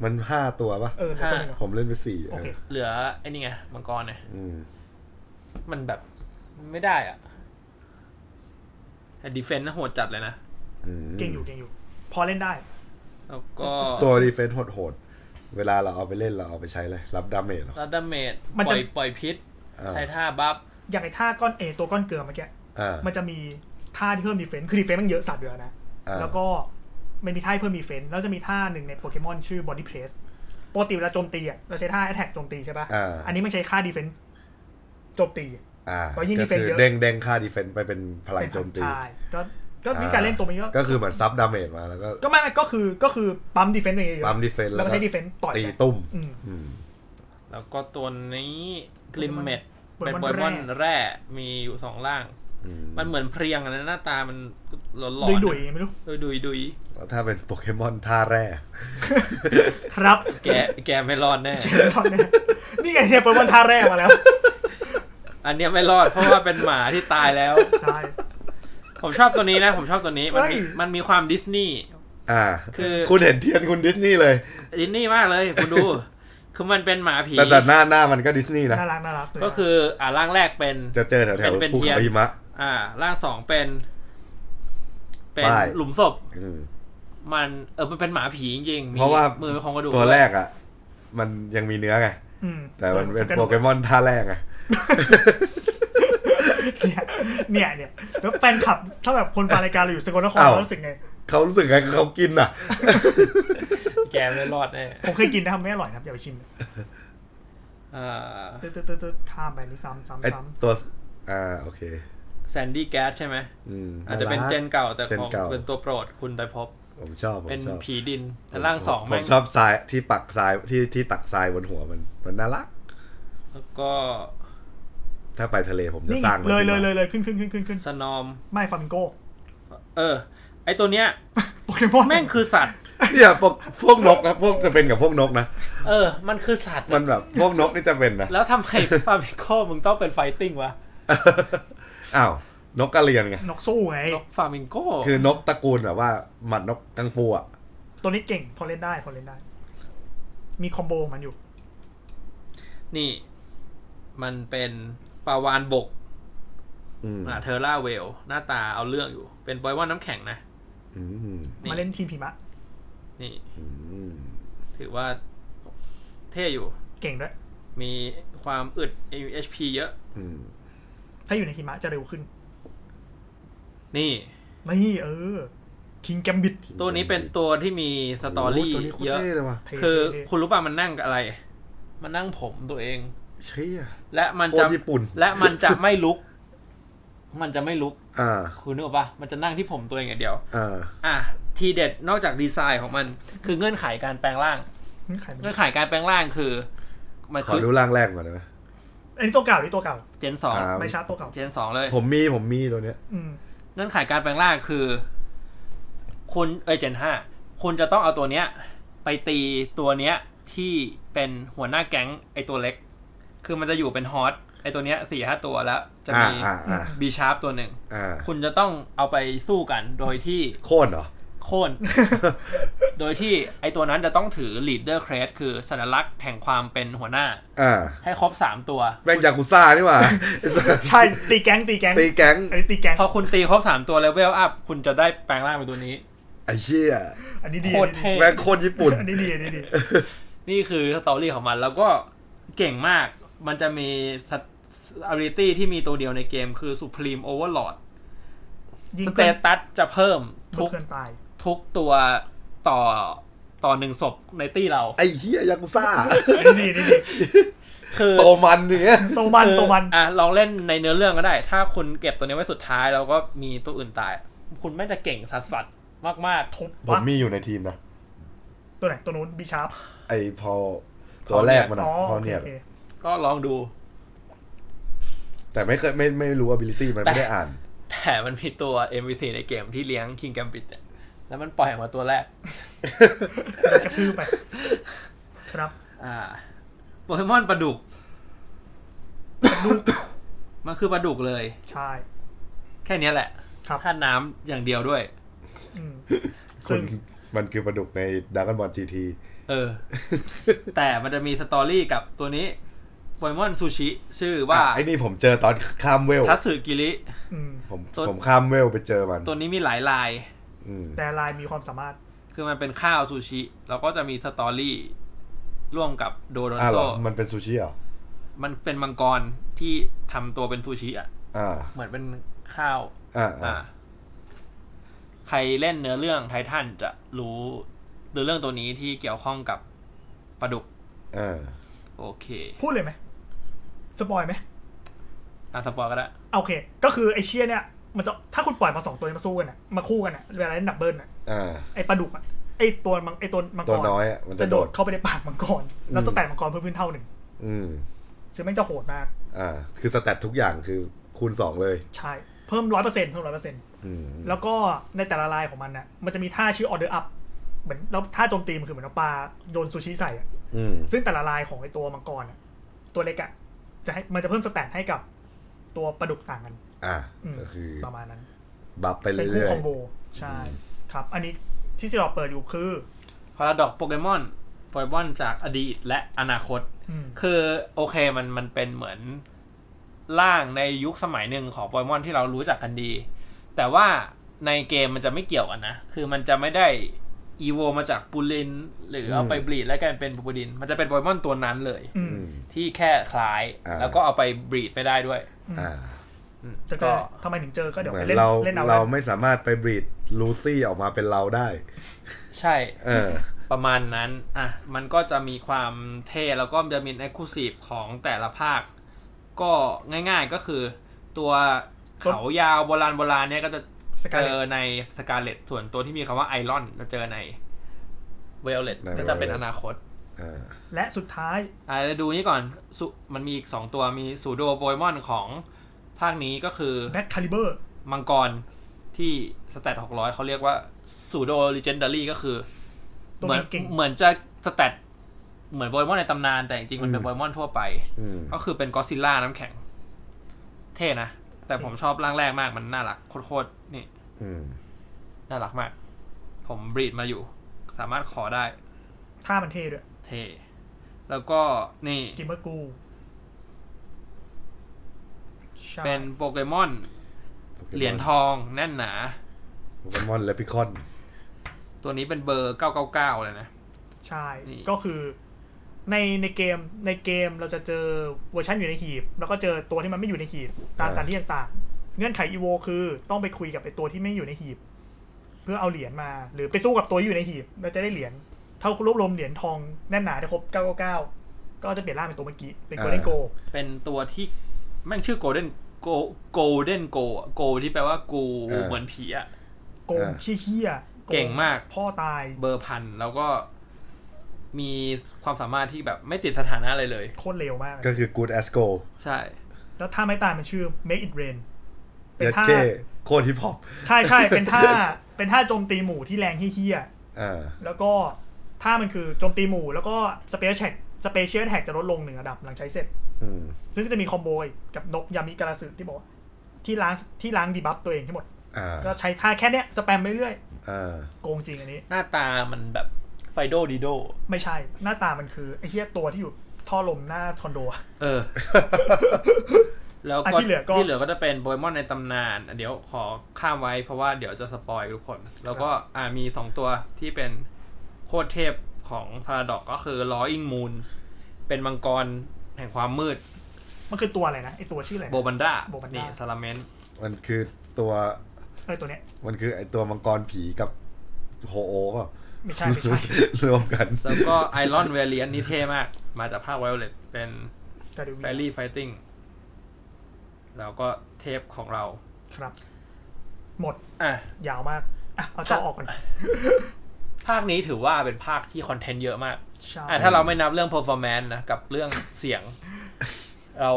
S4: มันห้าตัวปะ
S3: เออเดี๋ยวตัวหนึงเหรอ
S4: ผมเล่นไปสี่
S3: โอ
S4: เอ
S3: เค
S4: อ
S2: เหลือไอ้นี่ไงมังกรเนี่ย
S4: อืม
S2: มันแบบไม่ได้อ่ะแต่ดีเฟนต์นะโหดจัดเลยนะ
S4: อืม
S3: เก่งอยู่เก่งอยู่ พอเล่นได้
S2: แล้วก็
S4: ตัวดีเฟนส์โหดๆ เวลาเราเอาไปเล่นเราเอาไปใช้เลย รับดาเมจเหรอ
S2: รัดดาเมจ
S3: มัน
S2: ป
S3: จะ
S2: ล่อยปล่อยพิษ
S4: อ่า
S2: ใช้ท่าบัฟ
S3: อย่างไอ้ท่าก้อนเอตัวก้อนเกลือเมื่อกี้
S4: อ่า
S3: มันจะมีท่าที่เพิ่มดีเฟนต์คือดีเฟนต์มันเยอะสัตว์เยอะนะ
S4: อ่า
S3: แล้วก็มันมีท่าให้เพิ่มมีเฟนส์แล้วจะมีท่าหนึ่งในโปเกมอนชื่อบอดี้เพรสปกติเวลาโจมตีอ่ะเราใช้ท่าแอ t แทกโจมตีใช่ปะ
S4: อ่า
S3: อันนี้ไม่ใช้ค่าดีเฟนส์โจมตี
S4: อ่า
S3: เพราะยิ่ง
S4: ก็
S3: defense
S4: คือ
S3: เยอะ
S4: เด้งเด้งค่าดีเฟนส์ไปเป็นพลัง
S3: เป็น
S4: โจมตี
S3: ใช่ก็ก็วิธีการเล่นตัวมันก็
S4: อ่าก็คือเหมือนซับดาเมจมาแล้วก็
S3: ก็ไม่ไม่ก็คือก็คือปั๊มดีเฟนส์อย่างเงี้ยเย
S4: ปั๊ม
S3: อะ
S4: ดีเฟนส์
S3: แล้
S4: แล้ว ว
S3: ก็
S4: ก็
S3: ใช้ดีเฟนส์ต่อย
S4: ตี
S3: ไป
S4: ตุ้ม
S3: อืม
S4: อืม
S2: แล้วก็ตัวนี้กลิมเมด
S3: โปเก
S2: เป็น
S3: มอน
S2: โปเกมอน
S3: แร่
S2: แร่มีอยู่สองร่าง
S4: อืม
S2: มันเหมือนเพรียงอะนะหน้าตามันหลอนๆ
S3: ดุย
S2: อะ
S3: ดุยๆไม่รู้
S2: ดุยดุยดุย
S4: แล้วถ้าเป็นโปเกมอนท่าแร่
S3: ครับ
S2: แก แกไม่รอดแน่
S3: นี่ไงเนี่ยโปเกมอนท่าแรกมาแล้ว
S2: อันเนี้ยไม่รอดเพราะว่าเป็นหมาที่ตายแล้ว
S3: ใช่
S2: ผมชอบตัวนี้นะ ผมชอบตัวนี้ มัน
S3: เฮ้
S2: มี
S3: ย
S2: มันมีความดิสนีย์
S4: อ่า
S2: คือ
S4: คุณเห็นเทียนคุณดิสนีย์เลย
S2: ดิสนีย์มากเลยคุณดู คือมันเป็นหมาผี
S4: แต่แต่หน้าหน้ามันก็ดิสนีย์นะ
S3: น่ารักน่ารักเลย
S2: ก็คืออ่าร่างแรกเป็น
S4: จะเจอแถวแถว
S2: เป็นเป็น
S4: ภู
S2: เทียน
S4: เขาหิมะ
S2: อ่าร่างสองเป็น เป็น
S4: ป้าย
S2: หลุมศพ
S4: อืม
S2: มันเออมันเป็นหมาผีจริงๆมี
S4: เพราะว่า
S2: มือเป็นของกระดูก
S4: ตัวแรกอ่ะ มันยังมีเนื้อไง
S3: ม
S4: แต่มันเป็นโปเกมอนท่าแร่ไง
S3: เนี่ยเนี่ยแล้วแฟนคลับถ้าแบบคนฟังรายการเราอยู่สกลนคร
S4: อ้าว
S3: เรารู้สึกไง
S4: เขารู้สึกไงเขากินอ่ะ
S2: แกไม่รอดแน่
S3: ผมเคยกินนะครับไม่อร่อยนะครับอย่าไปชิม
S2: อ่า
S3: ตึ๊ดตึ๊ดตึ๊ดตึ๊ดข้ามไปนี่ซ้ำ
S4: ไอ้
S3: ซ้ำซ้ำ
S4: ตัว อ่า โอเค
S2: แซนดี้แก๊สใช่ไหม
S4: อืม
S2: อาจจะเป็น
S4: รัก
S2: เจนเก่าแต่
S4: เจน
S2: ของ
S4: เก่า
S2: เป็นตัวโปรดคุณได้พบ
S4: ผมชอบผม
S2: เป็น
S4: ชอบ
S2: ผีดินแต่ร่างสอง
S4: ผ
S2: แม่
S4: ม
S2: ง
S4: ชอบทรายที่ปักทรายที่ที่ตักทรายบนหัวมัน มันน่ารัก
S2: แล้วก็
S4: ถ้าไปทะเลผมจะ
S3: นี่
S4: สร้างมัน
S3: เลยเลย
S4: ขึ้นมา
S3: เลยเลยขึ้นขึ้นขึ้นขึ้นขึ้น
S2: สนอม
S3: ไม่ฟามิงโก
S2: เออ ไอตัวเนี้ย
S3: โปเกมอน
S2: แม่งคือสัตว์
S4: เนี่ยพวกพวกนกนะพวกจะเป็นกับพวกนกนะ
S2: เออ มันคือสัตว์อะ
S4: มันแบบพวกนกนี่จะเป็นนะ
S2: แล้วทำ ไมฟามิโกมึงต้องเป็นไฟติ้งวะ
S4: อ้าว นกกระเรียนไง
S3: นกสู้ไง
S2: นกฟามิโก
S4: คือนกตระกูลแบบว่าหมัดนกกังฟูอ่ะ
S3: ตัวนี้เก่งพอเล่นได้พอเล่นได้ มีคอมโบของมันอยู่
S2: นี่ มันเป็นปลาวานบก
S4: อืม
S2: อ่าเทอร่าเวล หน้าตาเอาเรื่องอยู่ เป็นโปเกมอนน้ำแข็งนะ
S4: อืม
S2: นี่
S3: มาเล่นทีมพีมะ
S2: นี่
S4: อืม
S2: ถือว่าเท่อยู่
S3: เก่งด้วย
S2: มีความอึด HP เยอะ
S4: อืม
S3: ถ้าอยู่ในหิมะจะเร็วขึ้น
S2: นี่
S3: นี่เออ คิงแกมบิด
S2: ตัวนี้เป็นตัวที่มีสตอรี่
S4: โโหตัวนี้โคตร
S2: เยอะ
S4: ท่เลยว่ะ
S2: คือคุณรู้ป่ะมันนั่งกับอะไร มันนั่งผมตัวเอง
S4: เชี่ย
S2: และมันจะ
S4: โคตรญี่ปุ่น
S2: และมันจะไม่ลุก มันจะไม่ลุก
S4: อ่า
S2: คุณนึกออกปะมันจะนั่งที่ผมตัวเองอย่างเดียว
S4: อ่า
S2: อ่ะทีเด็ดนอกจากดีไซน์ของมัน คือเงื่อนไขการแปลงร่าง
S3: นี่ใครเป็น
S2: เงื่อนไขการแปลงร่างคือ มัน
S4: ขอ
S2: คือ
S4: ดูร่างแรกก่อนได้ไหม
S3: อันนี้ตัวเก่าหรือตัวเก่า
S2: เจนสอง
S4: อ่า
S3: ไม่ชัดตัวเก่า
S2: เจนสองเลย
S4: ผมมีผมมีตัวเนี้ย
S3: อืม
S2: เงื่อนไขการแปลงร่างคือ คุณเอยเจนห้าคุณจะต้องเอาตัวเนี้ย ไปตีตัวเนี้ยที่เป็นหัวหน้าแก๊งไอตัวเล็ก คือมันจะอยู่เป็นฮอตไอตัวเนี้ยสี่ห้าตัวแล้ว จะ
S4: อ่า
S2: มี
S4: อ่าอ่า
S2: บีชาร์ปตัวหนึ่ง
S4: อ่า
S2: คุณจะต้องเอาไปสู้กันโดยที่
S4: โค่นเหรอ
S2: โค่น โดยที่ไอตัวนั้นจะต้องถือ leader crest คือสัญลักษณ์แห่งความเป็นหัวหน้า
S4: อ่า
S2: ให้ครบ 3 ตัว
S4: แม่งยากุซ่านี่หว่า ไอ้สัส
S3: ใช่ตีแก๊งตีแก๊ง
S4: ตีแก๊ง
S3: อันนี้ตีแก๊ง
S2: พอคุณตีครบ 3 ตัวเลเวลอัพคุณจะได้แปลงร่างเป็นตัวนี้
S4: ไอ้เชี่ย
S3: อันนี้ดี
S2: โคตรเท่
S4: แม่งโคตรญี่ปุ่น
S3: อันนี้ดีอันนี้ดี
S2: นี่คือสตอรี่ของมันแล้วก็เก่งมาก มันจะมี ability ที่มีตัวเดียวในเกมคือ supreme overlord
S3: ยิง
S2: สเต
S3: เพื่อน
S2: ตัสจะเพิ่มทุก
S3: เพื่อนตาย
S2: ทุกตัวต่อต่อหนึ่งศพในตี้เรา
S4: ไอ้เหี้ยยากุซ่า
S3: อันนี้ดีอันนี้ดี
S2: คือ
S4: โตมันอย่างเงี้ย
S3: โตมันโตมัน
S2: อ่ะลองเล่นในเนื้อเรื่องก็ได้ ถ้าคุณเก็บตัวนี้ไว้สุดท้ายแล้วก็มีตัวอื่นตาย คุณไม่งจะเก่งสัสสัสๆมาก
S3: ทุบ
S4: ผม
S3: ปะ
S4: มีอยู่ในทีมนะ
S3: ตัวไหนตัวนู้นบีชาร์ป
S4: ไอ้พอตัวแรกมันอะ
S3: อ๋อ
S4: พอ
S3: โอเค
S4: เนี่ย
S3: โอเค
S2: ๆ ก็ลองดู
S4: แต่ไม่เคยไม่ไม่รู้ ability มัน
S2: แต่
S4: ไม่ได้อ่าน
S2: แต่มันมีตัว MVC ในเกมที่เลี้ยง King Gambit เนี่ยแล้วมันปล่อยออกมาตัวแรก
S3: กระทื บไป ครับ
S2: อ่าโปเกมอนปลาดุก มันคือปลาดุกเลย
S3: ใช่
S2: แค่เนี้ยแหละ
S3: ครับ
S2: ท่าน้ำอย่างเดียวด้วย
S3: อืม
S4: คุ
S3: ซึ่
S4: ณ
S3: ง
S4: มันคือประดุกในดักกันบอลจีที
S2: เอ อ แต่มันจะมีสตอรี่กับตัวนี้โปเกมอนซูชิชื่อว่า
S4: ไอ้นี่ผมเจอตอนข้ามเวล
S2: ทัตสึกิริ
S3: อืม
S4: ผม
S2: ตัว
S4: ผมข้ามเวลไปเจอมัน
S2: ตัวนี้มีหลายลาย
S4: อืม
S3: แต่ลายมีความสามารถ
S2: คือมันเป็นข้าวซูชิ แล้วก็จะมีสตอรี่ร่วมกับโดโดน
S4: อ่าเห
S2: โซ
S4: รอมันเป็นซูชิเหรอ
S2: มันเป็นมังกรที่ทำตัวเป็นซูชิอ่ะ
S4: อ่า
S2: เหมือนเป็นข้าว
S4: อ่า
S2: อ่า
S4: อ่า
S2: ใครเล่นเนื้อเรื่องไททันจะรู้เนื้อเรื่องตัวนี้ที่เกี่ยวข้องกับปลาดุก
S4: อ่า
S2: โอเค
S3: พูดเลยไหมสปอยไหม
S2: อ่ะสปอยก็ได้
S3: โอเค ก็คือไอเชียเนี่ยมันจะถ้าคุณปล่อยมาสองตัวนี้มาสู้กันอะมาคู่กันอะเวลาเล่นดับเบิลอะ
S4: อ่า
S3: ไอปลาดุกอะไอตัวมังไอตัวมังก
S4: ตัว
S3: ร
S4: น้อยอะมันจะ
S3: จะ
S4: โด
S3: โด
S4: ด
S3: ดเข้าไปในปากมังกรแล้ว
S4: อืม
S3: สแตนมังกรเพิ่มขึ้นเท่าหนึ่ง
S4: อืม
S3: ซึ่งแม่งจะโหดมาก
S4: อ่า คือสแตททุกอย่างคือคูณสองเลย
S3: ใช่เพิ่มร้อยเปอร์เซ็นต์เพิ่มร้อยเปอร์เซ็นต์
S4: อืม
S3: แล้วก็ในแต่ละลายของมันน่ะ มันจะมีท่าชื่อออเดอร์อัพ เหมือนแล้วท่าโจมตีมันคือเหมือนเอาปลาโยนซูชิใส่อะ
S4: อืม
S3: ซึ่งแต่ละลายของไอตัวมังกรอะตัวเล็กอะจะให้มันจะเพิ่มสแตทให้กับตัวปลาดุกต่างกัน
S4: อ่า
S3: อืม
S4: ก็คือ
S3: ประมาณนั้น
S4: บัฟไป
S3: เป็นคู่
S4: เรื่อย
S3: คอมโบ ใช่ ครับ อันนี้ที่เราเปิดอยู่คือ
S2: พาราดอกโปเกมอนโปเกมอนจากอดีตและอนาคต
S3: อืม
S2: คือโอเคมันมันเป็นเหมือนร่างในยุคสมัยหนึ่งของโปเกมอนที่เรารู้จักกันดี แต่ว่าในเกมมันจะไม่เกี่ยวกันนะ คือมันจะไม่ได้อีโวมาจากปูลิน หรือเอาไปบลีดแล้วกลายเป็นปูลิน มันจะเป็นโปเกมอนตัวนั้นเลย
S3: อื
S4: ๆอื
S3: ม
S4: ม
S2: ที่แค่คล้าย
S4: อ่า
S2: แล้วก็เอาไปบลีดไม่ได้ด้วย
S4: อ่า
S2: อืม
S3: จะเจ
S2: ก็
S3: อทำไมถึงเจอก็เดี๋ยว
S4: เหมื
S3: ไป
S4: อน
S3: เล่น
S4: เรา
S3: เล่นเอา
S4: เรา
S3: แล้ว
S4: ไม่สามารถไปบรีดลูซี่ออกมาเป็นเราได้
S2: ใช่
S4: เออ
S2: ประมาณนั้น อ่ะ มันก็จะมีความเท่แล้วก็จะมีเอ็กซ์คลูซีฟของแต่ละภาค ก็ง่ายๆก็คือตัวเขายาวโบราณโบราณเนี่ยก็จะ
S3: สกา
S2: เจ
S3: เล
S2: อ
S3: ต
S2: ในสกาเลตส่วนตัวที่มีคำว่าไอรอนจะเจอในเวลเลต
S4: ใน Violet
S2: ก็จะเป็นอนาคต
S4: เออ
S3: และสุดท้าย
S2: อ่าแล้วดูนี่ก่อนสุมันมีอีก 2 ตัวมีสูโดโปเกมอนของภาคนี้ก็คือ
S3: แบ็คคาลิเบอร์
S2: มังกรที่สแตท600 เขาเรียกว่าสูโด l ิเจนดารี่ก็คือ
S3: ตัว
S2: เหมือน
S3: เก่ง
S2: เหมือนจะสแตทเหมือนโปเกมอนในตำนานแต่จริงๆ มันเป็นโปเกมอนทั่วไป
S4: อืม
S2: ก็คือเป็นก็อดซิลล่าน้ำแข็ง เท่นะ แต่ผมชอบร่างแรกมากมันน่ารักโคตรๆนี่
S4: อืม
S2: น่ารักมาก ผมบรีดมาอยู่ สามารถขอได้
S3: ๆท่ามันเท่ด้วย
S2: เท แล้วก็นี่
S3: กิมเบอร์กูใช่
S2: เป็นโปเกมอนเหรียญทองแน่นหนา
S4: โปเกมอนเลปิคอน
S2: ตัวนี้เป็นเบอร์ 999 เลยนะ
S3: ใช่
S2: นี่
S3: ก็คือในในเกมในเกมเราจะเจอเวอร์ชันอยู่ในหีบ แล้วก็เจอตัวที่มันไม่อยู่ในหีบ ตาม
S4: อ่า
S3: สถานที่ต่างๆ เงื่อนไขอีโวคือต้องไปคุยกับไอตัวที่ไม่อยู่ในหีบ เพื่อเอาเหรียญมา หรือไปสู้กับตัวที่อยู่ในหีบเราจะได้เหรียญเท่ารวบรวมเหรียญทองแน่นหนาได้ครบ 999 ก็จะเปลี่ยนร่างเป็นตัวเมื่อกี้เป็น
S4: อ่า
S3: โกลเด้นโก
S2: เป็นตัวที่แม่งชื่อโกลเด้นโกโกลเด้นโกโกที่แปลว่ากู
S4: เออ
S2: เหมือนผีอะ
S3: โกง
S4: อ่า
S3: ชี้เฮียโ
S2: เก่งมาก
S3: พ่อตาย
S2: เบอร์พันแล้วก็มีความสามารถที่แบบไม่ติดสถานะอะไรเลย
S3: โคตรเลวมาก
S4: ก็คือ good as gold
S2: ใช่
S3: แล้วท่าไม้ตายมันชื่อ make it rain เป็
S4: เย็
S3: น
S4: ด
S3: ท่า
S4: เคโคตรฮิปฮอป
S3: ใช่ใช่เป็นท่าเป็นท่าโจมตีหมู่ที่แรงเฮี้ย
S4: อ่า
S3: ๆแล้วก็ท่ามันคือโจมตีหมู่ แล้วก็สเปเชียลแท็กสเปเชียลแท็กจะลดลงหนึ่งระดับหลังใช้เสร็จ
S4: อืม
S3: ซึ่งก็จะมีคอมโบอีกกับนกยามิการาสึที่บอกว่าที่ล้างที่ล้างดีบัฟตัวเองทั้งหมด
S4: อ่า
S3: ก็ใช้ท่าแค่เนี้ยสแปมไปเรื่อย
S4: อ่า
S3: โกงจริงอันนี้
S2: หน้าตามันแบบไฟโดดีโด
S3: ไม่ใช่หน้าตามันคือไอ้เหี้ยตัวที่อยู่ท่อลมหน้าคอนโดอะ
S2: เออ แล้ว
S3: อ่ะ
S2: ก็
S3: ที่เหลือก็
S2: ที่เหลือก็จะเป็นโปเกมอนในตำนานอ่ะเดี๋ยวขอข้ามไว้เพราะว่าเดี๋ยวจะสปอยทุกคน แล้วก็อ่ามีสองตัวที่เป็นโคตรเทพของพาราดอกก็คือล้ออิงมูนเป็นมังกรแห่งความมืด
S3: มันคือตัวอะไรนะไอ้ตัวชื่ออะไรนะ
S2: โบบันดา
S3: Bobanda
S2: นี่ซาลาเมน
S4: มันคือตัว
S3: เออตัวเนี้ย
S4: มันคือไอตัวมังกรผีกับโฮโอเปล่า
S3: ไม่ใช่ไม่ใช่
S4: รวมกัน
S2: แล้วก็ไอรอนเวเลียนนี่เท่มาก มาจากภาคไวโอเลตเป็น
S3: กาเด
S2: แฟ
S3: วี
S2: รี่ไฟติ้งแล้วก็เทปของเรา
S3: ครับ หมด
S2: อ่ะ
S3: ยาวมากอ่ะเอาจอออกก่อน
S2: ภาคนี้ถือว่าเป็นภาคที่คอนเทนต์เยอะมาก
S3: ใช่
S2: อ่ะ ถ้าเราไม่นับเรื่อง performance นะ กับเรื่องเสียง เรา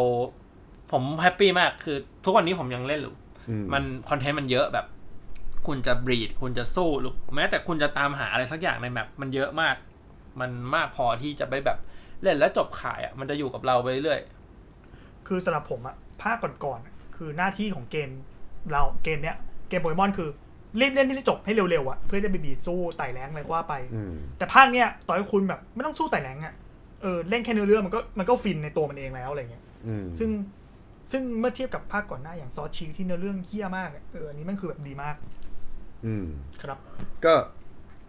S2: ผมแฮปปี้มากคือ ทุกวันนี้ผมยังเล่นอยู่
S4: อืม
S2: มันคอนเทนต์มันเยอะแบบ คุณจะบรีด คุณจะสู้หรือแม้แต่คุณจะตามหาอะไรสักอย่างในแมปมันเยอะมาก มันมากพอที่จะไปแบบเล่นแล้วจบขายอ่ะมันจะอยู่กับเราไปเรื่อย
S3: คือสำหรับผมอะภาคก่อนๆอะคือหน้าที่ของเกมเราเกมเนี้ยเกมโปเกมอนคือรีบเล่นให้ได้จบให้เร็วๆอะเพื่อได้ไปบีทสู้ไต่แรงอะไรก็ว่าไป
S4: อืม
S3: แต่ภาคเนี้ยต่อให้คุณแบบไม่ต้องสู้ไต่แรงอะเออเล่นแค่เนื้อเรื่องมันก็มันก็ฟินในตัวมันเองแล้วอะไรเงี้ย
S4: อืม
S3: ซึ่งซึ่งเมื่อเทียบกับภาคก่อนหน้าอย่างซอสชิลที่เนื้อเรื่องเฮี้ยมากอะเอออันนี้มันคือแบบดีมาก
S4: อืม
S3: ครับ
S4: ก็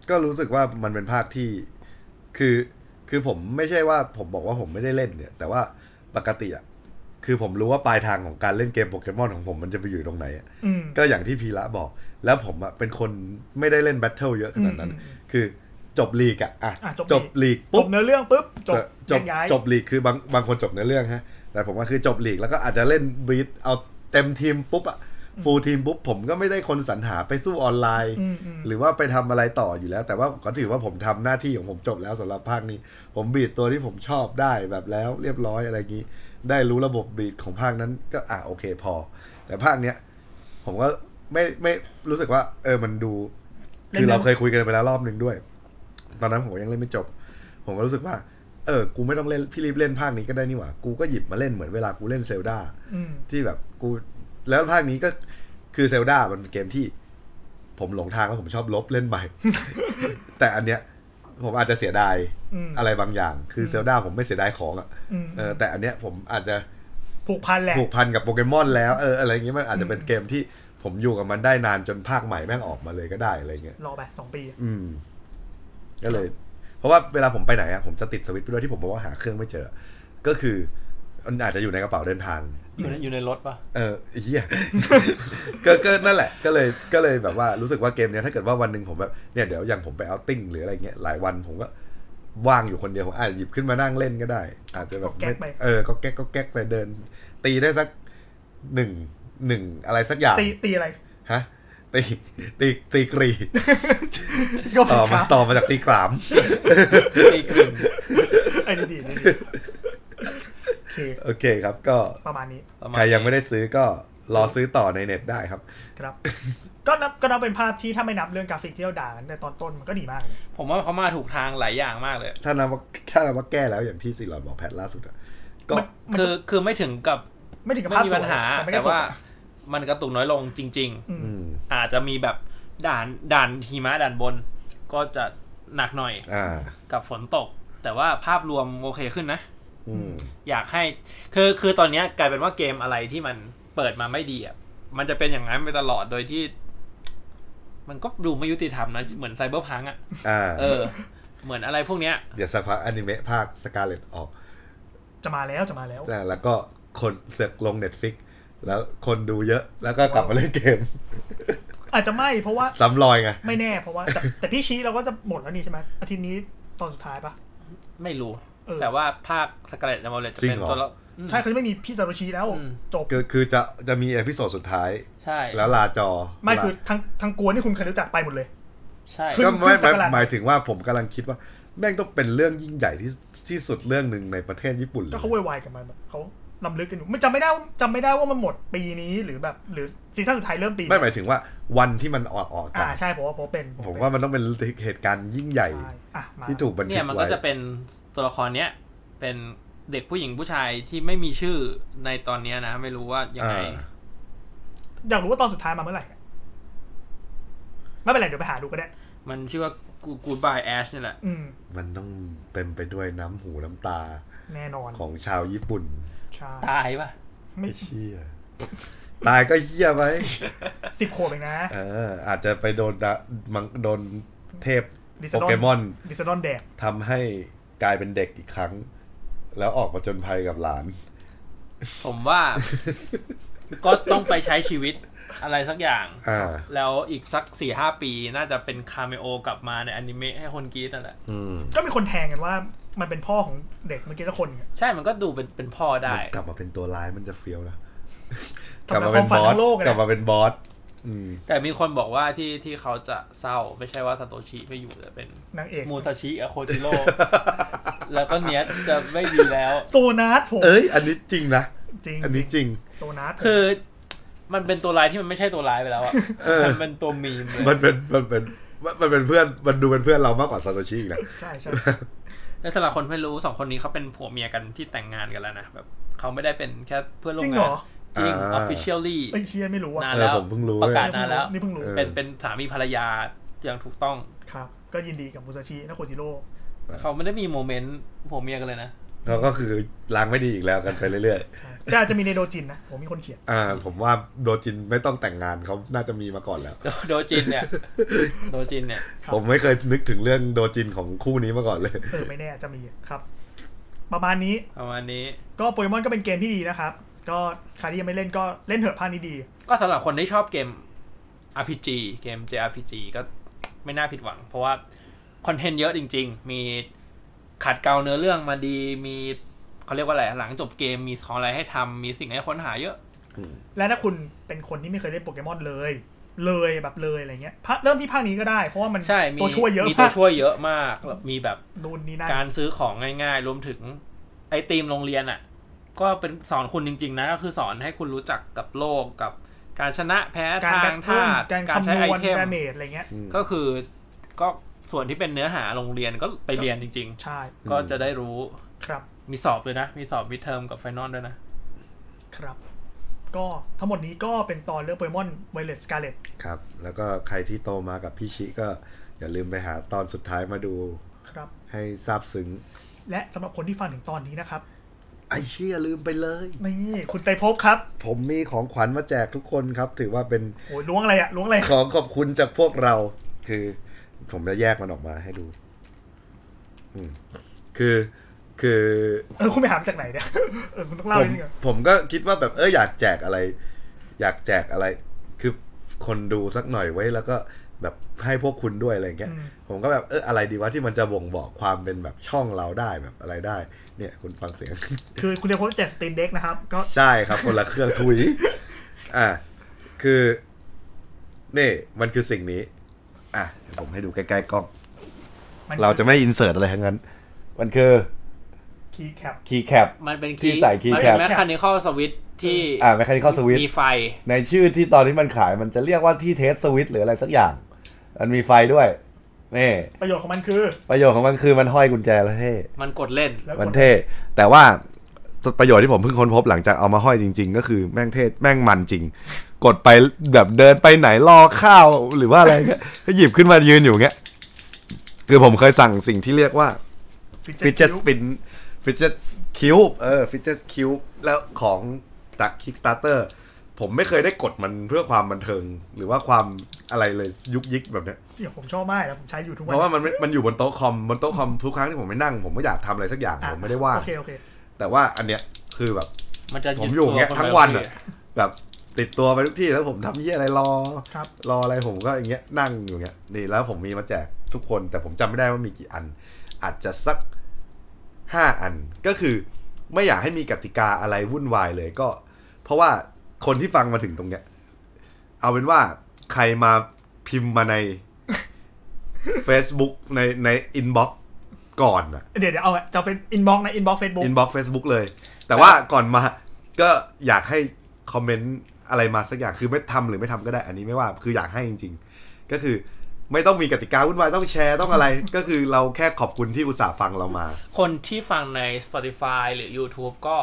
S4: ก็รู้สึกว่ามันเป็นภาคที่ คือ คือผมไม่ใช่ว่าผมบอกว่าผมไม่ได้เล่นเนี่ย แต่ว่าปกติอ่ะ คือผมรู้ว่าปลายทางของการเล่นเกมโปเกมอนของผมมันจะไปอยู่ตรงไหนอะ
S3: อืม
S4: ก็อย่างที่พีระบอก แล้วผมอ่ะเป็นคนไม่ได้เล่นแบทเทิลเยอะขนาดนั้น
S3: อืมอืม
S4: คือจบลีกอ่ะ อ่ะ
S3: อ่ะจบลีก
S4: จบลีก
S3: จ
S4: ปุ๊บ
S3: บเนื้อเรื่องปุ๊บจบ
S4: จบ
S3: แยกย้าย
S4: จบลีกคือบางบางคนจบในเรื่องฮะ แต่ผมก็คือจบลีกแล้วก็อาจจะเล่นบีทเอาเต็มทีมปุ๊บอะฟูลทีมปุ๊บผมก็ไม่ได้คนสรรหาไปสู้ออนไลน์
S3: อืมอืม
S4: หรือว่าไปทำอะไรต่ออยู่แล้ว แต่ว่าก็ถือว่าผมทำหน้าที่ของผมจบแล้วสำหรับภาคนี้ ผมบีดตัวที่ผมชอบได้แบบแล้วเรียบร้อยอะไรอย่างนี้ ได้รู้ระบบบีดของภาคนั้นก็อ่ะโอเคพอ แต่ภาคเนี้ย ผมก็ไม่ไม่รู้สึกว่า เออมันดู คือเราเคยคุยกันไปแล้วรอบหนึ่งด้วย ตอนนั้นผมก็ยังเล่นไม่จบ ผมก็รู้สึกว่า เออ กูไม่ต้องเล่นพี่รีบเล่นภาคนี้ก็ได้นี่หว่า กูก็หยิบมาเล่นเหมือนเวลากูเล่นเซลดา
S3: อืม
S4: ที่แบบกูแล้วภาคนี้ก็คือเซลดามันเป็นเกมที่ ผมหลงทางแล้วผมชอบลบเล่นใหม่ แต่อันเนี้ย ผมอาจจะเสียดาย
S3: อืม
S4: อะไรบางอย่าง คือเซลดาผมไม่เสียดายของอะ
S3: อืม
S4: เออแต่อันเนี้ยผมอาจจะ
S3: ผูกพันแหละ
S4: ผูกพันกับโปเกมอนแล้วเอออะไรอย่างเงี้ยมันอาจจะเป็นเกมที่ผมอยู่กับมันได้นานจนภาคใหม่แม่งออกมาเลยก็ได้อะไรเงี้ย
S3: รอไปสองปี
S4: อืม ก็เลย เพราะว่าเวลาผมไปไหนอะผมจะติดสวิตช์ไปด้วยที่ผมบอกว่าหาเครื่องไม่เจอ ก็คือมันอาจจะอยู่ในกระเป๋าเดินทาง
S2: ๆ อยู่ในอยู่ในรถปะ
S4: เออเฮีย ก็ก็นั่นแหละ ก็เลยก็เลยแบบว่ารู้สึกว่าเกมเนี้ยถ้าเกิดว่าวันหนึ่งผมแบบเนี่ยเดี๋ยวอย่างผมไปเอาติ้งหรืออะไรเงี้ยหลายวันผมก็ว่างอยู่คนเดียวผมอาจจะหยิบขึ้นมานั่งเล่นก็ได้ อาจจะแบบ
S3: ก็แก๊กไป
S4: ไม่เออก็แก๊กก็แก๊กไปเดิน ตีได้สักหนึ่งหนึ่งอะไรสักอย่าง
S3: ตีตีอะไร
S4: ฮะตีตีตีกรี
S3: ก็
S4: ต่อ
S3: ค
S4: มา
S3: รับ
S4: ต่อมาจากตีกราม
S2: ตีกลิ่น
S3: ไอ้นี่ ดีนี่ดีโอเค
S4: โอเคครับ ก็
S3: ประมาณนี้
S2: ประมาณนี้
S4: ใครยังไม่ได้ซื้อก็รอซื้อต่อในเน็ตได้ครับ
S3: ครับ ก็นับก็นับเป็นภาพที่ถ้าไม่นับเรื่องกราฟิกที่เราด่ากันในตอนต้นมันก็ดีมากเลย
S2: ผมว่าเขามาถูกทางหลายอย่างมากเลย
S4: ถ้านับว่าถ้านับว่าแก้แล้วอย่างที่สิรอนบอกแพทล่าสุดอะก็
S3: มันมัน
S2: คือคือไม่ถึงกับ
S3: ไม่ถึงกับ
S2: ไม่
S3: ภาพ
S2: มี
S3: สวย
S2: ปัญหา
S3: ไม่ได้
S2: แต่ว่ามันกระตุกน้อยลงจริง
S3: อืม
S4: อืม
S2: ๆ อาจจะมีแบบด่านด่านหิมะด่านบน ก็จะหนักหน่อย
S4: อ่า
S2: กับฝนตก แต่ว่าภาพรวมโอเคขึ้นนะ
S4: อืม
S2: อยากให้คือคือตอนเนี้ยกลายเป็นว่าเกมอะไรที่มันเปิดมาไม่ดีอ่ะมันจะเป็นอย่างนั้นไปตลอดโดยที่ มันก็ดูไม่ยุติธรรมนะเหมือนไซเบอร์พังอ่ะ
S4: อ่า
S2: เออ เหมือนอะไรพวกเนี้ย
S4: เดี๋ยวสักพักอนิเมะภาคสกาเลตออก
S3: จะมาแล้วจะมาแล้ว
S4: อ่าแล้วก็คนเสือกลงเน็ตฟิกแล้วคนดูเยอะแล้วก็กลับมาเล่นเกม
S3: อาจจะไม่เพราะว่า
S4: ซ้ำรอยไง
S3: ไม่แน่เพราะว่าแต่แต่พี่ชี้เราก็จะหมดแล้วนี่ใช่ไหมอาทิตย์นี้ตอนสุดท้ายปะ
S2: ไม่รู้
S3: เออ
S2: แต่ว่าภาคสก l เลตแอมเบลเลตจะ
S4: จริง
S2: เป็น
S4: เหรอ
S2: ตัวละอืม
S3: ใช่เขาจะไม่มีพี่ซาโตชิแล้ว
S2: อืม
S3: จบ
S4: คือคือจะจะมีเอพิโซดสุดท้าย
S2: ใช่
S4: แล้วลาจอ
S3: ไม่
S4: ลา
S3: คือทั้งทั้งกวนที่คุณเคยรู้จักไปหมดเลย
S2: ใช่
S4: ก็ไม่
S3: ขึ้นสักการะ
S4: หมายถึงว่าผมกำลังคิดว่า แม่งต้องเป็นเรื่องยิ่งใหญ่ที่ที่สุดเรื่องหนึ่งในประเทศญี่ปุ่นเล
S3: ก็
S4: ย
S3: เขาโวยวายกันมาแบบเขาลำลึกกันอยู่ไม่จำไม่ได้ว่าจำไม่ได้ว่ามันหมดปีนี้หรือแบบหรือซีซั่นสุดท้ายเริ่มปี
S4: ไม่หมายถึงว่าวันที่มันออกออก
S3: อ่า
S4: กัน
S3: ใช่ผมว่าผมเป็น
S4: ผมว่ามันต้องเป็นเหตุการณ์ยิ่งใหญ่
S3: ใช่อ่ะมา
S4: ที่ถูกบันทึ
S2: เนี่
S4: ก
S2: ยมัน
S4: ไว้
S2: ก็จะเป็นตัวละครเนี้ยเป็นเด็กผู้หญิงผู้ชายที่ไม่มีชื่อในตอนเนี้ยนะ ไม่รู้ว่ายังไง
S4: อ่า
S3: อยากรู้ว่าตอนสุดท้ายมาเมื่อไหร่ไม่เป็นไรเดี๋ยวไปหาดูก็ได้
S2: มันชื่อว่า Good- Goodbye Ash นี่แหละ
S3: อืม
S4: มันต้องเต็มไปด้วยน้ำหูน้ำตา
S3: แน่นอน
S4: ของชาวญี่ปุ่น
S3: ใช่
S2: ตายปะ
S3: ไม่
S4: ไอ้เชี่ยตายก็เหี้ยไป
S3: สิบขวบเองนะ
S4: เออ อาจจะไปโดนดะมังโดนเทพ
S3: ดิสด
S4: โป
S3: อน
S4: เกมอน
S3: ดิสดอนแดก
S4: ทำให้กลายเป็นเด็กอีกครั้ง แล้วออกมาจนภัยกับหลาน
S2: ผมว่า ก็ต้องไปใช้ชีวิตอะไรสักอย่าง
S4: อ่า
S2: แล้วอีกสักสี่ห้าปีน่าจะเป็นคาเมโอกลับมาในอนิเมะให้คนกรีดนั่นแหละ
S4: อืม
S3: ก็มีคนแทงกันว่ามันเป็นพ่อของเด็กเมื่อกี้สักคนเนี่ย
S2: ใช่มันก็ดูเป็นเป็นพ่อได้
S4: มันกลับมาเป็นตัวร้ายมันจะเฟี้ยวนะ
S3: ทำลายความฝันทั้งโลกเลย
S4: กลับ
S3: นะ
S4: มาเป็นบอสอืม
S2: แต่มีคนบอกว่าที่ที่เขาจะเศร้า ไม่ใช่ว่าซาโตชิไม่อยู่แต่เป็น
S3: นางเอก
S2: มูซาชิอะโคจิ โร่ แล้วก็เนียสจะไม่ดีแล้ว
S3: โซนาร์ผม
S4: เอ้ย อันนี้จริงนะ
S3: จริง
S4: อันนี้จริง
S3: โซนาร์
S2: คือมันเป็นตัวร้ายที่มันไม่ใช่ตัวร้ายไปแล้วอะ
S4: เออ
S2: มันเป็นตัวมีมเลย
S4: มันเป็นมันเป็นมันมันเป็นเพื่อนมันดูเป็นเพื่อนเรามากกว่าซาโตชิอีกนะ
S3: ใช่ใช่
S2: แล้วสำหรับคนไม่รู้สองคนนี้เขาเป็นผัวเมียกันที่แต่งงานกันแล้วนะแบบเขาไม่ได้เป็นแค่เพื่อนร่ว
S3: จริงเหรง
S2: มา
S3: อน
S2: จริง officially
S3: ไอ้เชียไม่รู้อ่ะ
S2: นาน
S4: เออ
S2: แล้ว
S4: ผมเพิ่งรู้
S2: ประ
S4: เว้ย
S2: กาศนานแล้ว
S3: นี่เพิ่งรู้
S4: เออ
S2: เป็นเป็นสามีภรรยาอย่างถูกต้อง
S3: ครับ ก็ยินดีกับมูซาชิและโคจิโร่
S2: เขาไม่ได้มีโมเมนต์ผัวเมียกันเลยนะ
S4: เขาก็คือล้างไม่ดีอีกแล้วกันไปเรื่อย
S3: ใช่แต่อาจจะมีในโดจินนะ ผมมีคนเขียน
S4: ๆ อ่า ผมว่าโดจินไม่ต้องแต่งงานเขาน่าจะมีมาก่อนแล้ว
S2: โดโดจินเนี่ย โดจินเนี่ย
S3: ครับ
S4: ผมไม่เคยนึกถึงเรื่องโดจินของคู่นี้มาก่อนเลย
S3: เออ ไม่แน่อาจจะมีครับ ประมาณนี้
S2: ประมาณนี้
S3: ก็โปเกมอนก็เป็นเกมที่ดีนะครับ ก็ใครที่ยังไม่เล่นก็เล่นเถอะภาคนี้ดี
S2: ก็สำหรับคนที่ชอบเกม RPG เกม JRPG ก็ไม่น่าผิดหวัง เพราะว่า คอนเทนต์เยอะจริง ๆ มีขัดเกลาเนื้อเรื่องมาดี มีเขาเรียกว่าอะไร หลังจบเกมมีของอะไรให้ทำมีสิ่งให้ค้นหาเยอะ
S3: และถ้าคุณเป็นคนที่ไม่เคยเล่นโปเกมอนเลย เลยแบบเลยอะไรเงี้ยภาคเริ่มที่ภาคนี้ก็ได้ เพราะว่ามัน
S2: ใช่ มี
S3: ตัวช่วยเยอะ
S2: มีตัว
S3: มาก
S2: ช่วยเยอะมากแล้วมีแบบ
S3: นู่นนี่นั่น
S2: การซื้อของง่ายๆ รวมถึงไอตีมโรงเรียนอ่ะ ก็เป็นสอนคุณจริง ๆ นะ ก็คือสอนให้คุณรู้จักกับโลกกับการชนะแพ้
S3: การ
S2: ทา
S3: แบ
S2: ง
S3: ทเทิ
S2: ท่า
S3: ล
S2: ตุ
S3: การ
S2: การ
S3: คำ
S2: ใช้
S3: น
S2: ไอ
S3: วณ
S2: เทม
S3: ดาเมจอะไรเงี้ย
S4: ม
S2: ก็คือก็ส่วนที่เป็นเนื้อหาโรงเรียนก็ไปเรียนจริง
S3: ใช่
S2: ๆ ก็จะได้รู้
S3: ครับ
S2: มีสอบเลยนะ มีสอบวิดเทอมกับไฟนอลด้วยนะ
S3: ครับ ก็ทั้งหมดนี้ก็เป็นตอนเรื่องโปเกมอนไวเลสกาเลต
S4: ครับ แล้วก็ใครที่โตมากับพี่ชิก็อย่าลืมไปหาตอนสุดท้ายมาดู
S3: ครับ
S4: ให้ซาบซึ้ง
S3: และสำหรับคนที่ฟังถึงตอนนี้นะครับ
S4: ไอ้เชี่ยลืมไปเลย
S3: นี่คุณไตรภพครับ
S4: ผมมีของขวัญมาแจกทุกคนครับ ถือว่าเป็น
S3: โอ้ยล้วงอะไรอะล้วงอะไร
S4: ของขอบคุณจากพวกเราคือ ผมจะแยกมันออกมาให้ดู อืมคือคือ
S3: เออ คุณไปหามาจากไหนเนี่ย เออ คุณต้อง
S4: ผ
S3: เล่าม นิดนึงอะ
S4: ผมก็คิดว่าแบบเอออยากแจกอะไร อยากแจกอะไร คือคนดูสักหน่อยไว้แล้วก็แบบให้พวกคุณด้วยอะไรอย่างเงี้ยผมก็แบบเอออะไรดีวะที่มันจะบ่งบอกความเป็นแบบช่องเราได้แบบอะไรได้ เนี่ย คุณฟังเสีย ง
S3: คือคุณไตรภพแจกสตรีมเด็กนะครับ ก็
S4: ใช่ครับ คนละเครื่องถุย อ่า คือ นี่ มันคือสิ่งนี้ อ่ะเดี๋ยวผมให้ดูใกล้ๆกล้อง
S3: มัน
S4: เราจะไม่อินเสิร์ตอะไรทั้งนั้น มันคือ
S3: คีย์แคป
S4: คีย์แคป
S2: มันเป็น
S4: ที่ใส่คีย์
S2: มัน
S4: แค
S2: เป็น
S4: ป
S2: แมคคานิคอลสวิตที่
S4: อ่าแมคคานิคอลสวิต
S2: มีไฟ
S4: ในชื่อที่ตอนที่มันขายมันจะเรียกว่าที่เทสสวิตหรืออะไรสักอย่าง มันมีไฟด้วย นี่
S3: ประโยชน์ของมันคือ
S4: ประโยชน์ของมันคือมันห้อยกุญแจแล้วเท่
S2: มันกดเล่น
S3: แล้วก
S4: มัน
S3: ด
S4: เท่ แต่ว่าประโยชน์ที่ผมเพิ่งค้นพบหลังจากเอามาห้อยจริง ๆ ก็คือแม่งเท่แม่งมันจริง กดไปแบบเดินไปไหนรอข้าวหรือว่าอะไรเงี้ยก็หยิบขึ้นมายืนอยู่เงี้ย คือผมเคยสั่งสิ่งที่เรียกว่า
S3: ฟิต
S4: ฟิ d
S3: เจ
S4: g e
S3: อ
S4: t
S3: ร์
S4: Spin f i d g e t Cube เออ f i d g e t Cube แล้วของจาก Kickstarter ผมไม่เคยได้กดมันเพื่อความบันเทิง หรือว่าความอะไรเลยยุกยิกแบบเนี้ย
S3: เดี๋ยวผมชอบมากนะผมใช้อยู่ทุกวั
S4: เพราะว่ามันไม่มันอยู่บนโต๊ะคอมบนโต๊ะคอมทุกครั้งที่ผมไม่นั่งผมก็อยากทำอะไรสักอย่าง
S3: อ่ะ
S4: ผมไม่ได้ว่าง
S3: โอเคโอเค
S4: แต่ว่าอันเนี้ยคือแบบ
S2: มันจะ
S4: ผ
S2: ด
S4: มอยู่
S2: ตั
S4: เงี้ย
S2: ค
S4: ทั้ง
S2: ไป
S4: วัน
S2: เรื่
S4: อะ
S2: อย
S4: แบบติดตัวไปทุกที่แล้วผมทำเยี่ยอะไรรอ
S3: ครับ
S4: ออะไรผมก็อย่างเงี้ยนั่งอยู่เงี้ยนี่แล้วผมมีมาแจกทุกคนแต่ผมจำไม่ได้ว่ามีกี่อัน อาจจะสัก ห้าอันก็คือไม่อยากให้มีกติกาอะไรวุ่นวายเลยก็ เพราะว่าคนที่ฟังมาถึงตรงเนี้ย เอาเป็นว่าใครมาพิมพ์มาใน Facebook ในในอินบ็อกก่อนอะ
S3: เดี๋ยวเดี๋ยวเอาจะเป็นอินบ็อกนะอินบ็อกเฟซบุ๊ก
S4: อินบ็อกเฟซบุ๊กเลย แต่ว่าก่อนมาก็อยากให้คอมเมนต์อะไรมาสักอย่างคือไม่ทำหรือไม่ทำก็ได้อันนี้ไม่ว่าคืออยากให้จริง ๆ ก็คือไม่ต้องมีกติกาวุ่นวายต้องแชร์ต้องอะไร ก็คือเราแค่ขอบคุณที่อุตส่าห์ฟังเรามา
S2: คนที่ฟังใน Spotify หรือ YouTube ก็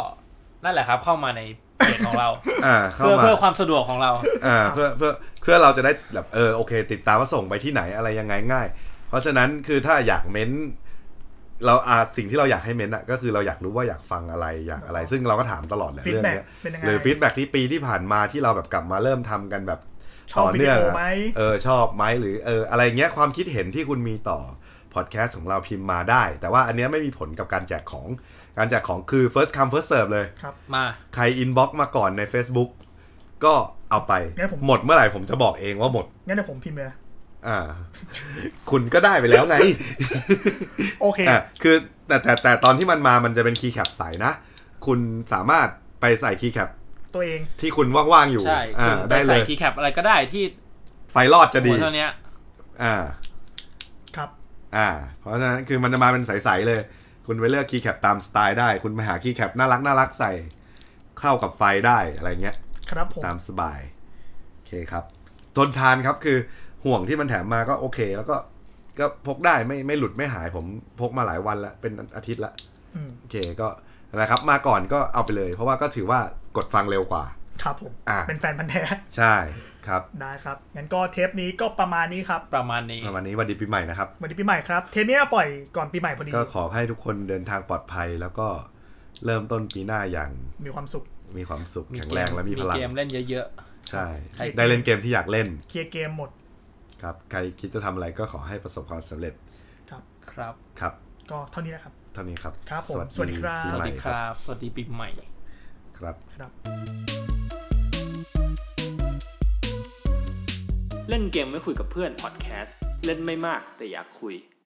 S2: นั่นแหละครับเข้ามาในเพจของเรา
S4: อ่าเข้า
S2: เพื่อ
S4: มา
S2: เพื่อความสะดวกของเรา
S4: อ่าเพื่อเพื่อเพื่อเราจะได้แบบเออโอเค ติดตามว่าส่งไปที่ไหนอะไรยังไงง่าย เพราะฉะนั้นคือถ้าอยากเม้น เราอาสิ่งที่เราอยากให้เม้นอะก็คือเราอยากรู้ว่าอยากฟังอะไรอยากอะไร ซึ่งเราก็ถามตลอดแหละ
S3: ฟีด
S4: เรื่อง
S3: แบ็ก
S4: เนี้ย
S3: เป็นยังไง
S4: หรือฟีดแบ็ที่ปีที่ผ่านมาที่เราแบบกลับมาเริ่มทำกันแบบ
S3: ชอ
S4: ต่
S3: บ
S4: อ
S3: วิดี
S4: เนื่อง
S3: โอ
S4: อะ
S3: ไหม
S4: เออชอบไหมหรือเอออะไรเงี้ยความคิดเห็นที่คุณมีต่อพอดแคสต์ของเราพิมพ์มาได้ แต่ว่าอันเนี้ยไม่มีผลกับการแจกของการแจกของคือ first come first serve เลย
S2: มา
S4: ใคร inbox มาก่อนใน Facebook ก็เอาไป
S3: งั้นผม
S4: หมดเมื่อไหร่ผมจะบอกเองว่าหมด
S3: งั้นเดี๋ยวผมพิมพ์เลย
S4: อ่า คุณก็ได้ไปแล้ว ไง
S3: โอเค
S4: อ่ะคือแต่แต่แต่ตอนที่มันมามันจะเป็นคีย์แคปใสนะ คุณสามารถไปใส่คีย์แคป
S3: ตัวเอง
S4: ที่คุณว่างๆอยู่
S2: ใช่
S4: อ่า
S2: คุณไป
S4: ได้เล
S2: ใส่
S4: ย
S2: คีย์แคปอะไรก็ได้ที่
S4: ไฟรอดจะดี
S2: หัวเท่าเนี้ย
S4: อ่า
S3: ครับ
S4: อ่า เพราะฉะนั้นคือมันจะมาเป็นใส ๆ เลย คุณไปเลือกคีย์แคปตามสไตล์ได้ คุณไปหาคีย์แคปน่ารักน่ารักใส่ เข้ากับไฟได้อะไรเงี้ย
S3: ครับผม
S4: ตามสบาย โอเคครับ ทนทานครับคือห่วงที่มันแถมมาก็โอเค แล้วก็ก็พกได้ไม่ไม่หลุดไม่หายผมพกมาหลายวันละเป็นอาทิตย์ละ
S3: อืม
S4: โอเคก็นะครับ มาก่อนก็เอาไปเลย เพราะว่าก็ถือว่ากดฟังเร็วกว่า
S3: ครับผม
S4: อ่ะ
S3: เป็นแฟนพันธ์แท้
S4: ใช่ครับ
S3: ได้ครับงั้นก็เทปนี้ก็ประมาณนี้ครับ
S2: ประมาณนี้
S4: วันนี้วันดีปีใหม่นะครับ
S3: วันนี้ปีใหม่ครับเทปนี้ปล่อยก่อนปีใหม่พอดี
S4: ก็ขอให้ทุกคนเดินทางปลอดภัยแล้วก็เริ่มต้นปีหน้าอย่าง
S3: มีความสุข
S4: มีความสุข
S2: มี
S4: แข็ง
S2: เก
S4: แร
S2: ม
S4: งและมี
S2: มี
S4: พลัง
S2: เกมเล่นเยอะ
S4: ใช่
S2: ใคร
S4: ได้เล่นเกมที่อยากเล่น
S3: เคลียร์เกมหมด
S4: ครับ ใครคิดจะทำอะไรก็ขอให้ประสบความสำเร็จ
S3: ครับ
S2: ๆ ครับ
S4: ครับ
S3: ก็เท่านี้นะครับ
S4: เท่านี้ครับ
S3: ครับผมสวัสดีครับ
S4: ปี
S2: สวัส
S4: ใหม่
S2: ดีครับ สวัสดีปีใหม่
S4: ครับ
S3: ครับ
S1: เล่นเกมไม่คุยกับเพื่อนพอดแคสต์เล่นไม่มากแต่อยากคุย